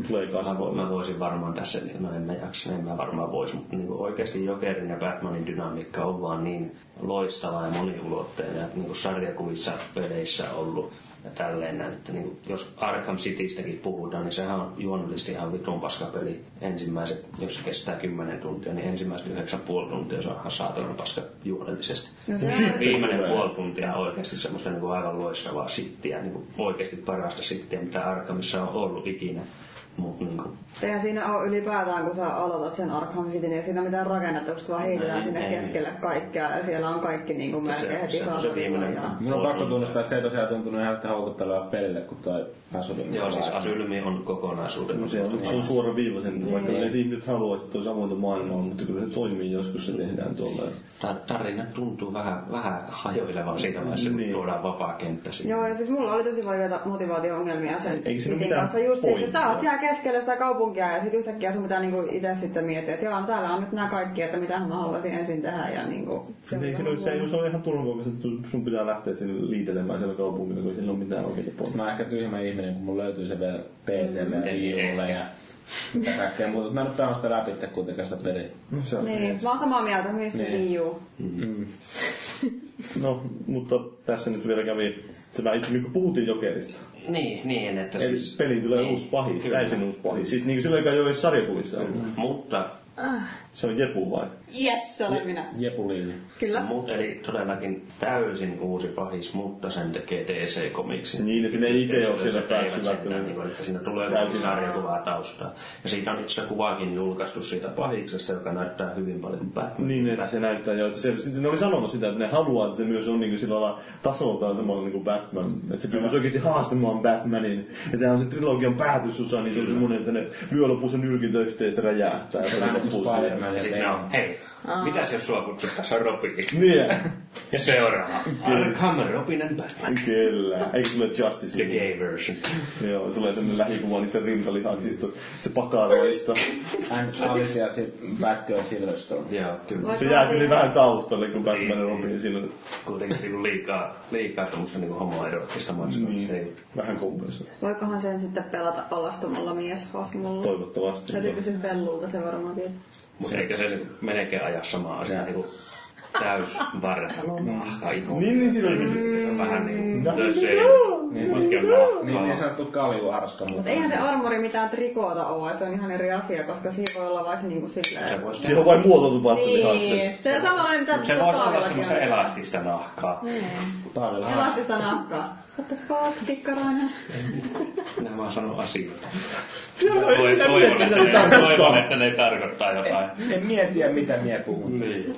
G: tulee
H: Mä, vo-
G: kasvoilla.
H: mä voisin varmaan tässä, no en mä jaksa, en mä varmaan vois, mutta niinku oikeasti Jokerin ja Batmanin dynamiikka on vaan niin loistava ja moniulotteinen, että niinku sarjakuvissa peleissä ollut ja tälleen näin, että niinku, jos Arkham Citystäkin puhutaan, niin sehän on juonnollisesti ihan vitun paska peli. Ensimmäiset, jos se kestää 10 tuntia, niin ensimmäiset 9,5 tuntia se on ihan saatanan paska juonellisesti.
I: No se
H: Mut
I: on-
H: sitten viimeinen
G: tulee.
H: puoli tuntia on oikeasti semmoista niinku aivan loistavaa sittiä, niinku oikeasti parasta sittiä, mitä Arkhamissa on ollut ikinä. Mutta niinku,
I: Eihän siinä ole ylipäätään, kun sä aloitat sen Arkham Cityn, niin ei siinä mitään rakennetta, kun sit vaan heitetään
H: Ei,
I: sinne
H: ei.
I: keskelle kaikkea ja siellä on kaikki niin kuin
H: niin, Se-
I: melkein heti
H: se on se
I: saatavilla.
H: viimeinen.
I: ja-
C: Mun on pakko tunnustaa, että se ei tosiaan tuntunut ihan yhtä houkuttelevaa pelille kuin toi Asulumi.
H: Joo, siis asylmi on kokonaisuuden.
G: No se on, se on suora viivasen, vaikka ne siinä nyt haluaisi, että on samointa maailmaa, mutta kyllä se toimii joskus, se tehdään tuolla.
H: Ta- tarina tuntuu vähän, vähän hajoilevan siinä vaiheessa, kun
G: Niin.
H: tuodaan vapaa kenttä sinne.
I: Joo, ja siis mulla oli tosi vaikeita motivaatio-ongelmia sen
G: Eikö siinä
I: Citin
G: mitään
I: kanssa just siksi, että sä oot
G: pointtia?
I: siellä keskellä sitä kaupunkia ja sit yhtäkkiä sun pitää niinku itse sitten miettiä, että joo, no täällä on nyt nämä kaikki, että mitä mä haluaisin ensin tehdä ja niinku...
G: Se, ei, se, se, ei- se on ihan turvallista, että sun pitää lähteä sinne liitelemään siellä kaupungilla, kun ei sillä ole mitään oikeita
C: Sit
G: pointtia.
C: mä oon ehkä tyhmä ihminen, kun mulla löytyy se vielä PClle ja
H: Ei, ei.
C: IUlle ja mitä kaikkea muuta. Mä en oo pelannut sitä läpi että kuitenkaan sitä peliä.
G: No, se on
I: Niin, mä oon samaa mieltä, myös niin. Wii U.
G: No, mutta tässä nyt vielä kävi, se mä itse niin kuin puhuttiin jokerista.
H: Niin, niin, että
G: Eli
H: siis...
G: peliin tulee
H: niin,
G: uusi pahis,
H: kyllä.
G: täysin uusi pahis. Siis niin kuin silloin, joka ei ole edes sarjakuvissa ollut.
H: Mutta,
G: Se on Jepu vai?
I: Yes, se olen minä.
C: Jepuliini.
I: Kyllä.
H: mut, eli todellakin täysin uusi pahis, mutta sen tekee DC-komiksi.
G: Niin, että ne ei itse ole siellä päässyt
H: välttämättä.
G: välttämättä.
H: niin Että siinä tulee
G: Täysin.
H: täysin sarjakuvaa taustaa. Ja siitä on itse asiassa kuvaakin julkaistu siitä pahiksesta, joka näyttää hyvin paljon Batmanin.
G: Niin, että se näyttää jo. että Se, sitten ne oli sanonut sitä, että ne haluaa, että se myös on niin kuin sillä lailla tasoltaan samalla niin kuin Batman. Että se pystyisi oikeasti haastamaan Batmanin. Ja tämä on se trilogian päätösosa, niin se on semmoinen, että ne lyö lopussa nyrkintä yhteen ja se räjähtää. Ja se
C: Vähän niin kuin
G: loppuu
C: Spider-Man
G: siihen.
H: Ja
C: ja
H: sitten ne on,
C: Venom.
H: hei, mitäs jos sua kutsuttaisiin Robiniksi?
G: Niin,
H: Ja seuraava. Arkham Robin and Batman.
G: kyllä. Eikö tule Justice
H: The
G: League?
H: gay version.
G: Joo, tulee tämmönen lähikuva niistä rintalihaksista, se pakaroista.
C: And Alice ja sit Batgirl Silverstone.
H: Joo, kyllä.
I: Vois
G: Se
I: olla
G: jää sinne
I: siinä.
G: vähän taustalle, kun Batman ja Robin siinä Niin.
H: Kuitenkin niinku liikaa, liikaa tuommoista niinku homoeroottista matskua.
G: niin,
H: Se ei-
G: vähän kompensoi.
I: Voikohan sen sitten pelata alastomalla mieshahmolla?
G: Toivottavasti.
I: Täytyy kysyä Pellulta, se varmaan tietää.
H: Mut eikö se niinku melkein aja sama asia niinku täys vartalo, nahka, iho.
G: Niin, niin, siinä oli-
I: Mm.
H: Se on vähän niinku
G: No,
H: the same.
C: Niin,
H: Mikä
C: niin, niin
H: nahkaa?
C: sanottu kaljuharska.
I: Mutta eihän se armori mitään trikoota ole, että se on ihan eri asia, koska siinä voi olla vaikka niinku
H: Se
I: silleen...
H: voisi
G: Siinä on vain muotoiltu vatsa
I: Niin,
G: lihakseksi.
I: se on samanlainen mitä Niin.
H: se voisi olla
I: taavillakin
H: semmoista
I: on.
H: elastista nahkaa.
E: Niin.
C: Talvella
I: Elastista nahkaa. What the fuck, pikkarainen?
C: Mm.
H: Minä vaan sanon asioita.
G: Kyllä mä en
H: Toivon,
G: minä
H: toivon,
G: mietin,
H: että
G: mitä ne
H: ne, toivon,
G: tarkoittaa.
H: että ne tarkoittaa jotain.
C: En mietiä mitä mie puhun.
H: Niin.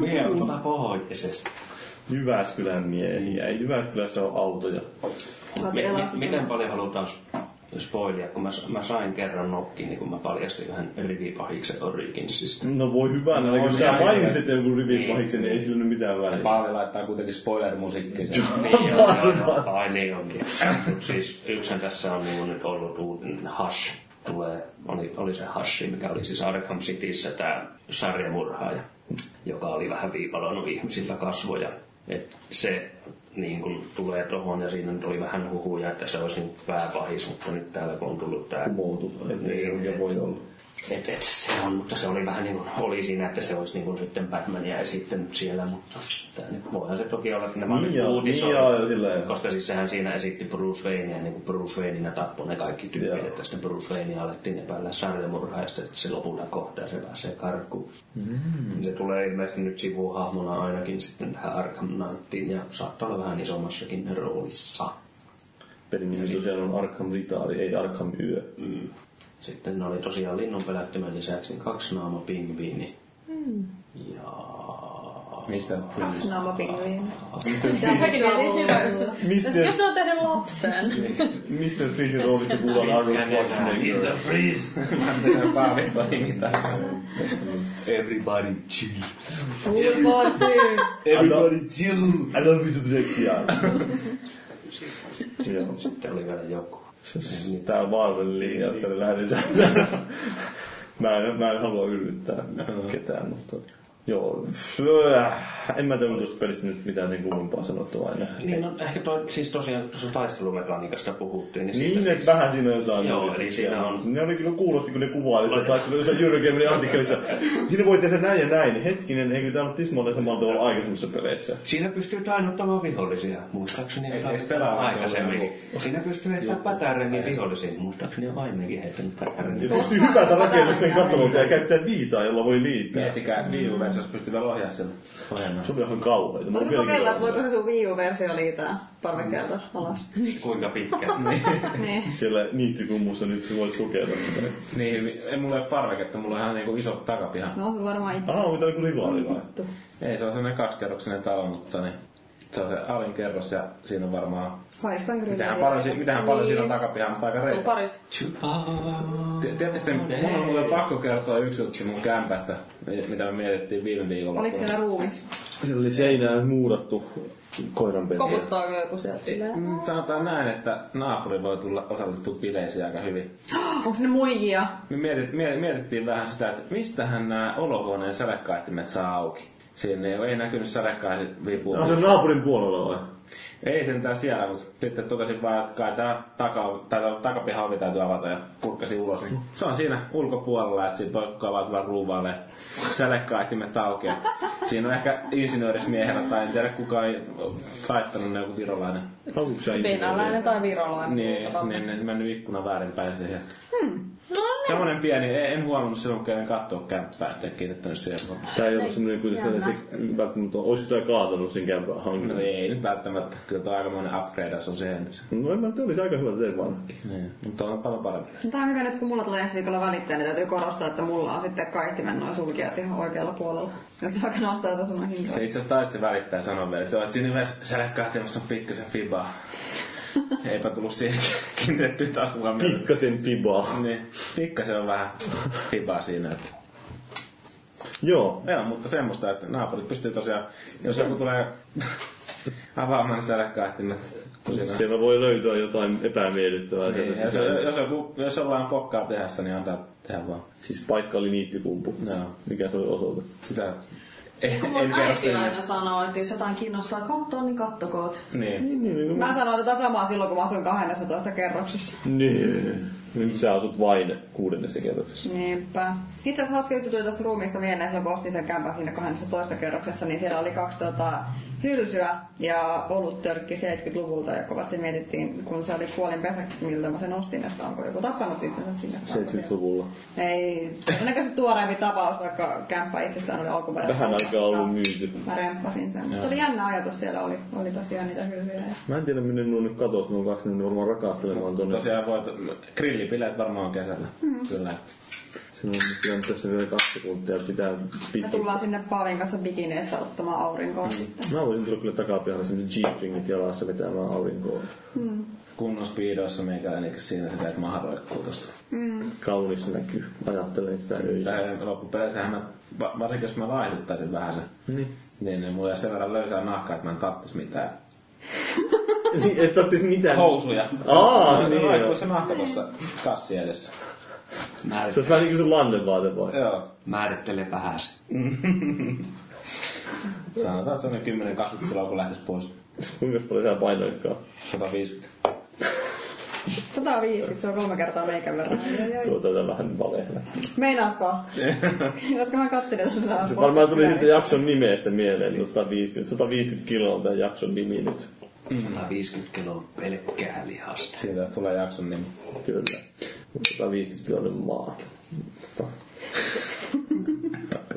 H: Mie on tuota pohjoisesta.
G: Jyväskylän miehiä. Ei Jyväskylässä ole autoja.
I: Olet
H: Mi- mi-
I: elastista
H: Miten
I: nahkaa.
H: paljon halutaan s- spoilia, kun mä, s- mä sain kerran nokkiin, niin kun mä paljastin yhden rivipahiksen Originsista.
G: No voi hyvänä, no, kun
C: niin,
G: sä
C: aivan.
G: mainitsit jonkun rivin
H: Niin.
G: pahiksen, niin ei sillä nyt mitään väliä.
C: Paavi laittaa kuitenkin spoiler-musiikkiin. sen.
H: Niin, joo, joo, joo. Ai niin onkin. Mut siis yksän tässä on niin nyt ollut uutinen hash. Tulee, oli, oli se hashi, mikä oli siis Arkham Cityssä tämä sarjamurhaaja, joka oli vähän viipaloinut ihmisillä kasvoja. Et se niin kun tulee tuohon ja siinä nyt oli vähän huhuja, että se olisi niin nyt pääpahis, mutta nyt täällä kun on tullut tämä
G: Kumoutu, ettei oikein voi olla.
H: et, et se on, mutta se oli vähän niin kuin, oli siinä, että se olisi niin kuin sitten Batmania esittänyt siellä, mutta tää nyt voihan se toki olla, että ne vaan
G: Niin
H: nyt
G: joo,
H: uutisoi.
G: niin joo, ja sillä lailla.
H: Koska siis sehän siinä esitti Bruce Wayne ja niin kuin Bruce Wayneina tappoi ne kaikki tyypit,
G: Joo.
H: että sitten Bruce Wayne alettiin epäillä sarjamurhaa ja sitten se lopulta kohtaa se pääsee karkuun. Mm. Se tulee ilmeisesti nyt sivuhahmona ainakin sitten tähän Arkham Knightiin ja saattaa olla vähän isommassakin roolissa.
G: Pelin nimi tosiaan on Arkham Ritaari, ei Arkham Yö.
H: Mm. Sitten ne oli tosiaan linnun pelättimen lisäksi kaksinaama pingviini. Mm. Ja...
C: Mistä?
I: Kaksi
C: niin.
I: naamapingviin.
E: Sekin on hyvä.
G: Mistä-
E: Jos ne on tehnyt lapsen.
G: Mr. Freezin roolissa kuullaan Arnold Schwarzenegger.
H: freeze?
G: *laughs*
C: Miten Paavi toimitaan?
H: Everybody chill.
G: Everybody
H: chill.
G: I love you to protect
H: *laughs*
G: the eye. Joo.
H: Sitten oli vielä joku.
G: Tää on Marvelin
H: Niin.
G: linja, josta ne
H: *laughs*
G: lähden sääntää. Mä en, mä en halua yllyttää ketään, mutta... Joo, Äh, en mä tiedä tuosta pelistä nyt mitään sen kummempaa sanottavaa enää.
H: Niin, no ehkä toi, siis tosiaan kun tuossa taistelumekaniikasta puhuttiin, niin,
G: Niin,
H: siitä
G: että vähän siinä on jotain.
H: Joo,
G: yrityksiä.
H: eli siinä on-
G: Ne oli kyllä kuulosti, kun ne kuvaili sitä, tai kyllä jossain jyrkemmin
H: *laughs*
G: artikkelissa. Siinä voi tehdä näin ja näin. Hetkinen, eikö tää ollut tismalleen samalla tavalla aikaisemmissa peleissä?
H: Siinä pystyy tainnuttamaan vihollisia, muistaakseni
C: Ei-
H: jotain
C: ei pelaa
H: aikaisemmin.
C: joku-
H: Siinä pystyy heittämään pätäremiä vihollisiin, muistaakseni on ainakin heittänyt
G: Ja
H: pätäremiä.
G: pystyy hypätä rakennusten katolta ja käyttää viitaa, jolla voi
H: Niin.
G: liittää.
C: Miettikää, Wii U versus pystyvät ohjaa sen ohjelman.
G: Se oli ihan kauheita. Mä oon
I: Voitko kokeilla, että
G: vieläkin-
I: voiko se sun Wii U-versio liitää parvekkeelta alas?
H: Kuinka *laughs* pitkä?
I: Niin.
G: Siellä niittykummussa nyt voit kokeilla sitä.
C: Niin, ei mulla ole parveketta, mulla on ihan niinku iso takapiha.
I: No, se varmaan itse.
G: Ah, mitä joku rivaali vai?
I: Vittu.
C: Ei, se on sellainen kaksikerroksinen talo, mutta niin, se on se alin kerros ja siinä on varmaan...
I: Haistan kyllä.
C: Mitähän paljon, si- mitähän paljon siinä on
E: Niin.
C: takapiha, mutta aika
E: Tuo
C: reikä.
E: parit.
C: Ti- Tiedätte sitten, mun on muuten pakko kertoa yksi juttu mun kämpästä, mi- mitä me mietittiin viime viikolla.
I: Oliko siellä ruumis?
G: Siellä oli seinään muurattu koiran
E: Koputtaako joku sieltä silleen?
C: Mm, Sanotaan näin, että naapuri voi tulla osallistua bileisiin aika hyvin.
I: Onko ne muijia?
C: Me mietit, mie- mietittiin vähän sitä, että mistähän nämä olohuoneen sadekaihtimet saa auki. Siinä ei, ei näkynyt sadekaihtivipua.
G: No se on naapurin puolella vai?
C: Ei sentään siellä, mutta sitten totesin vaan, että kai tämä taka, tai tää takapiha ovi täytyy avata ja kurkkasi ulos. Niin se on siinä ulkopuolella, että siinä poikkaa vaan tulla ruuvaalle sälekkaihtimet auki. Ja Siinä on ehkä insinöörismiehellä tai en tiedä kuka ei laittanut ne joku virolainen.
G: Onko se
E: Venäläinen tai virolainen.
C: Niin,
E: kuultava.
C: niin, niin mennyt ikkuna väärinpäin siihen. Hmm. Semmoinen pieni, en, en huomannut silloin, kun kävin kattoo kämppää, että kiinnittänyt siihen. huomiota.
G: Tää ei ollut semmonen kuitenkin se välttämättä, olisiko tää kaatanut sen kämpään
C: No
G: hankin?
C: ei nyt välttämättä, kyllä tuo aikamoinen upgrade on siihen.
G: No en mä tiedä, olisi aika hyvä teema.
C: Niin, mutta on paljon parempi.
I: No Tää on hyvä nyt, kun mulla tulee ensi viikolla välittäjä, niin täytyy korostaa, että mulla on sitten kaikki noin sulkijat ihan oikealla puolella. Jos saa nostaa tätä sun hintaa.
C: Se itse asiassa taisi se välittää sanoa vielä, että olet siinä yhdessä sälekkaahtimassa pikkasen *laughs* fibaa. Eipä tullut siihen *laughs* kiinnitettyä taas mukaan mieltä.
G: Pikkasen pibaa.
C: Niin, pikkasen on vähän fibaa siinä. Että.
G: Joo.
C: Joo, mutta semmoista, että naapurit pystyy tosiaan, jos joku tulee *laughs* avaamaan sälekkaahtimet. kun siinä on-
G: Siellä voi löytyä jotain epämiellyttävää sieltä
C: Niin, jos,
G: sisällä.
C: jos, joku, jos ollaan pokkaa tehässä, niin antaa tehdä vaan.
G: Siis paikka oli niittykumpu.
C: Joo.
G: Mikä se oli osoite?
C: Sitä en,
E: Kun
C: en
E: mun
C: kerro
E: äiti aina
C: sinne.
E: sanoo, että jos jotain kiinnostaa katsoa, niin kattokoot.
C: Niin.
I: Mä sanoin tota samaa silloin, kun mä asuin 12 kerroksessa.
G: Niin. Nyt sä asut vain kuudennessa kerroksessa.
I: Niinpä. Itse asiassa hauska juttu tuli tuosta ruumiista mieleen, silloin kun ostin sen kämpän siinä 12 kerroksessa, niin siellä oli kaksi tota, hylsyä ja oluttörkki 70-luvulta ja kovasti mietittiin, kun se oli kuolinpesä, miltä mä sen ostin, että onko joku tappanut itsensä sinne.
G: 70-luvulla.
I: Ei, todennäköisesti tuoreempi tapaus, vaikka kämppä itsessään oli alkuperäinen.
G: Vähän aikaa ollut myyty.
I: Mä remppasin sen. Se oli jännä ajatus, siellä oli, oli tosiaan niitä hylsyjä.
G: Mä en tiedä minne nuo nyt katos, nuo kaksi, niin ne varmaan rakastelemaan tonne.
C: Tosiaan voit, grillipileet varmaan on kesällä. Mm. Kyllä.
G: Sinun on nyt jäänyt tässä vielä kaksi sekuntia pitää
I: Me
G: pitkin.
I: tullaan sinne Paavin kanssa bikineissä ottamaan aurinkoa sitten.
G: Mä voisin tulla kyllä takapihalla sinne G-stringit jalassa vetämään aurinkoa.
C: Kunnon speedoissa meikäläinen, siinä sä teet maharoikkuu tossa.
G: Kaunis näky. Ajattelen sitä öitä.
C: Tai loppupeleissähän mä, va- varsinkin jos mä laihduttaisin vähän sen,
G: Niin.
C: niin, niin mulla ei ole sen verran löysää nahkaa, että mä en tarttis mitään.
G: Niin, Et ottais mitään.
C: Housuja.
G: Aa,
C: Mä-
G: niin
C: mä
G: joo.
C: laihduin se nahka tossa kassi edessä.
G: Se on vähän niinku sun lannevaate vai?
C: Joo.
J: Määrittele vähän se.
C: *laughs* Sanotaan, että se on 10-20 kiloa, kun lähtis pois.
G: Kuinka paljon sä painoitkaan?
C: 150.
I: 150, se on kolme kertaa meikän
G: *laughs*
I: verran. Ai, ai, ai.
G: Tuo tätä Tuota, vähän valehda.
I: Meinaatko?
G: *laughs*
I: Koska mä katselin tätä.
G: Se varmaan tuli siitä jakson nimestä mieleen, niin 150. 150 kiloa on tää jakson nimi nyt.
C: Mm.
J: 150 kiloa pelkkää lihasta.
C: Siitä jos tulee jakson nimi.
G: Kyllä. 150 kiloinen maa. Mutta,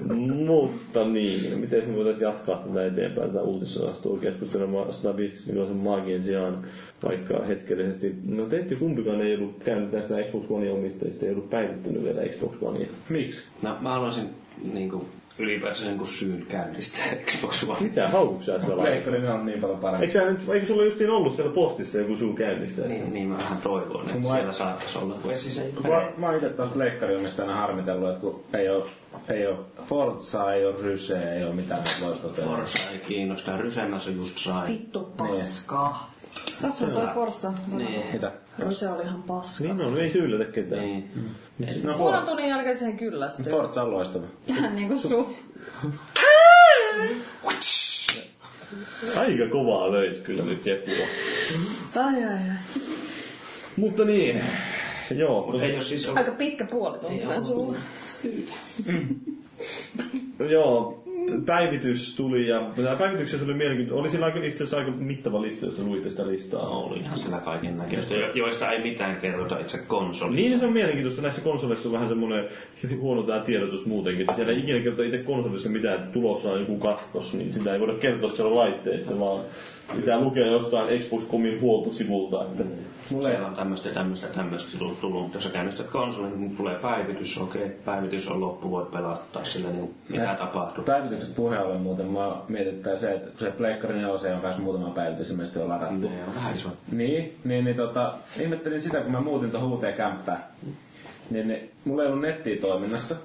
G: *laughs* Mutta niin, miten me voitaisiin jatkaa tätä eteenpäin tätä uutissanastoa keskustelemaan 150 kiloisen maagien sijaan, vaikka hetkellisesti, no teitte kumpikaan ei ollut käynyt näistä Xbox One omistajista, ei ollut päivittänyt vielä Xbox Onea.
C: Miksi?
H: No, mä haluaisin niinku, ylipäänsä sen syyn käynnistää *laughs* Xbox One.
G: Mitä haukuksää sä laittaa?
C: Leikkari on niin paljon parempi.
G: Eikö, sä nyt, eikö sulla justiin ollut siellä postissa joku suu käynnistä?
H: Niin, niin mä vähän toivon, että
C: Mua-
H: siellä saattaisi olla. Kun ei siis ei
C: Mä, mä oon ite taas pleikkariomistajana harmitellut, että kun ei oo, ei oo Forza, ei oo Ryse, ei oo mitään näitä loistopelejä.
H: Forsa ei kiinnosta, rysemässä just sai.
E: Vittu paskaa.
I: Tässä on toi Forza.
H: Niin.
C: Mitä?
E: Rose oli ihan paskaa.
G: Niin on, ei se yllätä ketään. Niin.
H: Niin.
C: No
E: Puolen
C: Forza.
E: tunnin jälkeen siihen kyllästyy.
C: Forza on loistava.
I: Vähän niinku su.
G: Aika kovaa löit kyllä nyt Jepua.
E: Ai ai ai.
G: Mutta niin, joo.
H: Mutta ei jos siis ollut
E: Aika pitkä puoli tunti
H: Ei
E: on sulla.
G: No Joo, päivitys tuli ja tämä päivityksessä oli mielenkiintoinen. Oli sillä aika, itse asiassa aika mittava lista, jos luitte sitä listaa. Oli.
H: ihan sillä kaiken näköistä, jo- joista ei mitään kerrota itse konsoli.
G: Niin se on mielenkiintoista. Näissä konsoleissa on vähän semmoinen *laughs* huono tämä tiedotus muutenkin. että Siellä ei ikinä kertoo itse konsolissa mitään, että tulossa on joku katkos, niin sitä ei voida kertoa siellä laitteessa, vaan pitää lukea jostain Xbox.comin huoltosivulta. Että
H: Mulla ei ole tämmöistä, tämmöistä, tämmöistä tullut- tullut, mutta jos sä käynnistät konsolin, niin tulee päivitys, okei, päivitys on loppu, voi pelata sillä, niin mitä tapahtuu.
C: Päivitykset puheen ollen muuten mua mietittää se, että kun se Pleikkari 4 on kanssa muutama päivitys ilmeisesti on ladattu.
H: Ne on vähän iso.
C: Niin, niin, niin tota, ihmettelin sitä, kun mä muutin tuohon uuteen kämppään. Niin, niin mulla ei ollut nettiä toiminnassa.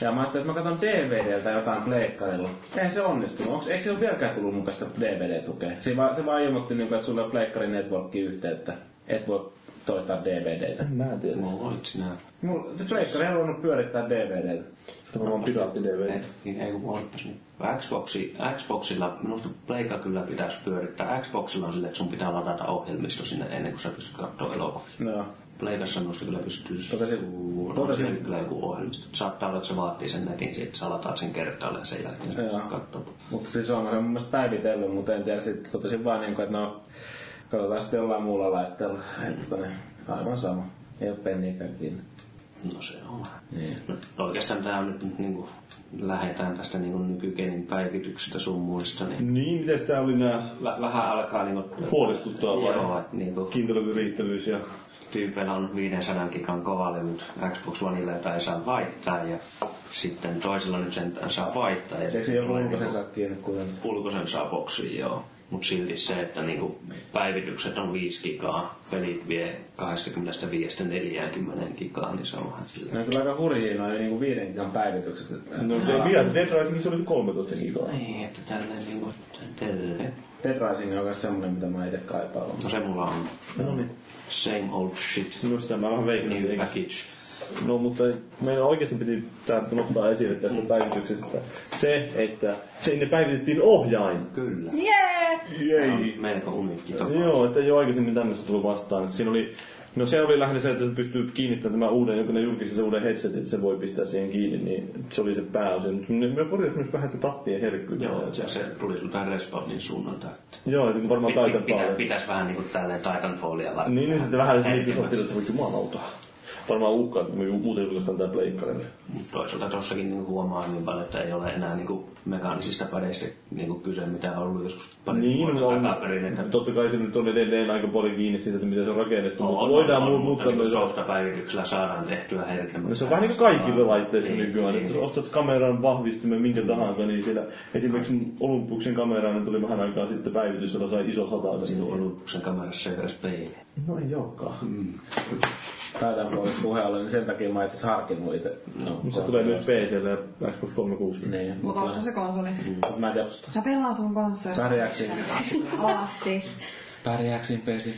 C: Ja mä ajattelin, että mä katson DVDltä jotain pleikkarilla. Eihän se onnistunut. Onks, eikö se ole vieläkään tullut mukaista DVD-tukea? Se vaan, se vaan ilmoitti, niin kuin, että sulla on pleikkarin networkin yhteyttä. Et voi toistaa DVDtä.
G: mä en tiedä.
H: Mulla olit sinä.
C: Mulla, se pleikkari ei halunnut pyörittää DVDtä.
G: Se on piraatti DVD.
H: Ei, ei kun vuoropas niin. Xboxi, Xboxilla, minusta Pleika kyllä pitäisi pyörittää. Xboxilla on silleen, että sun pitää ladata ohjelmisto sinne ennen kuin sä pystyt katsoa elokuvia.
C: No,
H: Pleikassa minusta kyllä pystyy...
C: Totesin-
H: Suu- on
C: totesin-
H: siinä kyllä joku ohjelmisto. Saattaa olla, että se vaatii sen netin, siitä että sä lataat sen kertaalle ja sen jälkeen sä pystyt
C: Joo.
H: katsoa.
C: Mutta siis on se mun mielestä päivitellyt, mutta en tiedä sitten totesin vaan niinku, että no katsotaan sitten jollain muulla laitteella. Että tonne, aivan sama. Ei oo penniäkään kiinni.
H: No se on.
C: Niin.
H: No, oikeastaan tämä on nyt niin kuin, lähdetään tästä niin kuin, nykygenin päivityksestä sun muista, niin
G: Niin, mitäs tää oli nää
H: vä- vähän alkaa niin kuin,
G: huolestuttaa
H: Joo,
G: vai?
H: että niin kuin,
G: Kiintelevy riittävyys ja...
H: tyypeillä on 500 gigan kovalevyt Xbox Oneilla, jota ei saa vaihtaa ja sitten toisella nyt sentään saa vaihtaa. Ja
C: Eikö se joku
H: tulee
C: ulkoisen saa
H: niinku-
C: kiinni kuitenkin?
H: ulkoisen saa boksiin, joo. Mutta silti se, että niinku päivitykset on 5 gigaa, pelit vie 25-40 gigaa, niin se on vähän sillä.
C: Ne on kyllä aika hurjia noin niinku viiden gigan päivitykset.
G: No, se mikä se Dead Rising, se oli 13 gigaa.
H: Ei, että tälleen niinku, terve.
C: Dead Rising on myös semmonen, mitä mä ite kaipaan.
H: No se mulla on.
G: No niin.
H: Same old shit.
G: No sitä mä vähän veikkasin.
H: New
G: eikä-
H: package.
G: No mutta meidän oikeasti piti tää nostaa esille tästä
H: Mm.
G: päivityksestä se, että sinne päivitettiin ohjain.
H: Kyllä.
I: Jee!
H: Se on melko uniikki tapa.
G: Joo, että ei ole aikaisemmin tämmöistä tullut vastaan. Että siinä oli No se oli lähinnä se, että pystyy kiinnittämään tämän uuden, jonkun julkisen uuden headsetin, että se voi pistää siihen kiinni, niin se oli se pääosin. Mutta me korjasin myös vähän tätä tattien herkkyyttä.
H: Joo, se, se tuli sulta respawnin suunnalta. että
G: Joo, että varmaan
H: pi- pi-
G: taitaa
H: Pitä, pitäis vähän niinku tälleen Titanfallia varten.
G: Niin, niin sitten vähän
H: Hetki,
G: niin iso sillä, että voi jumalauta. Varmaan uhkaa, että me ju- muuten julkaistaan tää pleikkarille.
H: Mut Toisaalta tossakin niinku huomaa niin paljon, että ei ole enää niinku mekaanisista pädeistä niinku kyse, mitä on ollut joskus pari
G: Niin,
H: vuotta
G: on,
H: no, takaperin. Että
G: totta kai se nyt on edelleen aika paljon kiinni siitä, että miten se on rakennettu,
H: No, on-
G: mutta
H: on-
G: No, voidaan
H: on,
G: muu-
H: mutta
G: muuttaa
H: niinku
G: myös.
H: softapäivityksellä saadaan tehtyä herkemmin.
G: No se on vähän niin kuin kaikille laitteissa
H: Niin,
G: nykyään,
H: niin.
G: että jos ostat kameran vahvistimen minkä tahansa, niin siellä esimerkiksi mun Olympuksen kameraan niin tuli vähän aikaa sitten päivitys, jolla sai iso sataisen.
H: Sinun Olympuksen kamerassa ei ole edes peiliä.
G: No ei olekaan.
C: Taidan pois puheen ollen, niin sen takia mä itse harkinnut itse. No,
G: Se tulee myös PClle ja Xbox 360.
C: Niin, mutta
E: Luvausta se konsoli.
C: mut mä en tiedä, ostaa.
E: Mä pelaan sun kanssa. jos-
C: Pärjääksin.
E: Alasti.
H: Pärjääksin pesi.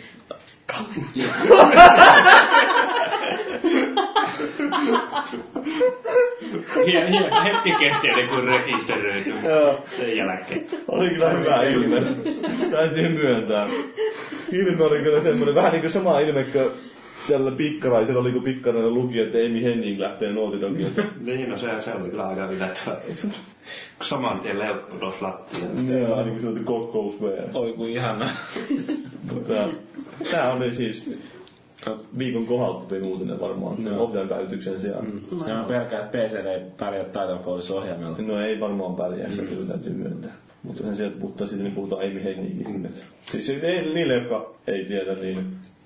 H: Hien, hien, hetki kesti ennen kuin rekisteröity.
G: Joo.
H: Sen jälkeen.
G: Oli kyllä hyvä ilme. Täytyy myöntää. Ilme oli kyllä semmoinen, vähän niin kuin sama ilme kuin tällä pikkaraisella oli, kun pikkarainen luki, että Amy Henning lähtee Naughty Dogilta.
H: Niin, no se, se oli kyllä aika yllättävää. Saman tien leukku tuossa lattialla.
G: Joo, aina kun se oli God Goes Where.
C: Oi kuin ihana.
G: Tää, tää oli siis viikon kohauttuvi uutinen varmaan, sen ohjaajan päivityksen sijaan.
C: Ja mä pelkään, että PC ei pärjää Titanfallissa ohjaimella.
G: No ei varmaan pärjää, se kyllä täytyy myöntää. Mutta sen sijaan, että puhutaan siitä, niin puhutaan Amy
C: Mm.
G: Henningistä. Siis ei, niille, jotka ei tiedä, niin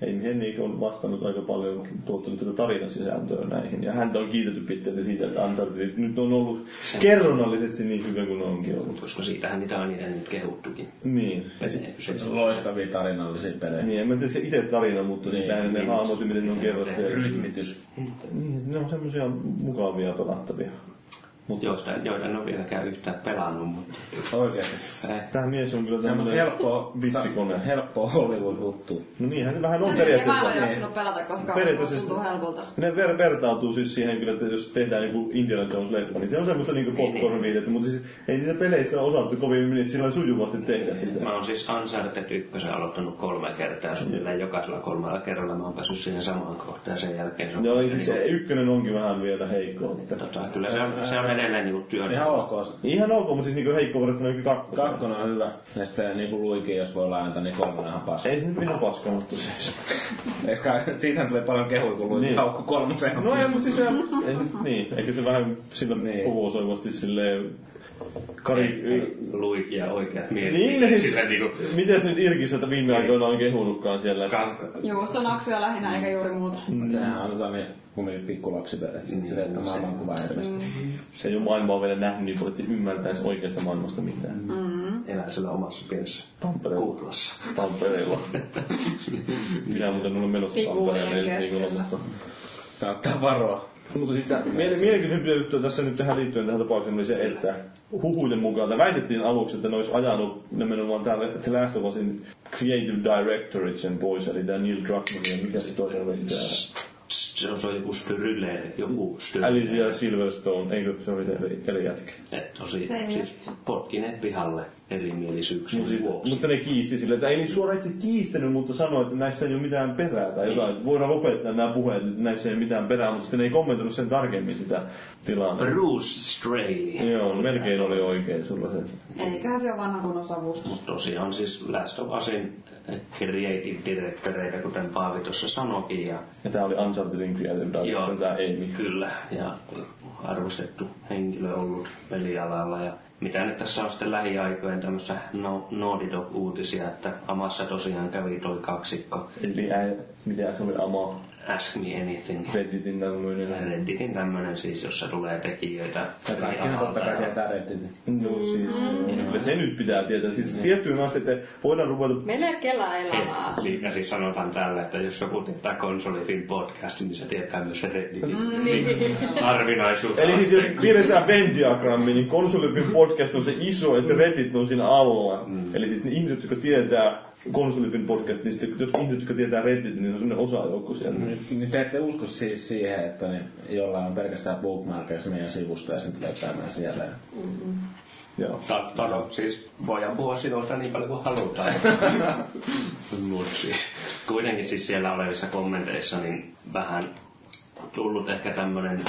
G: Amy Hennig on vastannut aika paljon, tuottanut tätä tarinasisältöä näihin. Ja häntä on kiitetty pitkälti siitä, että Uncharted nyt on ollut kerronnallisesti niin hyvä kuin onkin ollut.
H: Koska siitähän niitä on niitä nyt kehuttukin.
G: Niin. Ja sit-
H: Se, se,
C: Loistavia tarinallisia pelejä.
G: Niin, en mä tiedä se itse tarina, mutta
C: Niin,
G: sitä ennen ne hahmot, miten ne on kerrottu. ja-
C: Rytmitys.
G: Niin, ne on semmoisia mukavia pelattavia.
H: joista, joita en ole vieläkään yhtään pelannut, mutta...
C: Oikeesti.
G: Tämä mies on kyllä
C: Semmosta
G: tämmöinen...
C: helppoa,
G: vitsikone.
C: helppoa Hollywood-huttu.
G: No niinhän se vähän on
E: Tänne mä en ole
G: periaatteessa. niin.
E: jaksanut pelata, koska
G: Periaatteessa- siis-
E: tuntuu helpolta.
G: Ne ver- vertautuu siis siihen kyllä, että jos tehdään joku Indiana Jones-leffa, niin se on semmoista niinku popcorn-viidettä, mutta siis ei niitä peleissä osattu kovin mennä sillä lailla sujuvasti tehdä sitä.
H: Mä oon siis Uncharted 1 aloittanut kolme kertaa, suunnilleen jokaisella kolmella kerralla mä oon päässyt siihen samaan kohtaan sen jälkeen. Se on
G: Joo, niin siis se
H: niinku-
G: ykkönen onkin vähän vielä heikko. Että.
H: tota, kyllä se on, se on edelleen niinku työn.
C: Ihan ok.
G: Ihan ok, mutta siis niinku heikko verrattuna jonkin kakkoseen.
C: Kakkonen on hyvä. Ja sitten niinku luikin, jos voi laajentaa, niin kolmonen on ihan paska.
G: Ei se nyt mitään paskaa, mutta siis.
C: Ehkä siitä tulee paljon kehuja, kun luikin
G: Niin.
C: haukku kolmoseen.
G: No ei, mutta siis se... ei nyt Niin, eikö se vähän sillä
C: Niin.
G: puhuu soivasti silleen... Kari...
H: Luigi ja oikeat miehet.
G: Niin, no siis...
H: Niin, Sillä niinku
G: Mites nyt Irkissä, että viime aikoina on kehunutkaan siellä?
H: kanka-
E: Juustonaksuja lähinnä eikä juuri muuta.
G: Mm.
C: Sehän on tota niin, kumminkin pikkulapsipelit. Mm, Sille, että maailmankuva ei pysty.
G: Se ei ole maailmaa vielä nähnyt niin paljon, että se ymmärtäisi oikeasta maailmasta mitään.
H: elää siellä omassa pienessä
G: Tampereella.
H: kuplassa.
G: Tampereella. Minä muuten olen menossa
E: Figuurien
G: Tampereen ensi viikolla,
E: keskellä.
G: mutta...
C: Kannattaa varoa.
G: Mutta siis tää- miele- mielenkiintoinen juttu tässä nyt tähän liittyen tähän tapaukseen oli se, että huhuiden mukaan, tai väitettiin aluksi, että ne olisi ajanut nimenomaan täällä The Last of Usin Creative Directorit sen pois, eli tämä Neil Druckmann ja mikä se toinen oli tää.
H: Se on se on joku styryle, joku styryle.
G: Alicia Silverstone, eikö se oli se eri- eri jätkä.
H: Että tosi,
E: Se ei
H: siis potkineet pihalle erimielisyyksien
G: Mut siis,
H: vuoksi.
G: mutta ne kiisti sille, että ei niin suoraan itse kiistänyt, mutta sanoi, että näissä ei ole mitään perää tai jotain, että voidaan lopettaa nämä puheet, että näissä ei ole mitään perää, mutta sitten ne ei kommentoinut sen tarkemmin sitä tilannetta.
H: Bruce Straley.
G: Joo, no melkein oli oikein sulla se.
E: Eiköhän se ole vanha kunnon savustus.
H: Mutta tosiaan siis Last of Usin creative directoreita, kuten Paavi tuossa sanoikin. Ja,
G: Ja tää oli Unchartedin Creative Director, tää Amy.
H: Kyllä, ja arvostettu henkilö ollut pelialalla. Ja mitä nyt tässä on sitten lähiaikojen tämmöistä no, Naughty Dog-uutisia, että Amassa tosiaan kävi toi kaksikko
G: Eli ä, mitä se oli Ama,
H: Ask Me Anything.
G: Redditin
H: Mm.
G: tämmöinen.
H: Redditin tämmönen siis, jossa tulee tekijöitä.
C: Ja kaikkihan
H: pelialalta
C: totta kai
H: ja-
C: tietää Redditin.
G: No siis, mm. kyllä se nyt pitää tietää. Siis tiettyyn asti, että voidaan ruveta
K: Mene kela elämää.
H: Eli siis sanotaan tällä, että jos joku tietää konsolifin podcastin, niin se tietää myös Redditin niin, harvinaisuus.
G: Mm. Eli siis jos piirretään Venn diagrammi, niin konsolifin podcast on se iso ja sitten Reddit on siinä alla. Eli siis ne ihmiset, jotka tietää konsolifin podcast, niin sitten jotkut ihmiset, jotka tietää Reddit, niin on semmoinen osajoukko siellä.
C: Niin te ette usko siis siihen, että niin, jollain on pelkästään bookmarkers meidän sivusta ja sitten tulee käymään siellä.
G: Joo.
H: Ta-
G: *laughs*
H: ta- no, siis voidaan puhua sinusta niin paljon kuin halutaan. Mut siis kuitenkin siis siellä olevissa kommenteissa niin vähän tullut ehkä tämmöinen,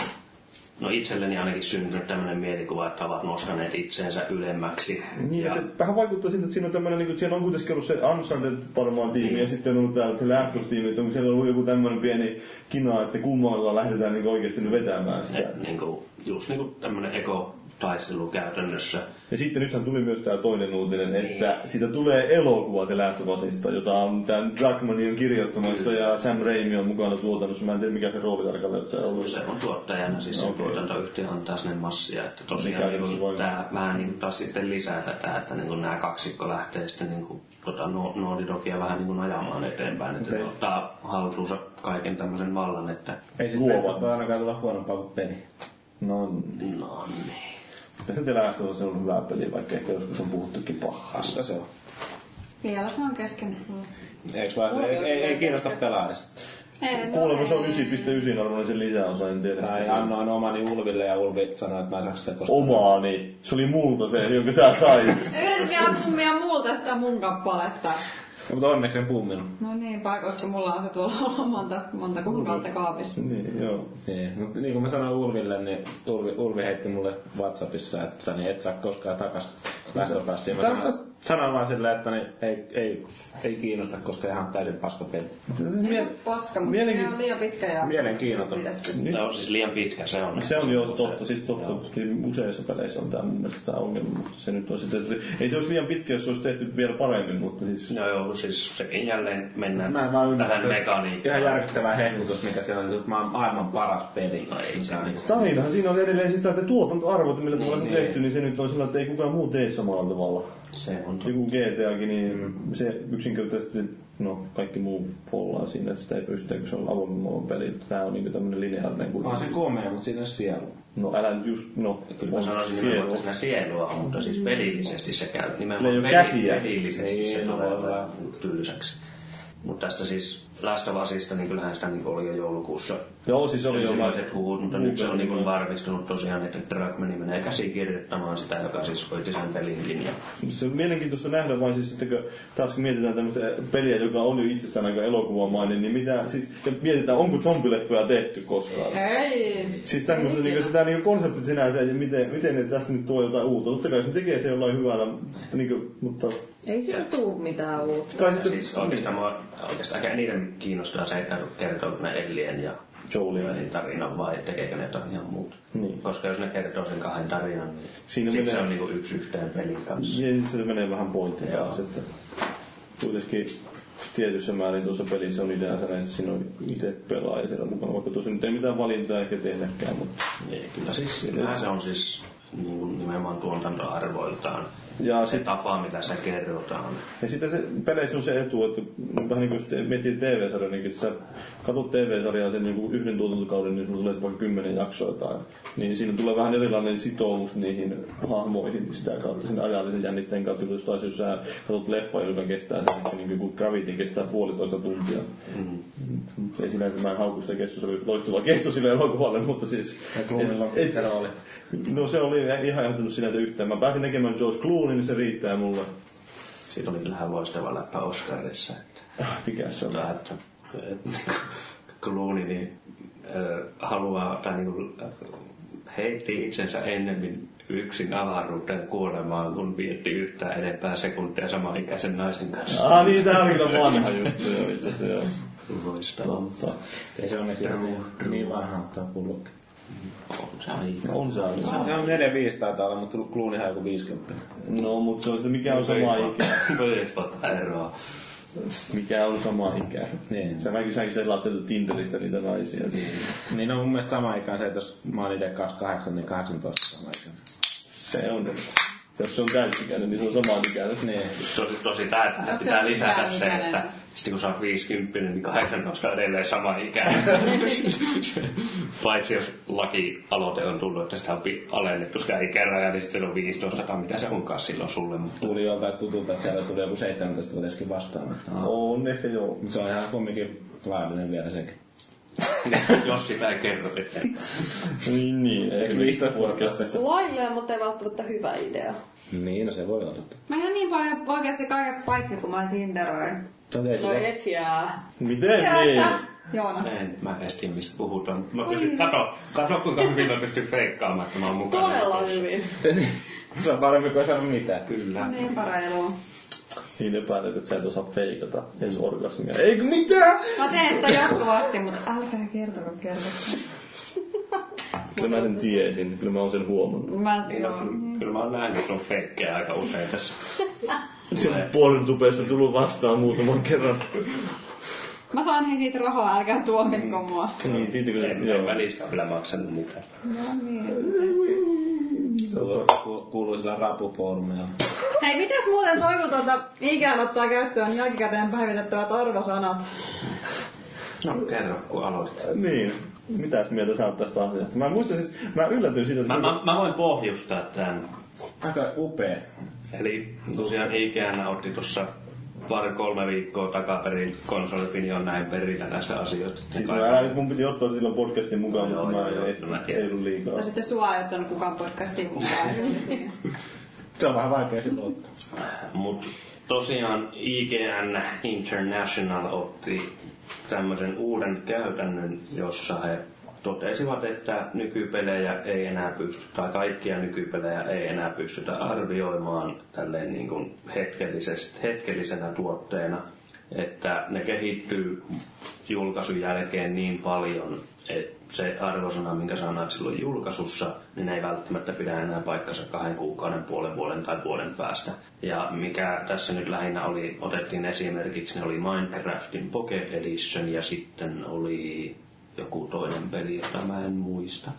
H: no itselleni ainakin syntynyt tämmöinen mielikuva, että ovat nostaneet itseensä ylemmäksi.
G: Niin,
H: ja,
G: että vähän vaikuttaa siltä, että siinä on tämmöinen, niin kuin, siellä on kuitenkin ollut se Uncharted varmaan tiimi
H: Niin.
G: ja sitten on ollut täällä se lähtöstiimi, että onko siellä ollut joku tämmöinen pieni kina, että kummalla lähdetään niin oikeasti nyt vetämään sitä.
H: et, niin kuin, just niin kuin tämmöinen ekotaistelu käytännössä.
G: Ja sitten nythän tuli myös tämä toinen uutinen,
H: Niin.
G: että siitä tulee elokuva The Last of Usista, jota on tämän Druckmann on kirjoittamassa ja Sam Raimi on mukana tuotannossa. Mä en tiedä mikä se rooli tarkalleen ottaen on ollut.
H: Se on tuottajana, siis se
G: Okei.
H: tuotantoyhtiö antaa sinne massia, että
G: Mikä
H: tosiaan
G: jos
H: niin
G: voi-
H: tämä vähän niin taas sitten lisää tätä, että niin nämä kaksikko lähtee sitten niin kuin, tota, No- Naughty Dogia vähän niin kuin ajamaan eteenpäin, että ne ottaa haltuunsa kaiken tämmöisen vallan, että
C: Ei sit
G: Luova.
C: voi ainakaan tulla huonompaa kuin peli.
G: No,
H: no niin.
G: ja se The Last of Us on hyvä peli, vaikka ehkä joskus on puhuttukin pahaa.
C: Paska se on.
I: Vielä se on kesken.
C: Eiks vaan, ei, ei, ei kiinnosta pelaajista.
I: Ei, no
G: Kuulemma se on
I: ei.
G: 9.9 arvoinen sen lisäosa, en tiedä.
C: Tai annoin omani Ulville ja Ulvi sanoi, että mä en saa sitä koskaan.
G: Omaani. Se oli multa se, jonka sä sait.
I: Yritin vielä pummia muulta sitä mun kappaletta.
C: No, mutta onneksi en pumminut.
I: No niinpä, koska mulla on se tuolla *laughs* monta,
G: No
I: monta kuukautta kaapissa.
G: niin, joo.
C: Niin, mutta niin kuin mä sanoin Ulville, niin Ulvi, Ulvi heitti mulle Whatsappissa, että niin et saa koskaan takas lähtöpäässä. Mä
G: Tää on
C: sanoin,
G: taas-
C: sanoin vaan silleen, että niin, ei, ei, ei kiinnosta, koska ihan täysin paska peli.
I: Ei se ole paska, mutta
G: Mielenki-
I: se on liian pitkä ja
C: Mielenkiinnoton.
I: pidetty.
H: Tämä on siis liian pitkä, se on.
G: Niin. Se on jo totta, siis totta, kyllä useissa peleissä on tämä mun mielestä tämä ongelma, mutta se nyt on sitten, että ei se olisi liian pitkä, jos se olisi tehty vielä paremmin, mutta siis...
H: No joo, siis sekin jälleen mennään
C: Mä en vaan ymmärrä.
H: tähän
C: sitä
H: mekaniikkaan.
C: Ihan järkyttävä hehkutus, mikä siellä on. että Mä oon maailman paras peli. No, ei, se on niin.
G: Tarinahan siinä on edelleen siis tämä tuotantoarvot, millä tavalla se on
H: niin.
G: tehty, niin se nyt on sillä, että ei kukaan muu tee samalla tavalla.
H: Se on totta.
G: Joku GTAkin, niin se yksinkertaisesti, no kaikki muu follaa siinä, että sitä ei pystytä, kun se on avoimen maailman peli. Tämä on niinku tämmöinen lineaarinen
C: On
G: kuitenkin.
C: se komea, mutta siinä on sielu.
G: No älä nyt just, no,
H: Kyllä mä sanoisin nimenomaan, että siinä sielua on, mutta siis pelillisesti se käy.
G: Sillä ei
H: Nimenomaan
G: ole
H: peli-
G: käsiä.
H: pelillisesti
C: Niin,
H: se
C: no,
H: tulee
C: voi
H: olemaan
C: olla.
H: tylsäksi. Mutta tästä siis Last of Usista, niin kyllähän sitä niin oli jo joulukuussa
G: Joo, siis oli jo
H: ensimmäiset huhut, mutta nyt se on
G: Upeasti.
H: niin varmistunut tosiaan, että Dragmani menee käsikirjoittamaan sitä, joka siis hoiti sen pelinkin. Ja
G: Se on mielenkiintoista nähdä vain siis, että kun taas kun mietitään tämmöistä peliä, joka on jo itsessään aika elokuvamainen, niin mitä, siis, ja mietitään, onko zombileffoja tehty koskaan.
I: Ei!
G: Siis tämmöistä, niin kuin, tämä niin konsepti sinänsä, että miten, miten ne tässä nyt tuo jotain uutta. Totta kai se tekee se jollain hyvällä, mutta, niin kuin, mutta
E: Ei siinä tuu mitään uutta.
G: kai
H: ja
G: sitten niin.
H: siis oikeastaan, mua, oikeastaan aika eniten kiinnostaa se, että kertooko ne Ellien ja
G: Joelin.
H: Joelin tarinan vai tekeekö ne jotain ihan muuta.
G: Niin.
H: Koska jos ne kertoo sen kahden tarinan, niin
G: Siinä
H: Siinä sit
G: menee-
H: se on niinku yksi yhteen pelin kanssa.
G: Ja siis se menee vähän pointtiin
H: Joo.
G: taas, että kuitenkin tietyssä määrin tuossa pelissä on ideansa näin, että siinä on itse pelaaja siellä mukana, vaikka tuossa nyt ei mitään valintaa ehkä tehdäkään, mutta
H: Niin, kyllä siis, kyllähän se on siis niin kuin nimenomaan tuotantoarvoiltaan
G: Ja
H: ja se
G: sit-
H: tapa, mitä se kerrotaan.
G: Ja sitten se, peleissä on se etu, että no, vähän niin kuin sitten miettii TV-sarjaa, niin jos sä katsot TV-sarjaa sen niin kuin yhden tuotantokauden, niin sulla tulee vaikka kymmenen jaksoa tai niin siinä tulee vähän erilainen sitoumus niihin hahmoihin sitä kautta, sen ajallisen jännitteen kautta, kun taas jos sä katsot leffa, joka kestää sen, niin kuin Gravity kestää puolitoista tuntia. Mm. Ei sinänsä mä en hauku sitä kestoa, se oli loistava kesto sille elokuvalle, mutta siis...
C: Ja Clooneylla on
G: et-
C: pitkä rooli.
G: No se oli en ihan jättänyt sinänsä yhtään. Mä pääsin näkemään George Clooney, niin se riittää mulle.
H: Siitä oli kyllähän loistava läppä Oscarissa, että,
G: Ah, Mikä se on?
H: tota, että, että niin Clooney niin, ö, haluaa tai niin kuin, heitti itsensä ennemmin yksin avaruuteen kuolemaan, kun vietti yhtään enempää sekuntia samanikäisen naisen kanssa.
G: Ah niin, tää on kyllä vanha juttu, joo, itse asiassa joo.
H: Loistavaa.
G: Totta.
C: Ei se onneksi ole niin, niin vanha tämä pullukki.
H: On se aika.
G: On se aika.
C: Se on 4-5 taitaa olla, mutta Clooneyhan on joku 50.
G: No, mut se on sitä, mikä on sama ikä.
H: Pöytävät eroa.
G: Mikä on sama ikä.
C: Niin.
G: Sä mäkin säkin selaat sieltä Tinderistä niitä naisia.
C: Niin on mun mielestä sama ikään se, että jos mä oon itse 28, niin 18 sama ikään.
G: Se on. Jos se on täysikäinen, niin se on sama ikäinen.
C: Niin.
H: Se on tosi tärkeää,
I: No
H: no,
I: se
H: pitää
I: on
H: lisätä
I: hyvä
H: se,
I: ikäinen.
H: että sitten kun sä oot 50, niin 18 on edelleen sama
I: *laughs*
H: ikäinen. Paitsi jos lakialoite on tullut, että sitä on pi- alennettu sitä ikärajaa, niin sitten on 15 tai mitä se onkaan silloin sulle. Mutta *laughs*
C: Tuli joltain tutulta, että siellä tuli joku 17-vuotiaskin vastaan. Mutta
G: On ehkä joo.
C: se on ihan kumminkin laillinen vielä sekin.
H: jos sitä ei kerro, että
G: Niin, niin. Ehkä
C: 15 vuotta.
G: podcastissa.
E: Lailleen, mutta ei välttämättä hyvä idea.
C: Niin, no se voi olla.
I: Mä ihan niin paljon oikeasti kaikesta paitsi, kun mä tinderoin.
C: Okei,
E: No
C: okay,
E: et jää.
G: Miten niin?
I: Tiedätkö? Joonas.
H: En mä edes tiedä, mistä puhutaan. mutta Mä pystyn, kato, kato kuinka hyvin mä pystyn feikkaamaan, että mä oon mukana.
E: Todella
H: tässä.
E: hyvin.
C: se on parempi kuin ei sano mitään.
H: Kyllä.
I: Niin pareilua.
G: Niin epäilet, että sä et osaa feikata edes orgasmia. Eikö mitään?
I: Mä teen sitä jatkuvasti, mutta älkää kertoko kerta.
G: Kyllä mä sen tiesin, kyllä mä oon sen huomannut.
I: Mä,
H: Niin, no, kyllä, kyllä mä oon nähnyt sun feikkejä aika usein tässä.
G: Se on porntupeessa tullut vastaan muutaman kerran.
I: mä saan hei siitä rahaa, älkää tuomitko mua.
G: Niin, siitä kun
H: En, en välissä vielä maksanut mitään.
G: No niin.
C: Ku- Kuuluisilla rapufoorumilla.
I: Hei, mitäs muuten toi, kun tuota ikään ottaa käyttöön jälkikäteen päivitettävät arvosanat?
H: No kerro, kun aloitit.
G: Niin. Mitäs mieltä sä oot tästä asiasta? Mä muistan siis, mä yllätyin siitä, että...
H: Mä, mä, mä voin pohjustaa tämän.
C: Aika upea.
H: Eli tosiaan Ikeana otti tuossa pari-kolme viikkoa takaperin konsolipin jo näin perillä näistä asioista.
G: Siis mä älä nyt mun piti ottaa silloin podcastin mukaan,
H: Joo,
G: mutta mä
H: joo, joo,
G: ei,
H: kyllä mä
G: ei
H: tiedän.
G: ollut liikaa.
I: Tai sitten sua ei ottanut kukaan podcastiin
G: *laughs*
I: mukaan.
C: Se on vähän vaikea silloin ottaa.
H: Mutta tosiaan IGN International otti tämmöisen uuden käytännön, jossa he totesivat, että nykypelejä ei enää pysty, tai kaikkia nykypelejä ei enää pystytä arvioimaan tälleen niin kuin hetkellises- hetkellisenä tuotteena, että ne kehittyy julkaisun jälkeen niin paljon, että se arvosana, minkä sä annat silloin julkaisussa, niin ei välttämättä pidä enää paikkansa kahden kuukauden, puolen vuoden tai vuoden päästä. Ja mikä tässä nyt lähinnä oli, otettiin esimerkiksi, ne oli Minecraftin Pocket Edition ja sitten oli joku toinen peli, jota mä en muista.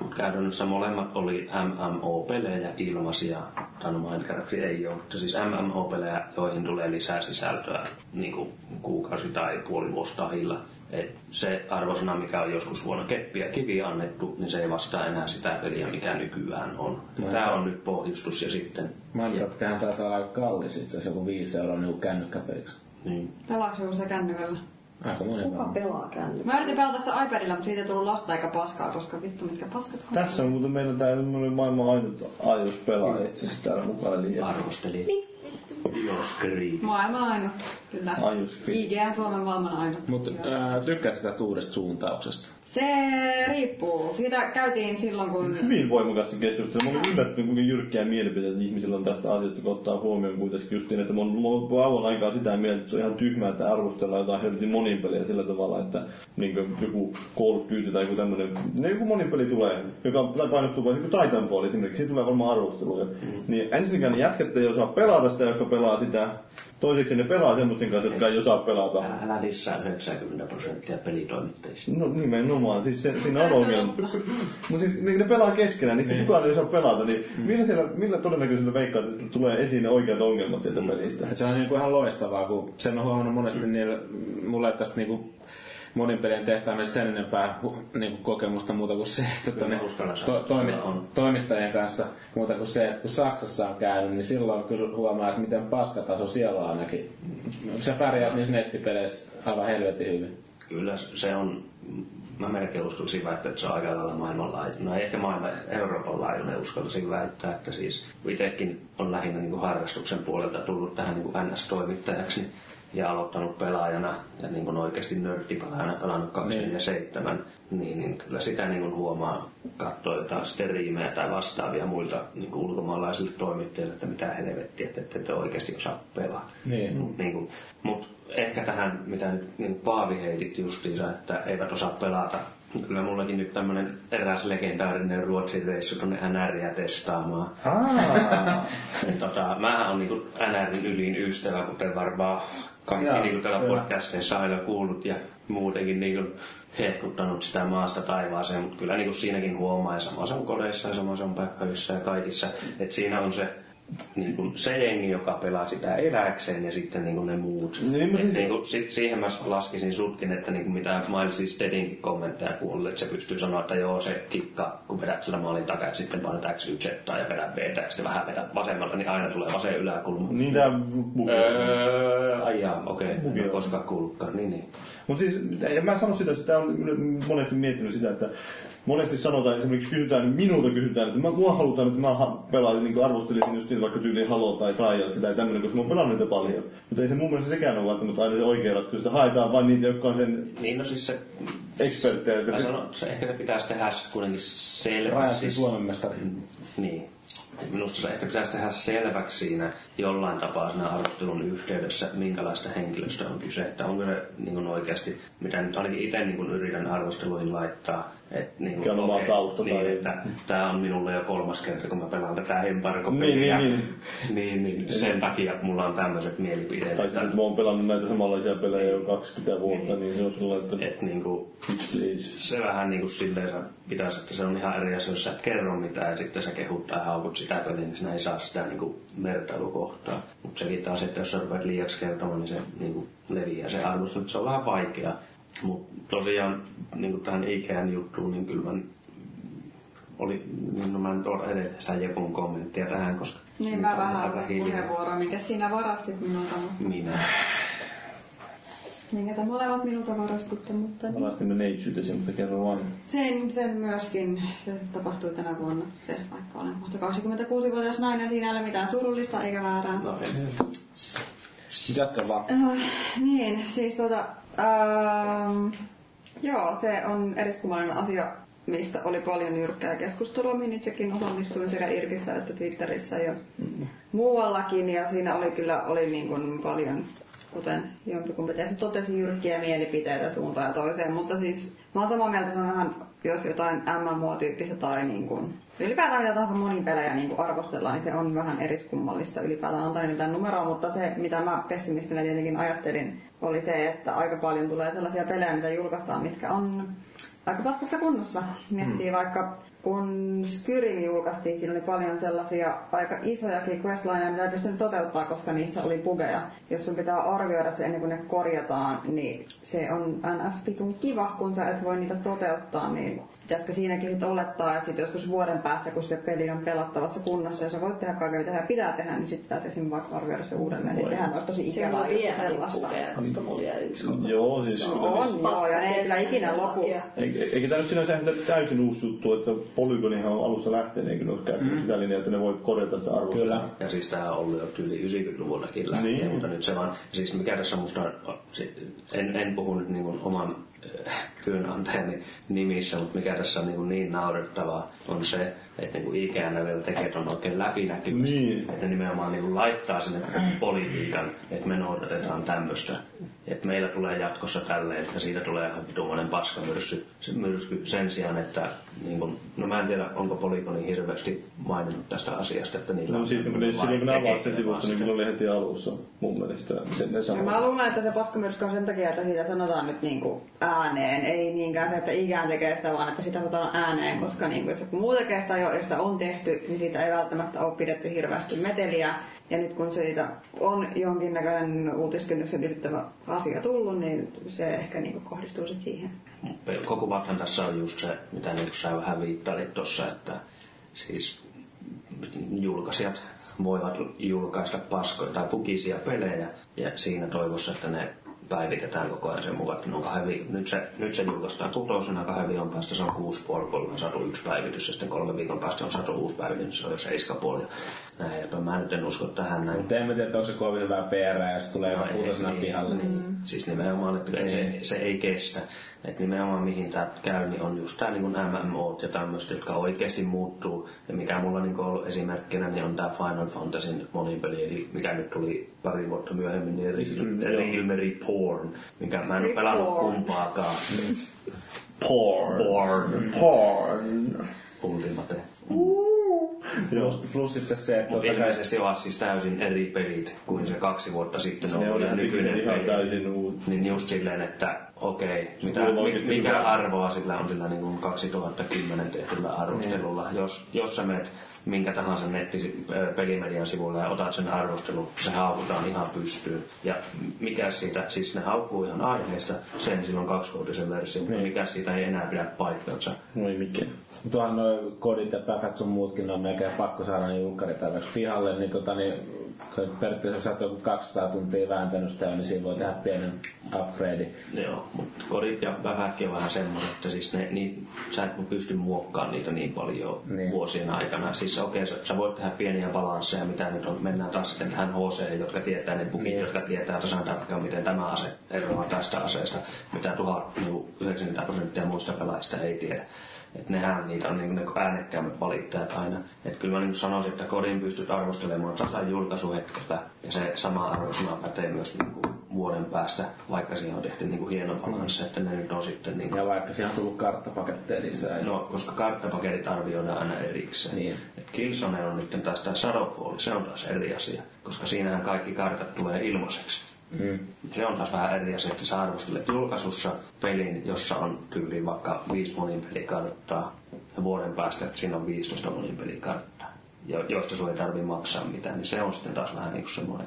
H: Mut Käytännössä molemmat oli MMO-pelejä ilmaisia, tai no Minecraft ei ole, mutta siis MMO-pelejä, joihin tulee lisää sisältöä niin kuin kuukausi tai puoli vuosi tahilla. Et se arvosana, mikä on joskus vuonna keppiä kivi annettu, niin se ei vastaa enää sitä peliä, mikä nykyään on. Tämä on nyt pohjustus ja sitten...
C: Minecraftihan taitaa olla aika kallis itse asiassa, kun 5 euroa niin kännykkäpeliksi.
H: Niin.
I: Pelaatko kun sä kännykällä?
C: Aika moni
E: Kuka
C: varmaan.
E: pelaa kännyä?
I: Mä yritin pelata sitä iPadilla, mutta siitä ei tullut lasta eikä paskaa, koska vittu mitkä paskat on.
G: Tässä on muuten meillä tää semmonen maailman ainut aios pelaa itse asiassa täällä mukana. Eli
H: Arvosteli. Jos kriit.
I: Maailman ainut, kyllä.
G: Ainus kyllä.
I: IGN Suomen maailman ainut.
C: Mutta
I: Joo.
C: äh, tykkäät sä tästä uudesta suuntauksesta?
I: Se riippuu. Siitä käytiin silloin, kun...
G: hyvin voimakasta keskustelua. Mä olin yllättynyt, kuinka jyrkkiä mielipiteitä ihmisillä on tästä asiasta, kun ottaa huomioon kuitenkin just niin, että mä oon mä oon kauan aikaa sitä mieltä, että se on ihan tyhmää, että arvostellaan jotain helvetin monin pelejä sillä tavalla, että niin joku Call of Duty tai joku tämmönen, niin joku monin peli tulee, joka painostuu vaikka joku Titanfall esimerkiksi, siitä tulee varmaan arvosteluja. Niin ensinnäkään ne jätkät ei osaa pelata sitä, jotka pelaa sitä. Toiseksi ne pelaa semmoisten kanssa, jotka ei osaa pelata.
H: Älä älä dissaa 90 prosenttia pelitoimittajista.
G: No nimenomaan, siis se, siinä on ongelma. Mutta siis niin ne pelaa keskenään, niin, niin. kukaan ei osaa pelata, niin
H: Mm.
G: millä, siellä, millä todennäköisyydellä veikkaat, että tulee esiin ne oikeat ongelmat
H: Mm.
G: sieltä pelistä?
C: Et se on niinku ihan loistavaa, kun sen on huomannut monesti niillä, mulla ei tästä niinku monin pelien testaamisesta sen enempää hu- niinku kokemusta muuta kuin se, että
H: Kyllä
C: tonne
H: mä uskallan sanoa,
C: to,
H: että
C: toimi,
H: sulla on.
C: toimittajien kanssa muuta kuin se, että kun Saksassa on käynyt, niin silloin kyllä huomaa, että miten paskataso siellä on ainakin. Sä pärjäät niissä nettipeleissä aivan helvetin hyvin.
H: Kyllä se on, mä melkein uskallisin väittää, että se on aika lailla maailmanlaajuinen. No ei ehkä maailman, Euroopan laajuinen uskallisin väittää, että siis itsekin on lähinnä niin kuin harrastuksen puolelta tullut tähän niin kuin NS-toimittajaksi niin- ja aloittanut pelaajana ja niin kuin oikeasti nörttipelaajana pelannut 247, niin, niin kyllä sitä niin kuin huomaa katsoa jotain steriimejä tai vastaavia muilta niin kuin ulkomaalaisille toimittajille, että mitä helvettiä, että ette te oikeasti osaa pelaa.
C: Niin.
H: Mut niinku, mut ehkä tähän, mitä nyt niin Paavi heitit justiinsa, että eivät osaa pelata. Kyllä mullakin nyt tämmönen eräs legendaarinen Ruotsin reissu tonne NRiä testaamaan.
G: Aa,
H: Niin *laughs* tota, mähän on niinku NRin ylin ystävä, kuten varmaan kaikki
C: Joo,
H: niinku täällä
C: kyllä.
H: podcasteissa aina kuullut ja muutenkin niinku hehkuttanut sitä maasta taivaaseen, mutta kyllä niinku siinäkin huomaa ja sama se on kodeissa ja sama se on päiväyssä ja kaikissa, että siinä on se niin kuin se jengi, joka pelaa sitä eläkseen ja sitten niin kuin ne muut.
G: Niin, mä
H: Et
G: siis-
H: niin kuin, si- siihen mä laskisin sutkin, että niin kuin mitä Milesin Steadinkin kommentteja kuunnellut, että se pystyy sanoa, että joo se kikka, kun vedät sillä maalin takaa, sitten painat X, Y, Z ja vedät V, ja sitten vähän vedät vasemmalta, niin aina tulee vasen yläkulma.
G: niin tää
H: Öö, ai jaa, okei, okay.
G: Bugi on.
H: en koskaan kuullutkaan, niin niin.
G: Mutta siis, en mä sano sitä, sitä on monesti miettinyt sitä, että monesti sanotaan, esimerkiksi kysytään, minulta kysytään, että mä, mua halutaan, että mä ha- pelaisin, niin arvostelisin just niin, vaikka tyyliin Halo tai Trials tai tämmöinen, koska mä oon pelannut niitä paljon. Mutta ei se mun mielestä sekään ole välttämättä aina se oikea ratkaisu, että haetaan vain niitä, jotka on sen
H: Niin no siis se,
G: eksperttejä. jotka-
H: mä sanon, se ehkä se pitäisi tehdä sitten kuitenkin selväksi.
C: Rajasi siis Suomen mestari.
H: *clears throat* Niin. Minusta se ehkä pitäisi tehdä selväksi siinä jollain tapaa siinä arvostelun yhteydessä, minkälaista henkilöstä on kyse. Että onko se niin kuin oikeasti, mitä nyt ainakin itse niin kuin yritän arvosteluihin laittaa. Että, niin
G: Mikä on oma
H: okei,
G: tausta
H: niin,
G: tai-
H: että tämä on minulle jo kolmas kerta, kun mä pelaan tätä
G: Niin,
H: embargo-peliä.
G: niin, niin.
H: niin, niin, sen takia mulla on tämmöiset mielipiteet.
G: Tai siis,
H: että,
G: että mä oon pelannut näitä samanlaisia pelejä jo 20 vuotta, niin se on sellainen, että
H: että niin kuin,
G: bitch please.
H: se vähän niin kuin silleen sä pitäisi, että se on ihan eri asia, jos sä et kerro mitään ja sitten sä kehut tai haukut sitä peliä, niin sinä ei saa sitä niin kuin vertailukohtaa. Mutta sekin taas, että jos sä rupeat liiaksi kertomaan, niin se niin kuin leviää se arvostus, mutta se on vähän vaikeaa. Mutta tosiaan niin kuin tähän Ikean juttuun, niin kyllä mä oli, niin no mä nyt oon edelleen sitä Jepun kommenttia tähän, koska...
I: Niin mä
H: on
I: vähän
H: aika
I: otin
H: hiljaa.
I: puheenvuoroa, mikä sinä varastit minulta, mutta
H: Minä.
I: minkä te molemmat minulta varastitte, mutta
G: Palastimme neitsytesi, mutta kerro vain.
I: sen, sen myöskin, se tapahtui tänä vuonna, se vaikka olen kohta 26-vuotias nainen, siinä ei ole mitään surullista eikä väärää.
H: No, ei.
C: Jatka vaan.
I: Äh, niin, siis tota... Ähm, joo, se on eriskummallinen asia, mistä oli paljon jyrkkää keskustelua, mihin itsekin osallistuin sekä Irkissä että Twitterissä ja muuallakin. Ja siinä oli kyllä oli niin kuin paljon, kuten jompikumpi teistä totesi, jyrkkiä mielipiteitä suuntaan ja toiseen. Mutta siis mä oon samaa mieltä, se on vähän, jos jotain MMO-tyyppistä tai niin kuin, ylipäätään mitä tahansa monin pelejä niin kuin arvostellaan, niin se on vähän eriskummallista ylipäätään antaa niitä numeroa, mutta se mitä mä pessimistinä tietenkin ajattelin, oli se, että aika paljon tulee sellaisia pelejä, mitä julkaistaan, mitkä on aika paskassa kunnossa. Miettii hmm. vaikka kun Skyrim julkaistiin, siinä oli paljon sellaisia aika isojakin questlineja, mitä ei pystynyt toteuttaa, koska niissä oli bugeja. Jos sun pitää arvioida se ennen kuin ne korjataan, niin se on ns. pitun kiva, kun sä et voi niitä toteuttaa, niin pitäisikö siinäkin sitten olettaa, että sit joskus vuoden päästä, kun se peli on pelattavassa kunnossa, ja sä voit tehdä kaiken, mitä sä pitää tehdä, niin sitten pitäisi esimerkiksi vaikka arvioida se uudelleen, niin sehän olisi tosi
E: Se
I: ikävää,
E: on
I: jos
E: vielä
I: sellaista.
E: pukeja, koska mulla jäi yksi.
G: Joo, siis
I: No,
G: kyllä.
I: on joo, ja ne ei kyllä ikinä lopu.
G: Eikä, eikä tämä nyt sinänsä ihan täysin uusi juttu, että Polygonihan on alussa lähtien, eikö ne ole käyttänyt sitä linjaa, että ne voi korjata sitä arvoa.
C: Kyllä.
H: Ja siis tämä on ollut jo yli 90-luvullakin lähtien,
G: Niin.
H: niin. mutta nyt se vaan, siis mikä tässä musta, on- si- en, en puhu nyt niin oman äh, työnantajani nimissä, mutta mikä tässä on niin, niin naurettavaa on se, että niin ikään vielä tekee on oikein läpinäkyvästi.
G: Niin.
H: Että nimenomaan niin laittaa sinne politiikan, että me noudatetaan tämmöistä. Että meillä tulee jatkossa tälleen, että siitä tulee ihan vitumainen paskamyrsky se myrsky sen sijaan, että niin kuin, no mä en tiedä, onko Polikoni hirveästi maininnut tästä asiasta, että niillä
G: No siis kun ne, silloin kun ne avasi sen sivuston, niin kyllä oli heti alussa mun mielestä sen ne
I: Ja mä
G: sanoi.
I: luulen, että se paskamyrsky on sen takia, että siitä sanotaan nyt niinku ääneen. Ei niinkään se, että ikään tekee sitä, vaan että sitä sanotaan ääneen, koska niinku, että kun muu tekee sitä jo, ja sitä on tehty, niin siitä ei välttämättä ole pidetty hirveästi meteliä. Ja nyt kun siitä on jonkinnäköinen uutiskynnyksen ylittävä asia tullut, niin se ehkä niinku kohdistuu sit siihen.
H: Koko vathan tässä on just se, mitä niin sä vähän viittailit tuossa, että siis julkaisijat voivat julkaista paskoja tai pukisia pelejä ja siinä toivossa, että ne päivitetään koko ajan sen mukaan, että ne on kahden viikon. Nyt se, nyt se julkaistaan kutosena, kahden viikon päästä se on kuusi puoli, kolme satu yksi päivitys ja sitten kolme viikon päästä on satu uusi päivitys, se on jo seiska puoli. ja Näin, että mä nyt en usko tähän näin.
C: Mutta en mä tiedä, että onko se kovin hyvää PR, jos tulee
H: No
C: joku
H: ei,
C: uutosena
H: niin.
C: pihalle.
H: Mm. Siis nimenomaan, että ei, se, se ei kestä. Et nimenomaan mihin tämä käy, niin on just tämä niin MMO ja tämmöiset, jotka oikeasti muuttuu. Ja mikä mulla niin on ollut esimerkkinä, niin on tämä Final Fantasy monipeli, eli mikä nyt tuli pari vuotta myöhemmin, niin Realme Reborn, mikä mä en ole pelannut
I: Reborn.
H: kumpaakaan.
G: Porn.
H: Born,
G: Porn.
H: Ultimate.
G: Joo.
C: Plus, plus sitten se, että
H: Mutta
C: totta kai
H: ilmeisesti ovat siis täysin eri pelit kuin se kaksi vuotta sitten
G: Ne
H: ollut
G: oli
H: se
G: nykyinen ihan täysin uusi.
H: Niin just silleen, että okei, mitä,
G: kuulemma
H: mi-
G: oikeesti
H: mikä
G: hyvä.
H: arvoa sillä on sillä niin kuin 2010 tehdyllä arvostelulla. Jos, jos sä menet minkä tahansa nettipelimedian sivulle ja otat sen arvostelun, se haukutaan ihan pystyyn. Ja mikä siitä, siis ne haukkuu ihan aiheesta sen silloin kaksivuotisen version, mutta mikä siitä ei enää pidä paikkansa.
G: No ei mikään.
C: tuohan noin kodit ja päfät sun muutkin on melkein pakko saada niin jukkaripäiväksi pihalle, niin tota niin kun periaatteessa sä oot joku 200 tuntia vääntänyt sitä, niin siinä voi tehdä pienen upgrade.
H: Joo. Mutta korit ja vävätkin on vähän semmoinen, että siis ne, niin, sä et pysty muokkaamaan niitä niin paljon niin. vuosien aikana. Siis okei, okay, sä, sä, voit tehdä pieniä balansseja, mitä nyt on. Mennään taas sitten tähän HC, jotka tietää ne pukit, niin. jotka tietää tasan tarkkaan, miten tämä ase eroaa tästä aseesta, mitä tuhat, niinku 90 prosenttia muista pelaajista ei tiedä. Et nehän niitä on niinku ne äänekkäimmät valittajat aina. Et kyllä mä niinku sanoisin, että kodin pystyt arvostelemaan tasan julkaisuhetkellä. Ja se sama arvosana pätee myös niinku vuoden päästä, vaikka siihen on tehty niinku hieno balanssi, että ne nyt on sitten... Niinku...
C: Ja vaikka siihen on tullut karttapaketteja lisää.
H: No, koska karttapaketit arvioidaan aina erikseen.
C: Niin.
H: Et Killzone on nyt taas tämä Shadowfall, se on taas eri asia, koska siinähän kaikki kartat tulee ilmaiseksi.
C: Mm.
H: Se on taas vähän eri asia, että sä arvostelet julkaisussa pelin, jossa on tyyli vaikka 5 monin pelikarttaa ja vuoden päästä siinä on 15 monin pelikarttaa, jo- joista sun ei tarvi maksaa mitään, niin se on sitten taas vähän niin kuin semmoinen,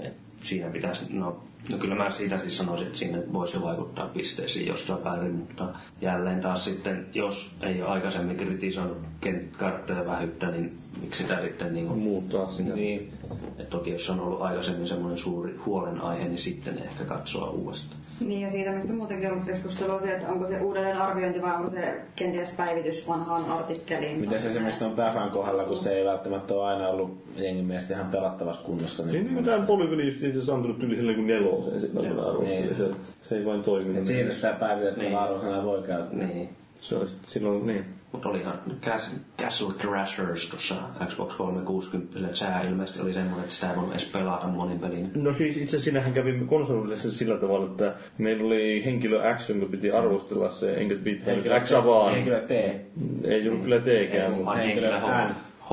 H: että siinä pitäisi, no, no kyllä mä siitä siis sanoisin, että siinä voisi jo vaikuttaa pisteisiin jostain päivin, mutta jälleen taas sitten, jos ei ole aikaisemmin kritisoinut kent- karttoja vähyyttä, niin miksi sitä sitten niin kuin
G: Muuttaa sitä.
H: niin. Et toki jos on ollut aikaisemmin semmoinen suuri huolenaihe, niin sitten ehkä katsoa uudestaan.
I: Niin ja siitä, mistä muutenkin on ollut keskustelua, se, että onko se uudelleen arviointi vai onko se kenties päivitys vanhaan artikkeliin.
C: Miten se esimerkiksi on Päfän kohdalla, kun se ei välttämättä ole aina ollut jengin mielestä ihan pelattavassa kunnossa.
G: Niin niin kuin tämä polyvili just itse asiassa antanut tyyli silleen kuin neloseen sillä
H: Joo.
G: kun arvosteli.
C: Niin.
G: Se, että se ei vain toiminut.
C: Et siinä sitä päivitettävää
H: Niin.
C: niin. arvosanaa voi käyttää.
H: Niin.
G: Se olisi silloin niin.
H: Mutta olihan Cas- Castle Crashers tuossa Xbox 360, sehän ilmeisesti oli semmoinen, että sitä ei voinut edes pelata monin pelin.
G: No siis itse asiassa siinähän kävimme konsolissa sillä tavalla, että meillä oli henkilö X, jonka piti arvostella se, enkä viittaa nyt X vaan.
C: Henkilö T.
G: Ei juuri kyllä teekään, mutta
H: Vaan
C: Henkilö
H: henkilö
C: N.
H: H.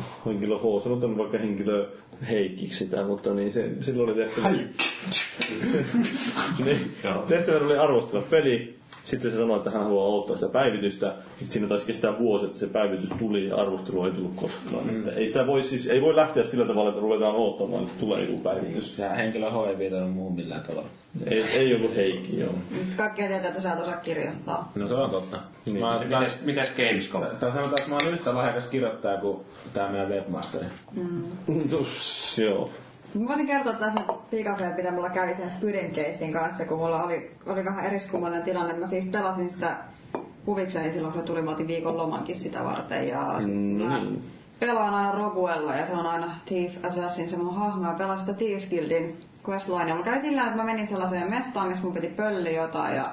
H: H.
G: henkilö H, sanotaan vaikka henkilö Heikiksi sitä, mutta niin se, silloin oli tehtävä. *laughs* niin,
H: Joo.
G: tehtävä oli arvostella peli, sitten se sanoi, että hän haluaa odottaa sitä päivitystä. Sitten siinä taisi kestää vuosi, että se päivitys tuli ja arvostelu ei tullut koskaan. Mm. Että ei, sitä voi, siis, ei voi lähteä sillä tavalla, että ruvetaan odottamaan, että tulee joku päivitys.
C: Ja henkilö H ei viitannut muuhun millään tavalla.
G: Ei, ei ollut Heikki, joo.
I: Nyt kaikkea tietää, että sä et osaa kirjoittaa.
C: No se on totta.
G: Niin.
C: Mä oon,
H: Mitäs, mitäs Gamescom?
C: tai sanotaan, että mä oon yhtä lahjakas kirjoittaja kuin tää meidän webmasteri.
G: *laughs* Tus, joo.
I: Mä voisin kertoa tässä pikaseen, mitä mulla kävi sen Squidin casein kanssa, kun mulla oli, oli vähän eriskummallinen tilanne. Mä siis pelasin sitä huvikseni silloin, kun se tuli, mä otin viikon lomankin sitä varten. Ja sit
G: No
I: mä
G: niin.
I: pelaan aina Roguella ja se on aina Thief Assassin, se mun hahmo. Mä pelasin sitä Thieves Guildin questline. Ja mulla kävi sillä, että mä menin sellaiseen mestaan, missä mun piti pölliä jotain ja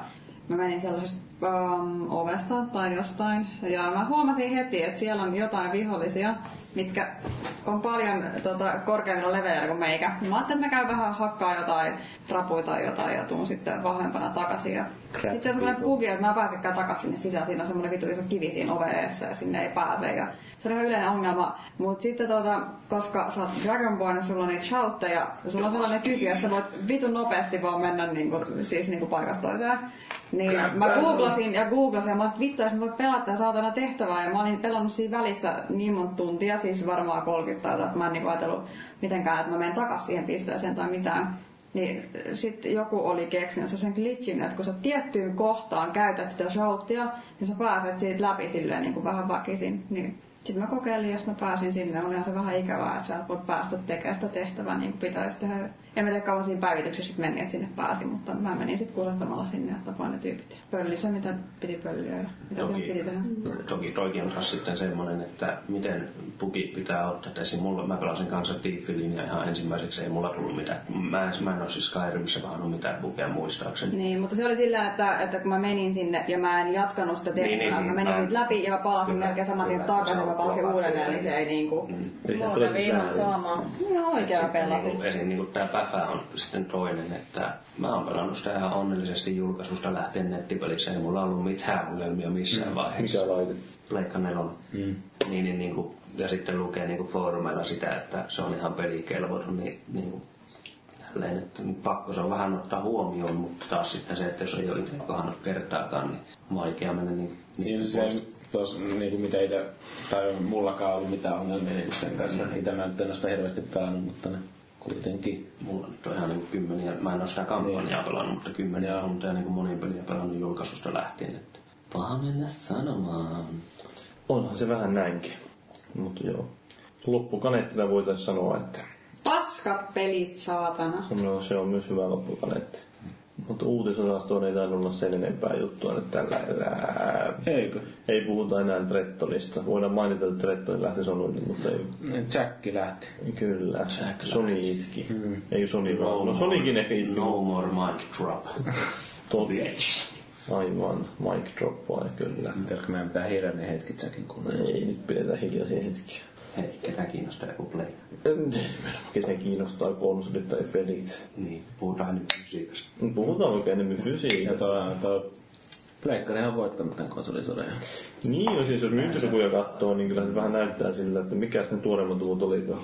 I: Mä menin sellaisesta um, ovesta tai jostain, ja mä huomasin heti, että siellä on jotain vihollisia, mitkä on paljon tota, korkeammilla leveillä kuin meikä. Mä ajattelin, että mä käyn vähän hakkaa jotain, rapuita jotain ja tuun sitten vahvempana takaisin. Ja
C: Crap
I: sitten on semmoinen
C: people.
I: bugi, että mä en pääsekään takaisin sinne sisään. Siinä on semmoinen vitu iso kivi siinä oveessa ja sinne ei pääse. Ja se oli ihan yleinen ongelma. Mutta sitten tota, koska sä oot Dragonborn ja sulla on niitä shoutteja ja sulla on sellainen kyky, että sä voit vitun nopeasti vaan mennä niinku, siis niinku paikasta toiseen. Niin mä googlasin ja googlasin ja mä olin, että vittu, jos mä voin pelata saatana tehtävää. Ja mä olin pelannut siinä välissä niin monta tuntia, siis varmaan 30 tai jotain, että mä en niinku ajatellut mitenkään, että mä menen takaisin siihen pisteeseen tai mitään. Niin sitten joku oli keksinyt sen glitchin, että kun sä tiettyyn kohtaan käytät sitä shouttia, niin sä pääset siitä läpi silleen niin kuin vähän vakisin. Niin. Sitten mä kokeilin, jos mä pääsin sinne, olihan se vähän ikävää, että sä et voi päästä tekemään sitä tehtävää niin kuin pitäisi tehdä. En mä tiedä kauan siinä päivityksessä sitten meni, että sinne pääsi, mutta mä menin sitten kuljettamalla sinne ja tapoin ne tyypit. Pölli se, mitä piti pölliä ja mitä okay. sen piti tehdä.
H: Toki toikin on taas sitten semmoinen, että miten pukit pitää ottaa. Että esim. mulla, mä pelasin kanssa Tiefilin ja ihan ensimmäiseksi ei mulla tullut mitään. Mä, en- mä en ole siis Skyrimissa vaan ole mitään bukeja muistaakseni.
I: Niin, mutta se oli sillä, että, että kun mä menin sinne ja mä en jatkanut sitä tehtävää,
H: Niin, niin,
I: mä
H: niin,
I: menin
H: aivan.
I: siitä läpi ja mä palasin
H: Kyllä,
I: melkein saman tien
H: kyllä,
I: takaisin,
H: se on Mm.
I: mä palasin
H: kyllä.
I: uudelleen, niin se ei niinku...
G: Ei se
E: Mulla
G: tule
E: kävi ihan sama.
I: Mä oikein pelasin.
H: Niin, esim. Niin tämä Päfä on sitten toinen, että mä oon pelannut sitä ihan onnellisesti julkaisusta lähtien nettipelissä. Ei mulla ollut mitään ongelmia missään vaiheessa.
G: Mikä laite?
H: Pleikka nelonen. Mm. Niin, niin, niin kuin, ja sitten lukee niin kuin foorumeilla sitä, että se on ihan pelikelvoton, niin, niin kuin, tälleen, että nyt pakko se on vähän ottaa huomioon, mutta taas sitten se, että jos ei ole itse kohdannut kertaakaan, niin vaikea mennä niin,
C: Niin se ei tos, niinku mitä ite, tai mullakaan ollut mitään ongelmia niinku sen kanssa. Mm. Ite mä nyt en oo sitä hirveästi pelannut, mutta ne kuitenkin.
H: Mulla nyt on ihan niin kymmeniä, mä en ole sitä
C: Niin.
H: kampanjaa pelannut, mutta kymmeniä tunteja niin monin peliä pelannut julkaisusta lähtien. Että paha mennä sanomaan.
G: Onhan se vähän näinkin. Mutta joo. Loppukaneettina voitaisiin sanoa, että
I: Paskat pelit, saatana.
G: no, se on myös hyvä loppukaneetti. Mutta uutisosastoon ei tainnut olla sen enempää juttua nyt tällä erää.
C: Eikö?
G: Ei puhuta enää Trettonista. Voidaan mainita, että Tretton lähti solmuilta, mutta ei.
C: Jackki Niin, lähti.
G: Kyllä.
H: Jack
G: Sony itki. Ei Sony vaan. No,
H: more-
G: Sonykin ehkä itki.
H: No more mic drop. *laughs*
G: Totta.
H: Bitch.
G: Aivan. Mic drop vai kyllä.
C: Tiedätkö, meidän pitää hirveän hetki Jackin kuunnella.
G: Ei nyt pidetä hiljaisia hetkiä.
H: Hei, ketä kiinnostaa joku play?
G: Meidän sen kiinnostaa konsolit tai pelit.
H: Niin, puhutaan nyt fysiikasta.
G: Puhutaan oikein enemmän
C: Ja
G: fysiikasta.
C: toi, toi Pleikkarihan on voittanut tämän konsolisodan.
G: Niin, no siis jos myyntilukuja katsoo, niin kyllä se vähän näyttää sillä, että mikä sen tuoreimmat luvut
H: *laughs*
G: olikaan.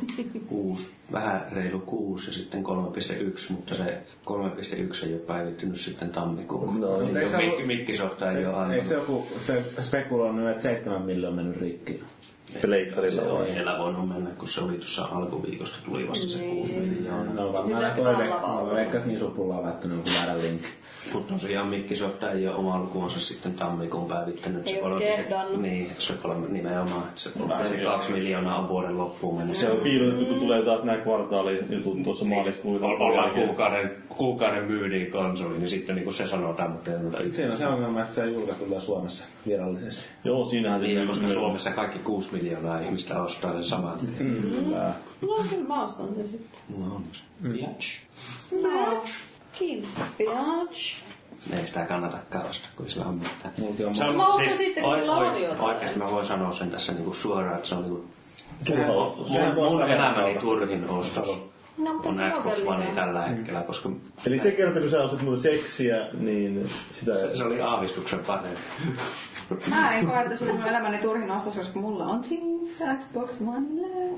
H: Kuusi, vähän reilu kuusi ja sitten 3.1, mutta se 3.1 ei ole päivittynyt sitten tammikuuhun.
G: No, niin.
H: Mikki
C: Eikö se ollut-
H: Mikkisohta ei ole
C: Eikö se
H: annettu.
C: joku te- spekuloinut, että seitsemän miljoonaa on mennyt rikki?
G: Pleikkarilla
H: Se on
G: on.
H: vielä voinut mennä, kun se oli tuossa alkuviikosta tuli vasta se 6 miljoonaa.
C: No
E: Sitä
C: varmaan
E: kyllä
C: toi
E: lavalla
C: veikkaa,
E: on.
C: veikkaa, että Nisupulla on laittanut joku väärän linkin.
H: Mutta tosiaan Mikkisohta ei ole omaa lukuansa sitten tammikuun päivittänyt.
E: Ei ole
H: se kolme- se-
E: kehdannut.
H: Niin, se kolme nimenomaan. että Se
G: Vähän
H: 2 miljoonaa on vuoden loppuun mennessä.
G: Se on piilotettu, kun tulee taas nämä kvartaalijutut tuossa maaliskuun.
H: ollaan kuukauden, kuukauden myydiin konsoli, niin sitten niin kuin se sanotaan, mutta ei ole
C: Siinä on se ongelma, että se ei julkaistulla Suomessa virallisesti.
G: Joo, siinähän se
H: Niin, koska Suomessa kaikki 6 miljoonaa ihmistä ostaa sen saman tien.
E: No kyllä mä ostan sen sitten.
H: No on. Jatsch.
E: No. Kiinnostaa. Biatch.
H: Ei sitä kannatakaan ostaa, kun sillä on mitään.
C: Mulki on
H: Se on-
E: Mä ostan sitten, kun
H: oi-
E: sillä
H: oi-
E: on jotain.
H: Oikeasti mä voin sanoa sen tässä niinku suoraan, että se on niinku
G: Turha ostos.
H: mun, mun
C: ostaa
H: elämäni turhin ostos.
E: No, mutta
H: On
E: se on
H: Xbox
E: vielä
H: One
E: mitään.
H: tällä hetkellä, koska
G: Eli se kerta, kun sä ostat muuta seksiä, niin sitä...
H: se oli aavistuksen parempi.
I: Mä en koe, että se oli mun elämäni turhin ostos, koska mulla on siis Xbox One.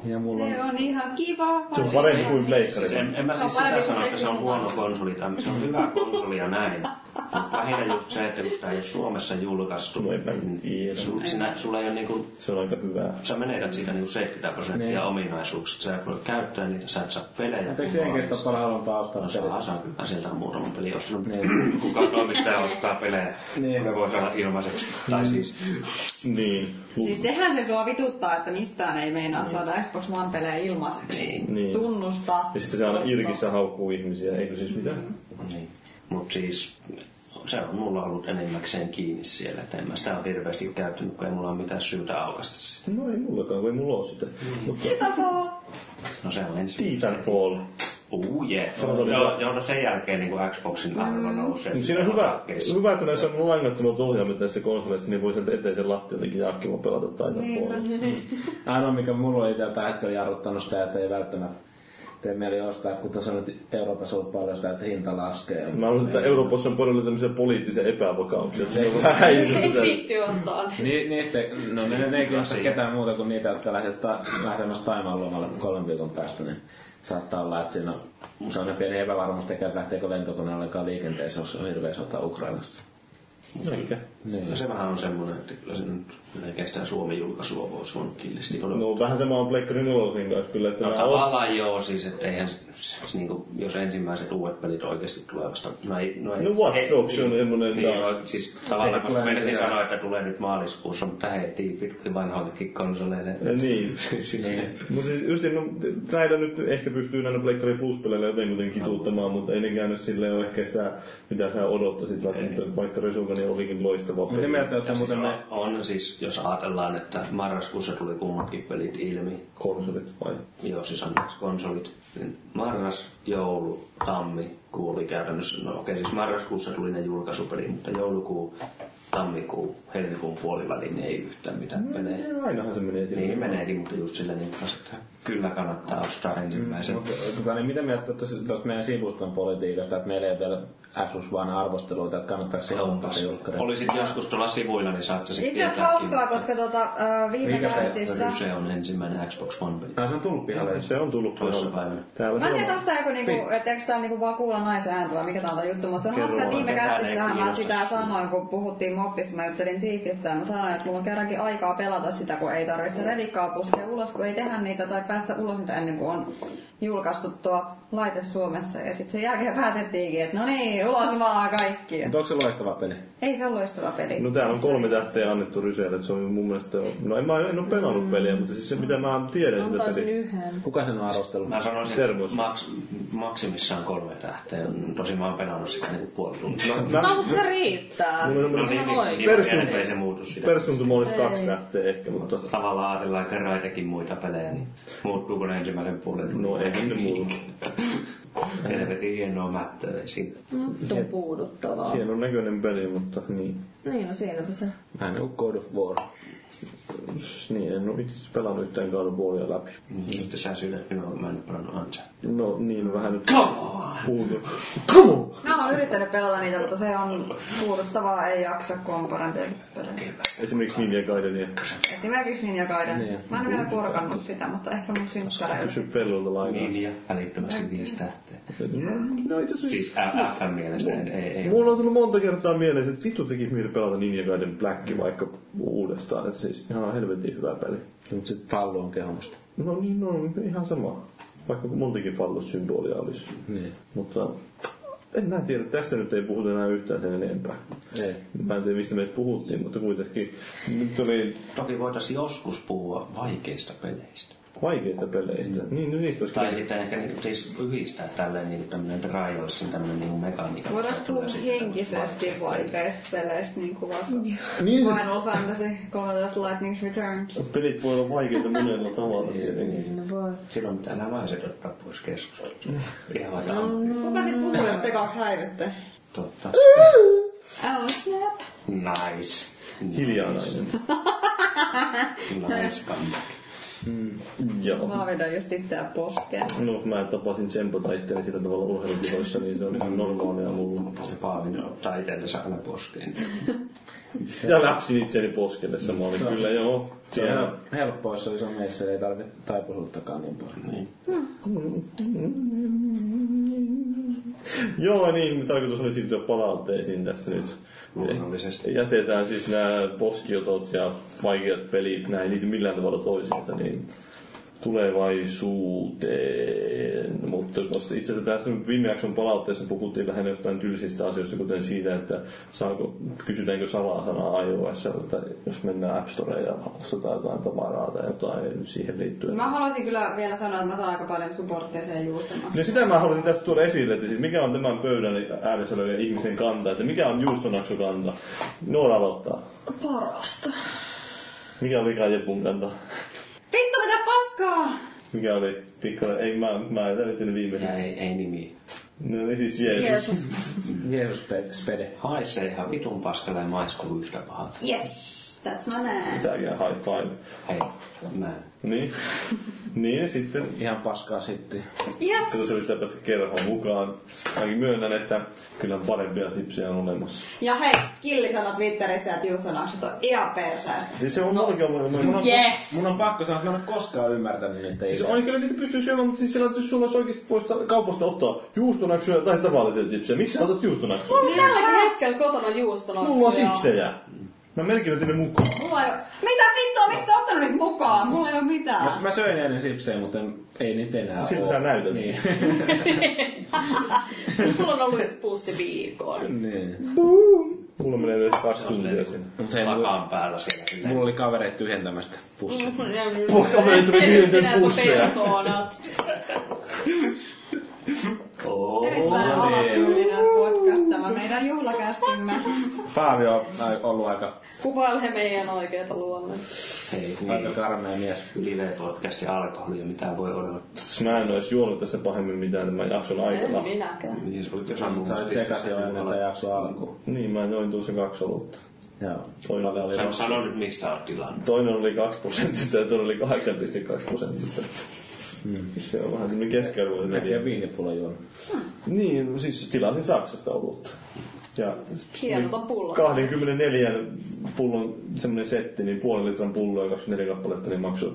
C: Ja mulla
I: se on ihan kiva.
G: Se on parempi kuin
H: Siis
G: pleikkari.
H: en, en mä
I: Se on
H: siis sitä
I: parempi
H: sano,
I: kuin
H: että se on
I: se-
H: huono konsoli tai se on hyvä konsoli ja näin. Mutta lähinnä just se, että kun sitä ei ole Suomessa julkaistu,
G: No enpä tiedä.
H: sun, sinä, sulla ei ole niinku
G: Se on aika hyvä.
H: sä menetät siitä niinku 70 prosenttia
C: Niin.
H: ominaisuuksista. Sä et voi käyttää niitä, sä et saa pelejä.
C: Eikö se enkestä ole paljon halvempaa ostaa?
H: No
C: peliä?
H: saa, saa kyllä sieltä on muutaman peli ostanut. Niin. Kuka toimittaja ostaa pelejä,
C: Niin.
H: niin. ne voi saada ilmaiseksi. Tai siis,
G: Niin.
I: Siis sehän se sua vituttaa, että mistään ei meinaa saada Xbox One-pelejä ilmaiseksi.
G: Niin.
I: Tunnusta.
G: Ja sitten se aina Irkissä haukkuu ihmisiä, eikö siis mitään?
H: niin. mut siis se on mulla ollut enimmäkseen kiinni siellä, että en mä sitä ole hirveästi käyttänyt, kun ei mulla ole mitään syytä aukasta sitä.
G: No ei mullakaan, kun ei mulla oo sitä. Mutta
I: Sitä vaan.
H: No se on ensin.
G: Titanfall.
H: Uu, jee.
G: Niin. Se on todella-
H: Joo, joo, no sen jälkeen niin kuin Xboxin arvo nousee.
G: No siinä on hyvä,
H: osakkeissa.
G: hyvä, että näissä on langattomat ohjaimet näissä konsoleissa, niin voi sieltä eteisen lattialtakin jakkima pelata Titanfallia.
C: Ainoa mikä mulla on itse tällä hetkellä jarruttanut sitä, että ei välttämättä tee mieli ostaa, kun tässä on nyt Euroopassa ollut paljon sitä, että hinta laskee.
G: Mä luulen, että Euroopassa on paljon tämmöisiä poliittisia epävakauksia. että Se on vähän
E: Ei
G: häiriötä.
E: sitten ostaa.
C: Ni, niistä, no ne, ne ei kiinnosta ketään muuta kuin niitä, jotka lähtee, ta, lähtee noista Taimaan lomalle kolmen viikon päästä, niin saattaa olla, että siinä on sellainen pieni epävarmuus tekee, että lähteekö lentokone ollenkaan liikenteessä, jos on hirveä sota Ukrainassa.
G: Eikä.
C: Niin.
H: No se vähän on semmoinen, että kyllä se nyt melkein Suomen julkaisua voisi voinut killisti odottaa.
G: No vähän sama on Pleikkari 4 kanssa kyllä, että
H: No
G: nämä on...
H: tavallaan joo, siis että eihän s- s- niinku, jos ensimmäiset uudet pelit oikeasti tulee vasta. No, ei, no, ei,
G: No Watch Dogs on semmonen
H: Niin,
G: taas.
H: no, siis tavallaan,
C: Sehän
H: koska
C: tulee
H: meinasin
C: nyt
H: sanoa, että tulee nyt maaliskuussa, mutta hei, tiipi tuli vanhoillekin konsoleille.
G: Ja Niin.
H: Siis-
G: Mutta *laughs* siis just no, näillä nyt ehkä pystyy näillä Pleikkari Plus-peleillä jotenkin kituuttamaan, mutta ei nekään nyt silleen ole ehkä sitä, mitä sä odottaisit, välttämättä, vaikka Resugani olikin loistava
C: Mitä
G: peli. siis
C: mieltä olette muuten ne?
H: On siis, jos ajatellaan, että marraskuussa tuli kummatkin pelit ilmi,
G: Konsolit vai?
H: Joo, siis anteeksi, konsolit. Niin Marras, joulu, tammi, kuu oli käytännössä. No okei, siis marraskuussa tuli ne julkaisupeli, mutta joulukuu, tammikuu, helmikuun puoliväliin niin ei yhtään mitään
C: Mm.
H: menee.
G: Niin, Ainahan se menee sillä.
H: Niin meneekin, mutta just sillä niin kanssa, että kyllä kannattaa ostaa
C: Mm,
H: ensimmäisen.
C: Mutta,
G: äh,
C: tota, niin mitä mieltä olette sit tuosta meidän sivuston politiikasta, että meillä ei ole vielä Xbox One arvosteluita, että kannattaako se ottaa se julkkari?
H: Olisit joskus tuolla sivuilla, niin saatte sitten
I: Itse asiassa
H: tietääkin.
I: hauskaa, koska tota, äh, viime
C: Mikä
I: kästissä...
H: se on ensimmäinen Xbox One peli.
C: No, se on tullut pihalle.
G: Se on tullut
H: Toissa
G: pihalle.
H: päivänä.
G: Täällä
I: Mä en
G: se
I: tiedä,
G: on.
I: onko tää joku, niinku, että eikö tää niinku vaan kuulla naisen ääntä vai mikä tää on tää juttu, mutta se on
G: Kerro
I: hauska, että
G: vaan.
I: viime
H: Ketään ei
I: kästissähän mä
H: kiinnosta
I: sitä
H: se.
I: sanoin, kun puhuttiin moppista, mä juttelin tiifistä ja mä sanoin, että mulla on kerrankin aikaa pelata sitä, kun ei tarvitse sitä revikkaa puskea ulos, kun ei tehdä niitä tai päästä ulos niitä ennen kuin on julkaistu tuo laite Suomessa. Ja sitten sen jälkeen päätettiinkin, että no niin, ulos vaan kaikki.
C: Mutta onko se loistava peli?
I: Ei se ole loistava peli.
G: No täällä on kolme tähteä annettu Ryseelle, että se on mun mielestä... No en, mä, en ole pelannut peliä, mutta siis se mitä mä tiedän sitä
E: Antaisin
G: peliä.
E: yhden.
C: Kuka sen on arvostellut?
H: Mä sanoisin,
G: Termos.
H: että maks, maksimissaan kolme tähteä. Tosin mä oon pelannut sitä niin kuin puoli tuntia.
G: Mä,
E: No, mutta se riittää.
G: Mulla on
E: Ihan
H: niin,
E: oikein.
H: niin,
G: Perustun-
H: niin, ei se muutu sitä.
G: Perstuntumo olisi
E: Ei.
G: kaksi tähteä ehkä, mutta...
H: *laughs* Tavallaan ajatellaan kerran jotenkin muita pelejä, niin muuttuuko ne ensimmäisen puolen?
G: No eihän ne muutu.
H: *laughs* Helvetin hienoa mättöä siitä.
E: Nyt on puuduttavaa.
G: Hienon näköinen peli, mutta niin.
E: Niin, no siinäpä se.
C: Mä en ole God of War.
G: Niin, en ole itse asiassa pelannut yhtään God of Waria läpi.
H: Mm-hmm. Nyt sä sydät minua, kun mä en ole pelannut Ansa.
G: No niin, vähän nyt puhuttu.
I: Mä oon yrittänyt pelata niitä, mutta se on puuduttavaa, ei jaksa, kun on parempi todella.
G: Esimerkiksi Ninja Gaidenia.
I: Esimerkiksi Ninja Gaiden.
C: Niin.
I: Mä en ole vielä purkannut sitä, mutta ehkä mun synkkäreillä.
G: Kysy pellulta lainaa.
H: Niin, ja välittömästi viisi tähteä.
G: No itse asiassa...
H: Siis ä- FM mielestä ei, ei, ei.
G: Mulla on tullut monta kertaa mieleen, että vittu teki mieli pelata Ninja Gaiden Black vaikka uudestaan. Että siis ihan helvetin hyvä peli.
C: Mut sit Fallu on kehumusta.
G: No niin, no ihan sama. Vaikka montakin fallossymbolia olisi.
C: Niin.
G: Mutta en mä tiedä, tästä nyt ei puhuta enää yhtään sen enempää.
C: Ei.
G: Mä en tiedä mistä me puhuttiin, mutta kuitenkin nyt oli
H: Toki voitaisiin joskus puhua vaikeista peleistä.
G: vaikeista peleistä. Mm. Niin, no niistä olisi
H: Tai sitten ehkä niinku, siis yhdistää tälleen niinku tämmönen trialsin tämmönen niinku mekaniikka.
I: Voidaanko puhua henkisesti vaikeista peleistä, niin kuin vaikka
G: Niin se-
I: Final Fantasy 13 Lightning's Return.
G: Pelit voi olla vaikeita monella tavalla tietenkin.
E: No voi.
H: Silloin pitää nämä asiat ottaa pois keskustelusta. Ihan vaikka Mm. no.
I: Kuka sit puhuu, jos te kaksi häivytte?
H: totta.
I: Oh snap.
H: Nice.
G: Hiljaa nainen.
H: Nice comeback.
G: Joo.
I: Mä vedän just itseä poskeen.
G: No, mä tapasin tsempata itseäni sillä tavalla urheilutiloissa, niin se on ihan normaalia mulla.
H: Se Paavin ottaa itsellensä aina poskeen.
G: Ja läpsin itseäni poskelle samalla, kyllä joo.
C: Se on
G: Siellä.
C: hel- helppoa, jos on iso mies, ei tarvi taipuisuuttakaan niin paljon. Niin.
G: Joo, niin, tarkoitus oli siirtyä palautteisiin tästä nyt.
H: Luonnollisesti.
G: Jätetään siis nämä poskiotot ja vaikeat pelit, nämä ei liity millään tavalla toisiinsa, niin tulevaisuuteen. Mutta koska itse asiassa tässä nyt viime jakson palautteessa puhuttiin lähinnä jostain tylsistä asioista, kuten siitä, että saako, kysytäänkö salasanaa iOS, että jos mennään App Storeen ja ostetaan jotain tavaraa tai jotain siihen liittyen.
I: Mä haluaisin kyllä vielä sanoa, että mä saan aika paljon supporttia siihen juustamaan.
G: No sitä mä haluaisin tässä tuoda esille, että siis mikä on tämän pöydän ääressä olevien ihmisten kanta, että mikä on juustonaksukanta. Noora aloittaa.
E: Parasta.
G: Mikä oli Kajepun kanta?
I: Vittu mitä paskaa!
G: Mikä oli pikkainen? Ei, mä, mä en täyttänyt
H: Ja
G: viimeiseksi.
H: ei, ei nimi.
G: No niin siis Jeesus.
E: Jeesus.
C: Jeesus pe- spede.
H: Haisee ihan vitun paskalle ja maistuu yhtä pahalta.
I: Yes, that's my man.
G: Tääkin on high five.
H: Hei, mä
G: Niin. niin ja sitten
C: Ihan paskaa sitten.
G: Kato, se
I: Yes!
G: yrittää päästä kerhoon mukaan. Mäkin myönnän, että kyllä parempia sipsejä on olemassa.
I: Ja hei, Killi sanoi Twitterissä, että juustanaukset on ihan persäistä.
G: Siis se on no. mullakin on, mun, on,
E: Yes!
C: Mun on pakko sanoa, että mä en ole koskaan ymmärtänyt niitä
G: Siis
C: ideoita.
G: on kyllä niitä pystyy syömään, mutta siis sillä, että jos sulla olisi oikeasti voisi kaupasta ottaa juustonaksuja tai tavallisia sipsejä, miksi sä otat juustonaksuja?
L: Tällä hetkellä kotona juustonoksia.
G: Mulla on sipsejä. Mä melkein otin ne mukaan.
I: Mulla ei oo... Mitä vittua, miksi te ottanut niitä mukaan? Mulla ei oo mitään.
C: Mä, mä söin ennen sipsejä, mutta en- ei niitä enää
G: Siltä
C: oo.
G: sä näytät.
C: Niin.
E: Mulla on ollut yksi pussi viikoon.
C: *laughs* niin.
G: Mulla menee nyt kaksi tuntia sinne.
C: Mut hei, mulla,
H: lakaan päällä siellä. silleen.
C: mulla oli kavereita tyhjentämästä pussia.
G: Puhkaverit tuli niiden pusseja.
E: persoonat.
I: Erittäin alatyylinen podcast tämä meidän juhlakästimme.
C: Fabio on ai- ollut aika,
E: Kuvaile meidän oikeeta luonne.
H: Hei,
C: aika
H: niin.
C: karmea mies.
H: live-podcast ja alkoholia, mitä voi olla.
G: Siis Mä en ois juonut tässä pahemmin mitään tämän jakson
E: En
G: aikana.
E: minäkään.
H: Niin, se oli
C: Sä olit sekaisin jo ennen tätä jaksoa alkuun.
G: Niin, mä noin tuossa kaksi olutta.
C: Joo.
G: Toinen oli,
H: Sano, sano nyt, mistä on tilanne.
G: toinen oli 2 prosentista ja toinen oli 8,2 prosentista. Siis Se on vähän tämmöinen keskiarvoinen.
C: Ja
G: media.
C: viinipullo juonut.
G: Niin, no siis tilasin Saksasta olutta. Ja
E: Hienolta pullolla.
G: 24 pullon semmoinen setti, niin puolen litran pullo ja 24 kappaletta, niin maksoi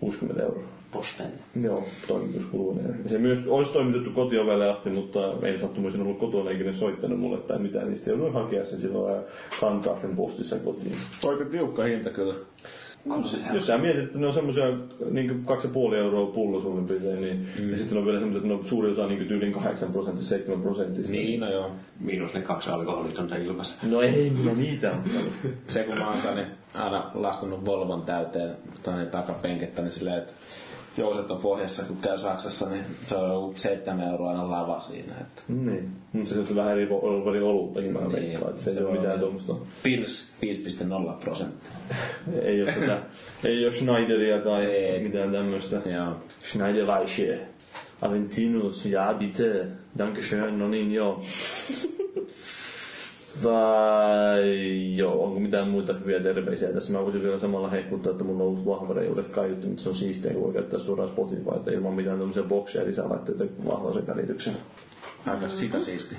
G: 60 euroa.
H: Posteen.
G: Joo, toimituskuluinen. Se myös olisi toimitettu kotiovelle asti, mutta ei sattumoisin ollut kotona eikä ne soittanut mulle tai mitään. Niistä jouduin hakea sen silloin ja kantaa sen postissa kotiin.
C: Aika tiukka hinta kyllä.
G: No, se- Jos sä mietit, että ne on semmoisia niin 2,5 euroa pullo suurin piirtein, niin, mm. ja sitten on vielä semmoisia, että ne on suuri osa niin tyyliin 8 prosenttia, 7 prosentista.
C: Niin, no joo.
H: Miinus ne kaksi alkoholitonta ilmassa.
G: No ei minä niitä on.
C: Se kun mä oon tänne aina lastanut Volvon täyteen tänne takapenkettä, niin silleen, että jouset on pohjassa, kun käy Saksassa, niin se on joku 7 euroa aina lava siinä. Että
G: *laughs* niin. Mutta se on vähän eri, ol- eri oluttakin mä veikkaan, että se, ei
C: Niin, se
G: ole
C: voi
G: mitään
C: olla.
G: tuommoista.
C: Pils 5,0 prosenttia.
G: Ei ole tätä, ei ole Schneideria tai
C: Ei.
G: mitään tämmöistä.
C: Joo.
G: Schneiderweiche. Aventinus, ja bitte. Dankeschön, no niin joo. Vai joo, onko mitään muita hyviä terveisiä tässä? Mä voisin vielä samalla hehkuttaa, että mulla on uusi vahvara ei ole kaiuttu, mutta se on siistiä, kun voi käyttää suoraan Spotifyta ilman mitään tämmöisiä bokseja lisälaitteita vahvaisen välityksen.
C: Aika sitä siistiä.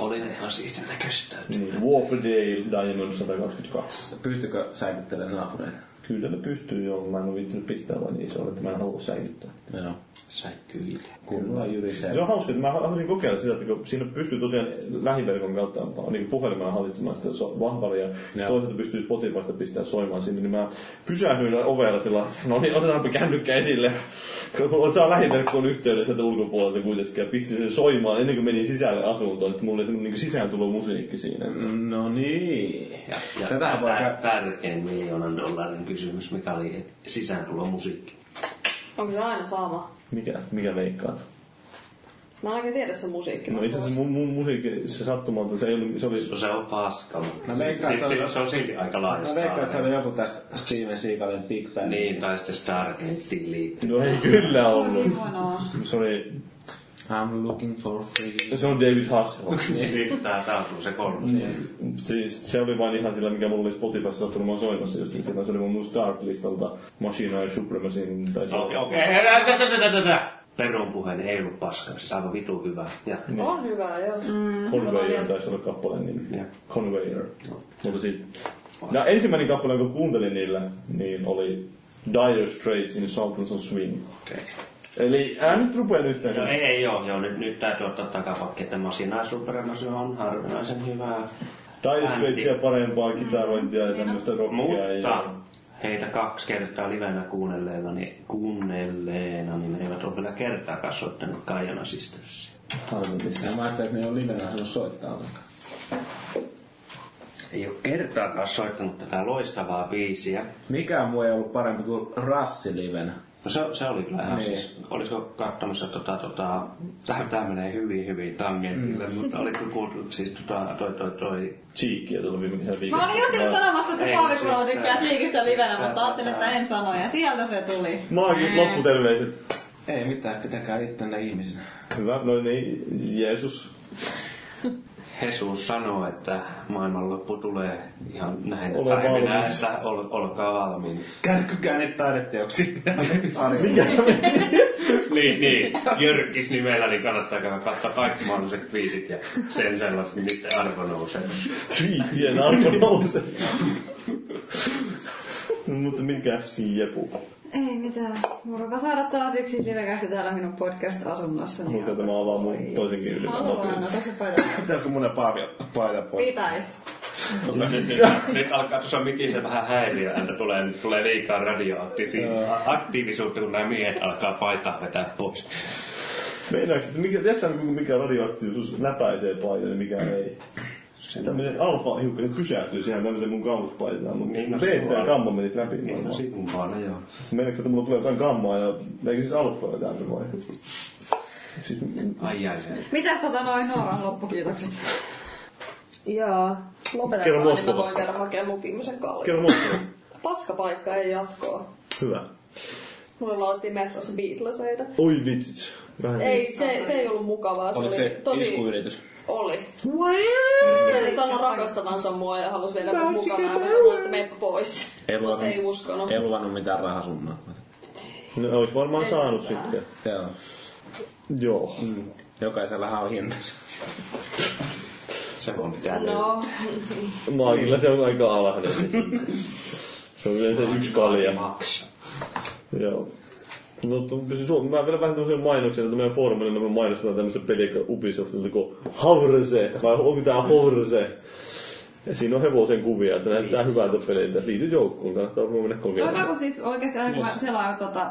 H: Oli ne ihan siistin näköistä.
C: No.
G: Niin, Warfordale Diamond 122.
C: Pystyykö säilyttelemään naapureita?
G: Kyllä ne pystyy joo, mä en ole viittinyt pistää vaan niin isolle, että mä en halua säilyttää.
C: Joo.
H: Säikkyy itse.
C: Kunnolla jyrisee.
G: Se on hauska, että mä haluaisin kokeilla sitä, että kun siinä pystyy tosiaan lähiverkon kautta niin puhelimella hallitsemaan sitä so- vahvaria, ja
C: Joo.
G: toisaalta pystyy Spotifysta pistää soimaan sinne, niin mä pysähdyin ovella sillä, no niin, otetaanpa kännykkä esille. Kun saa lähiverkkoon yhteyden sieltä ulkopuolelta kuitenkin ja pistin sen soimaan ennen kuin menin sisälle asuntoon, että mulla oli semmoinen niin sisääntulomusiikki siinä.
C: No niin.
H: Ja, ja
C: Tätä voi
H: tär-
C: kä-
H: tärkein miljoonan dollarin kysymys, mikä oli sisääntulomusiikki.
E: Onko se aina sama?
G: Mikä, mikä veikkaat?
E: Mä en oikein tiedä se musiikki.
G: No itse asiassa mun, mun musiikki, se sattumalta, se ei ollut, se oli
H: No se on paska.
C: Mä veikkaan,
H: se,
C: se
H: se,
C: on-
H: se on silti aika
C: Mä veikkaan, että se
H: laajasta.
C: No oli joku tästä Steven Seagalin Big Bang.
H: Niin, tai sitten Stargateen liittyy.
G: No ei kyllä ollut.
E: Hienoa.
G: Se, oli,
C: I'm looking for free.
G: se on David Hasselhoff.
H: Niin, tää taas on se kolmas.
C: Niin.
G: Siis se oli vain ihan sillä, mikä mulla oli Spotifyssa sattunut, mä oon soimassa just niin sillä. Se oli mun mun Start-listalta Machina ja Supremacy. Tai se
H: Okei, okei. Älä, älä, älä, älä, älä, älä. Perun puheen ei ollut paskaa, siis aivan vitu hyvä. Ja,
E: On hyvä, joo.
G: Mm. Conveyor taisi olla kappaleen nimi.
H: Joo.
G: niin Conveyor. Mutta siis, ja ensimmäinen kappale, jonka kuuntelin niillä, niin oli Dire Straits in Sultans on Swing.
H: okei.
G: Eli ää nyt rupea yhtään.
H: No ei, ei joo, joo, nyt, nyt täytyy ottaa takapakki, että Masina Supremacy on harvinaisen hyvää.
G: Dire Straitsia parempaa kitarointia ja tämmöistä rockia.
H: Mutta
G: Ja...
H: heitä kaksi kertaa livenä kuunnelleena, niin kuunnelleena, niin ne eivät ole vielä kertaakaan soittanut Kaijana Sistersia.
G: Harmillista.
C: Mä ajattelin, että ne on livenä saanut soittaa ollenkaan.
H: Ei ole kertaakaan soittanut tätä loistavaa biisiä.
C: Mikään muu ei ollut parempi kuin Rassi livenä.
H: No se, se oli kyllä ihan
C: Niin.
H: siis, olisiko katsomassa tota, tota, tämä, tämä menee hyvin hyvin tangentille,
G: Mm.
H: mutta oliko kuullut siis tota, toi toi toi
G: Cheekkiä tuolla viime kesän viikolla.
I: Mä olin just sanomassa, että
H: Ei,
I: Paavi Kuola
H: siis
I: tykkää
H: tää-
I: liikistä livenä, mutta
H: tää-
I: ajattelin, että
H: tää-
I: en sano. Ja sieltä se tuli.
G: Maakin lopputerveiset.
C: Ei mitään, pitäkää ittenne ihmisenä.
G: Hyvä, no niin, Jeesus.
H: Jesus sanoo, että maailmanloppu tulee ihan näin
G: Ole
H: päivinä,
G: valmis.
H: että ol, olkaa valmiin.
C: Kärkkykää niitä taideteoksia.
H: niin, niin. Jörkis nimellä, niin kannattaa käydä katsoa kaikki mahdolliset viitit ja sen sellaiset, niin niiden arvo nousee.
G: Twiittien arko nousee. No, Mutta mikä siepu?
I: Ei mitään. Mukava saada taas yksi livekäsi täällä minun podcast-asunnossani.
G: Mutta tämä avaa mun toisenkin yli.
I: Haluan, no tässä paita.
C: Pitääkö mun paavia paita pois?
I: Pitäis.
H: Mutta nyt, nyt, nyt alkaa tuossa mikisen vähän häiriö, että tulee, tulee liikaa radioaktiivisuutta, aktiivisuutta, kun nämä miehet alkaa paitaa vetää pois.
G: Meinaatko, että mikä, tiedätkö sä, mikä radioaktiivisuus läpäisee paidan ja mikä ei? Tämmöisen alfa-hiukkaset pysähtyy siihen tämmöiseen mun gauspaitaan, mutta
H: Niin, no
G: se,
H: se
G: että
H: on.
G: gamma menisi läpi.
H: Niin, no
G: varmaan.
H: sivun vaan, joo.
G: Meinaatko, että mulla tulee jotain gammaa ja eikö siis alfaa täältä vai? Siis,
H: Ai ai se.
I: Mitäs tota noin Nooran loppukiitokset?
E: Joo. Lopetetaan,
G: Kerro
E: niin mä
G: Moskovasta.
E: voin käydä hakemaan mun viimeisen kallin.
G: kerro mulle.
E: Paskapaikka ei jatkoa.
G: Hyvä.
E: Mulle laulettiin metrossa Beatleseita.
G: Oi vitsit. Vähän
E: Ei, se, se ei ollut mukavaa.
C: *laughs*
E: Se
C: Oliko
E: oli
C: se
E: tosi...
C: iskuyritys?
E: Oli. Se sanoi rakastavansa mua ja halusi vielä mun mukana ja mä sanoin, että meipä pois.
C: Ei
E: Mut se
C: luvannut-
E: ei uskonut.
C: Ei luvannut mitään rahasummaa.
G: No, olisi varmaan
E: Ei
G: saanut
E: sitä.
G: sitten.
C: Joo.
G: Joo.
C: Mm. Jokaisella on hintansa.
H: Se voi pitää
E: No,
G: Maagilla se on aika alhainen. se hinta. se on yleensä yksi kalja.
H: maksaa.
G: Joo. No, tu- pysy Suomi. Mä vielä vähän tämmöisen mainoksen, että meidän foorumilla me mainostetaan tämmöistä peliä kuin Ubisoftilta kuin Havrese, vai onko tää Horse? Ja siinä on hevosen kuvia, että näyttää
C: Niin.
G: hyvältä peliltä. Liity joukkoon, kannattaa varmaan mennä
E: Voidaan
G: kokeilemaan.
E: kun siis oikeasti aina kun selaa tota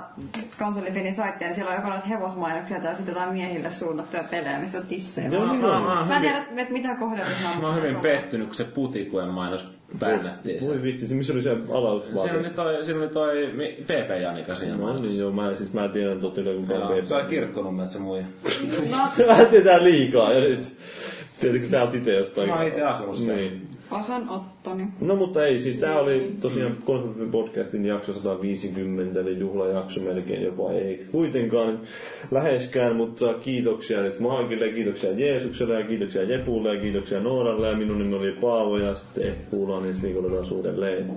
E: konsolifinin saittia, niin siellä on joko noita hevosmainoksia tai sitten jotain miehille suunnattuja pelejä, missä on tissejä.
G: Joo,
C: Mä,
G: niin
C: mä,
G: on.
C: mä, oon
E: Mä en
C: hyvin,
E: tiedä, että mitä kohderyhmää
C: mä oon hyvin pettynyt, kun se putikuen mainos bännättiin. sitä.
G: Voi vitsi, se- missä oli se
C: Siinä
G: alausvaate?
C: oli toi, siinä oli toi mi- PP Janika siinä
G: No
C: mainoksessa.
G: niin joo, mä, siis mä tiedän totta kai kukaan
C: Joo, Se
G: VP.
C: on kirkkonummet se muija.
E: No,
G: *laughs* Mä tiedän liikaa ja nyt. Tietenkin tää on ite jostain.
C: Mä oon ite asunut siellä.
G: Niin.
E: Osan Ottoni.
G: No mutta ei, siis tää oli tosiaan Konsolifin podcastin jakso 150, eli juhlajakso melkein jopa ei kuitenkaan läheskään, mutta kiitoksia nyt Maagille, kiitoksia Jeesukselle ja kiitoksia Jepulle ja kiitoksia Nooralle ja minun nimeni oli Paavo ja sitten ehkä kuullaan ensi viikolla taas uudelleen.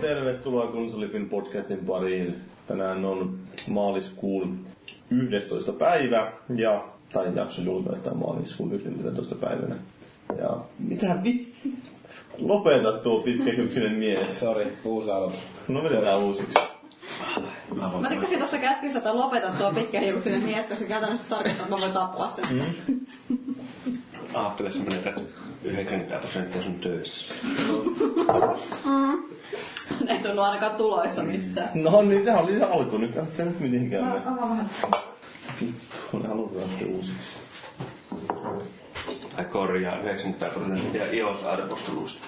G: Tervetuloa Konsolifin podcastin pariin. Tänään on maaliskuun 11. päivä ja tai jakso julkaistaan maaliskuun 11. päivänä. Ja mitä vittu? Lopeta tuo pitkäkyksinen mies.
C: Sori, uusi aloitus.
G: No vedetään uusiksi.
E: Mä tykkäsin tosta käskystä, että lopeta tuo pitkähiuksinen mies, koska käytännössä tarkoittaa, että mä voin tappaa sen.
H: Mm. Aattele sä menetät 90 prosenttia sun töistä.
E: *laughs* Ne ei tunnu ainakaan tuloissa missään.
G: No niin, tää oli se alku nyt. Älä sä nyt mitenkään mene.
E: Avaa vähän.
G: Vittu, ne halutaan sitten uusiksi.
H: Tai korjaa 90 prosenttia iOS-arvosteluista.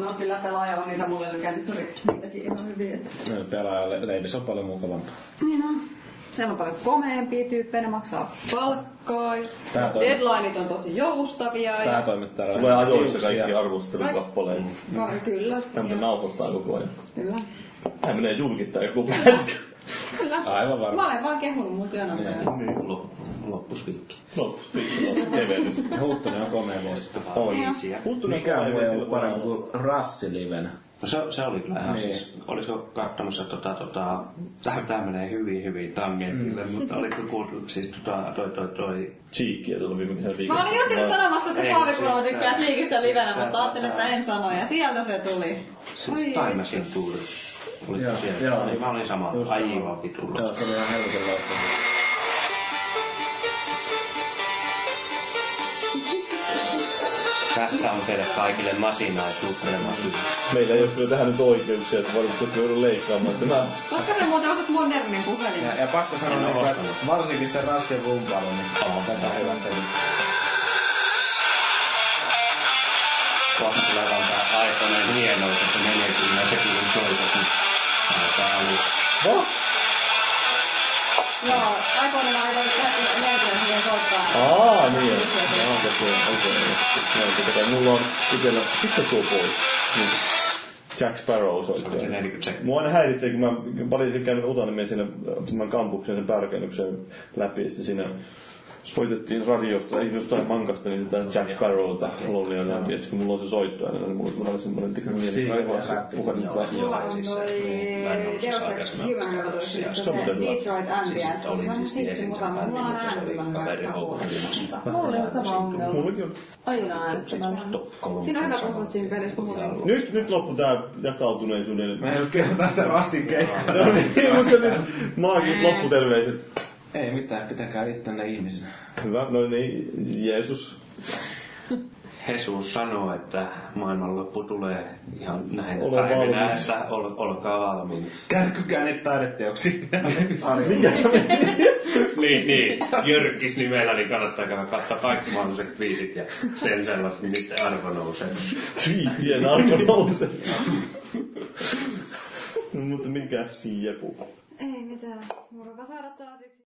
E: No kyllä pelaaja on niitä mulle lykännyt, sori. Niitäkin ihan hyvin. että-
C: Pelaajalle leidissä on paljon mukavampaa.
E: Niin on. Siellä on paljon komeempia tyyppejä, ne maksaa palkkaa.
C: Tää toi-
E: Deadlineit on tosi joustavia. Ja...
C: Päätoimittaja
G: Tulee ajoissa
C: Kiitoksia.
G: kaikki arvostelukappaleet.
E: Vai, kyllä.
G: Tämä
E: Ja-
G: nauhoittaa koko ajan.
E: Kyllä.
G: Tää menee julkittaa
C: *laughs*
G: joku pätkä.
E: Kyllä.
C: Aivan
E: Mä
C: varmaan.
E: olen vaan kehunut mun
H: Niin.
E: työnantajaa.
H: Loppuspiikki.
G: Lopussa pikku kevennys.
C: Huuttunen on komea mies.
G: On.
H: Biisiä.
G: Huttunen
C: Mikä
G: kova
C: on
G: ei
C: vielä
G: ole parempi
C: parempi
G: kuin...
C: kuin rassiliven?
H: No se, se oli kyllä ihan
C: Niin.
H: niin. siis, olisiko katsomassa tota, tota, tämä menee hyvin hyvin tangentille, mm. mutta oliko kuultu siis tota, toi toi toi
G: Cheekkiä tuolla viime kesän viikolla.
E: Mä olin just nyt sanomassa, että
H: Ei,
E: paavikulma
H: siis
E: tykkää
H: tää-
E: liikistä
H: siis
E: livenä,
H: tää-
E: mutta ajattelin, että en sano. Ja sieltä se tuli.
H: siis
E: Oi,
H: Taimasin tuuri. Oli
C: Joo,
H: siellä.
C: joo.
H: niin mä olin sama.
C: Just
H: Aivan vitulla.
C: Joo, se oli ihan helvetinlaista.
H: Tässä on teille kaikille masinaisuutta ja masinaisuutta.
G: Meillä ei ole kyllä tähän nyt oikeuksia, että varmasti se joudun leikkaamaan. Tämä
E: Koska sä muuten osat modernin
C: Ja,
E: puhelimen?
C: ja pakko sanoa,
H: En
C: niin,
H: ole
C: että varsinkin se rassin rumpalo, niin on tätä hyvät sen.
H: kohta tulee vaan tää aikoinen hienous, että menee kyllä se kun soitat. niin Tää oli
E: Joo, aikoinaan aivan jälkeen siihen soittaa.
G: Aa, niin. Joo, okei, okei. Joo, tota, Mulla on itellä... Pistä tuo pois. Niin. Jack Sparrow soittaa.
H: se 40
G: Mua aina häiritsee, kun mä paljon käyn Otanimeen siinä äh, tämän kampuksen sen pärkennyksen läpi, ja sitten siinä soitettiin radiosta, ei jostain mankasta, niin sitä Jack Sparrowta Lonnia läpi, ja sitten kun mulla on se soitto aina, niin mulla on semmoinen tikka mieli, mä ihan se puhelin päässä.
E: Mulla
H: Joo,
E: on
H: siis
E: toi
H: se, niin, Land of
E: Deus
H: Society,
E: Ex
H: mä
E: Human
H: tykkään
E: Revolution,
H: siitä.
E: se
G: Se on muuten hyvä.
E: Detroit Ambient. Se on
H: Siis
E: ihan
H: oli tietysti
E: siisti musa, mutta mulla on
H: esiintyvä bändi,
E: äänettömän
H: mutta
E: kanssa
H: kaveri
E: huono.
H: houkuttelemassa.
M: Mulla on sama ongelma.
G: Mullakin on.
M: Aina äänettömän.
E: Siinä on hyvä konsult siinä pelissä muuten.
G: Nyt, nyt loppu tää jakautuneisuuden. *laughs*
C: Mä en ole kerran tästä rassin keikkaa.
G: No niin, mutta nyt maagit lopputerveiset.
C: Ei mitään, pitäkää ittenne ihmisenä.
G: Hyvä, no niin, Jeesus.
H: Hesus sanoo, että maailmanloppu tulee ihan näin
G: Ole
H: päivinä,
G: valmis.
H: että ol, olkaa valmiina.
C: Kärkykää niitä taideteoksia.
H: *laughs*
G: *laughs*
H: niin, niin. Jyrkis nimellä, niin kannattaa käydä katsoa kaikki mahdolliset viitit ja sen sellaiset, niin niiden arvo nousee.
G: Tviittien alkoi nousee. *laughs* No, mutta mikä siinä jepu?
E: Ei mitään. Murva saada taas yksi.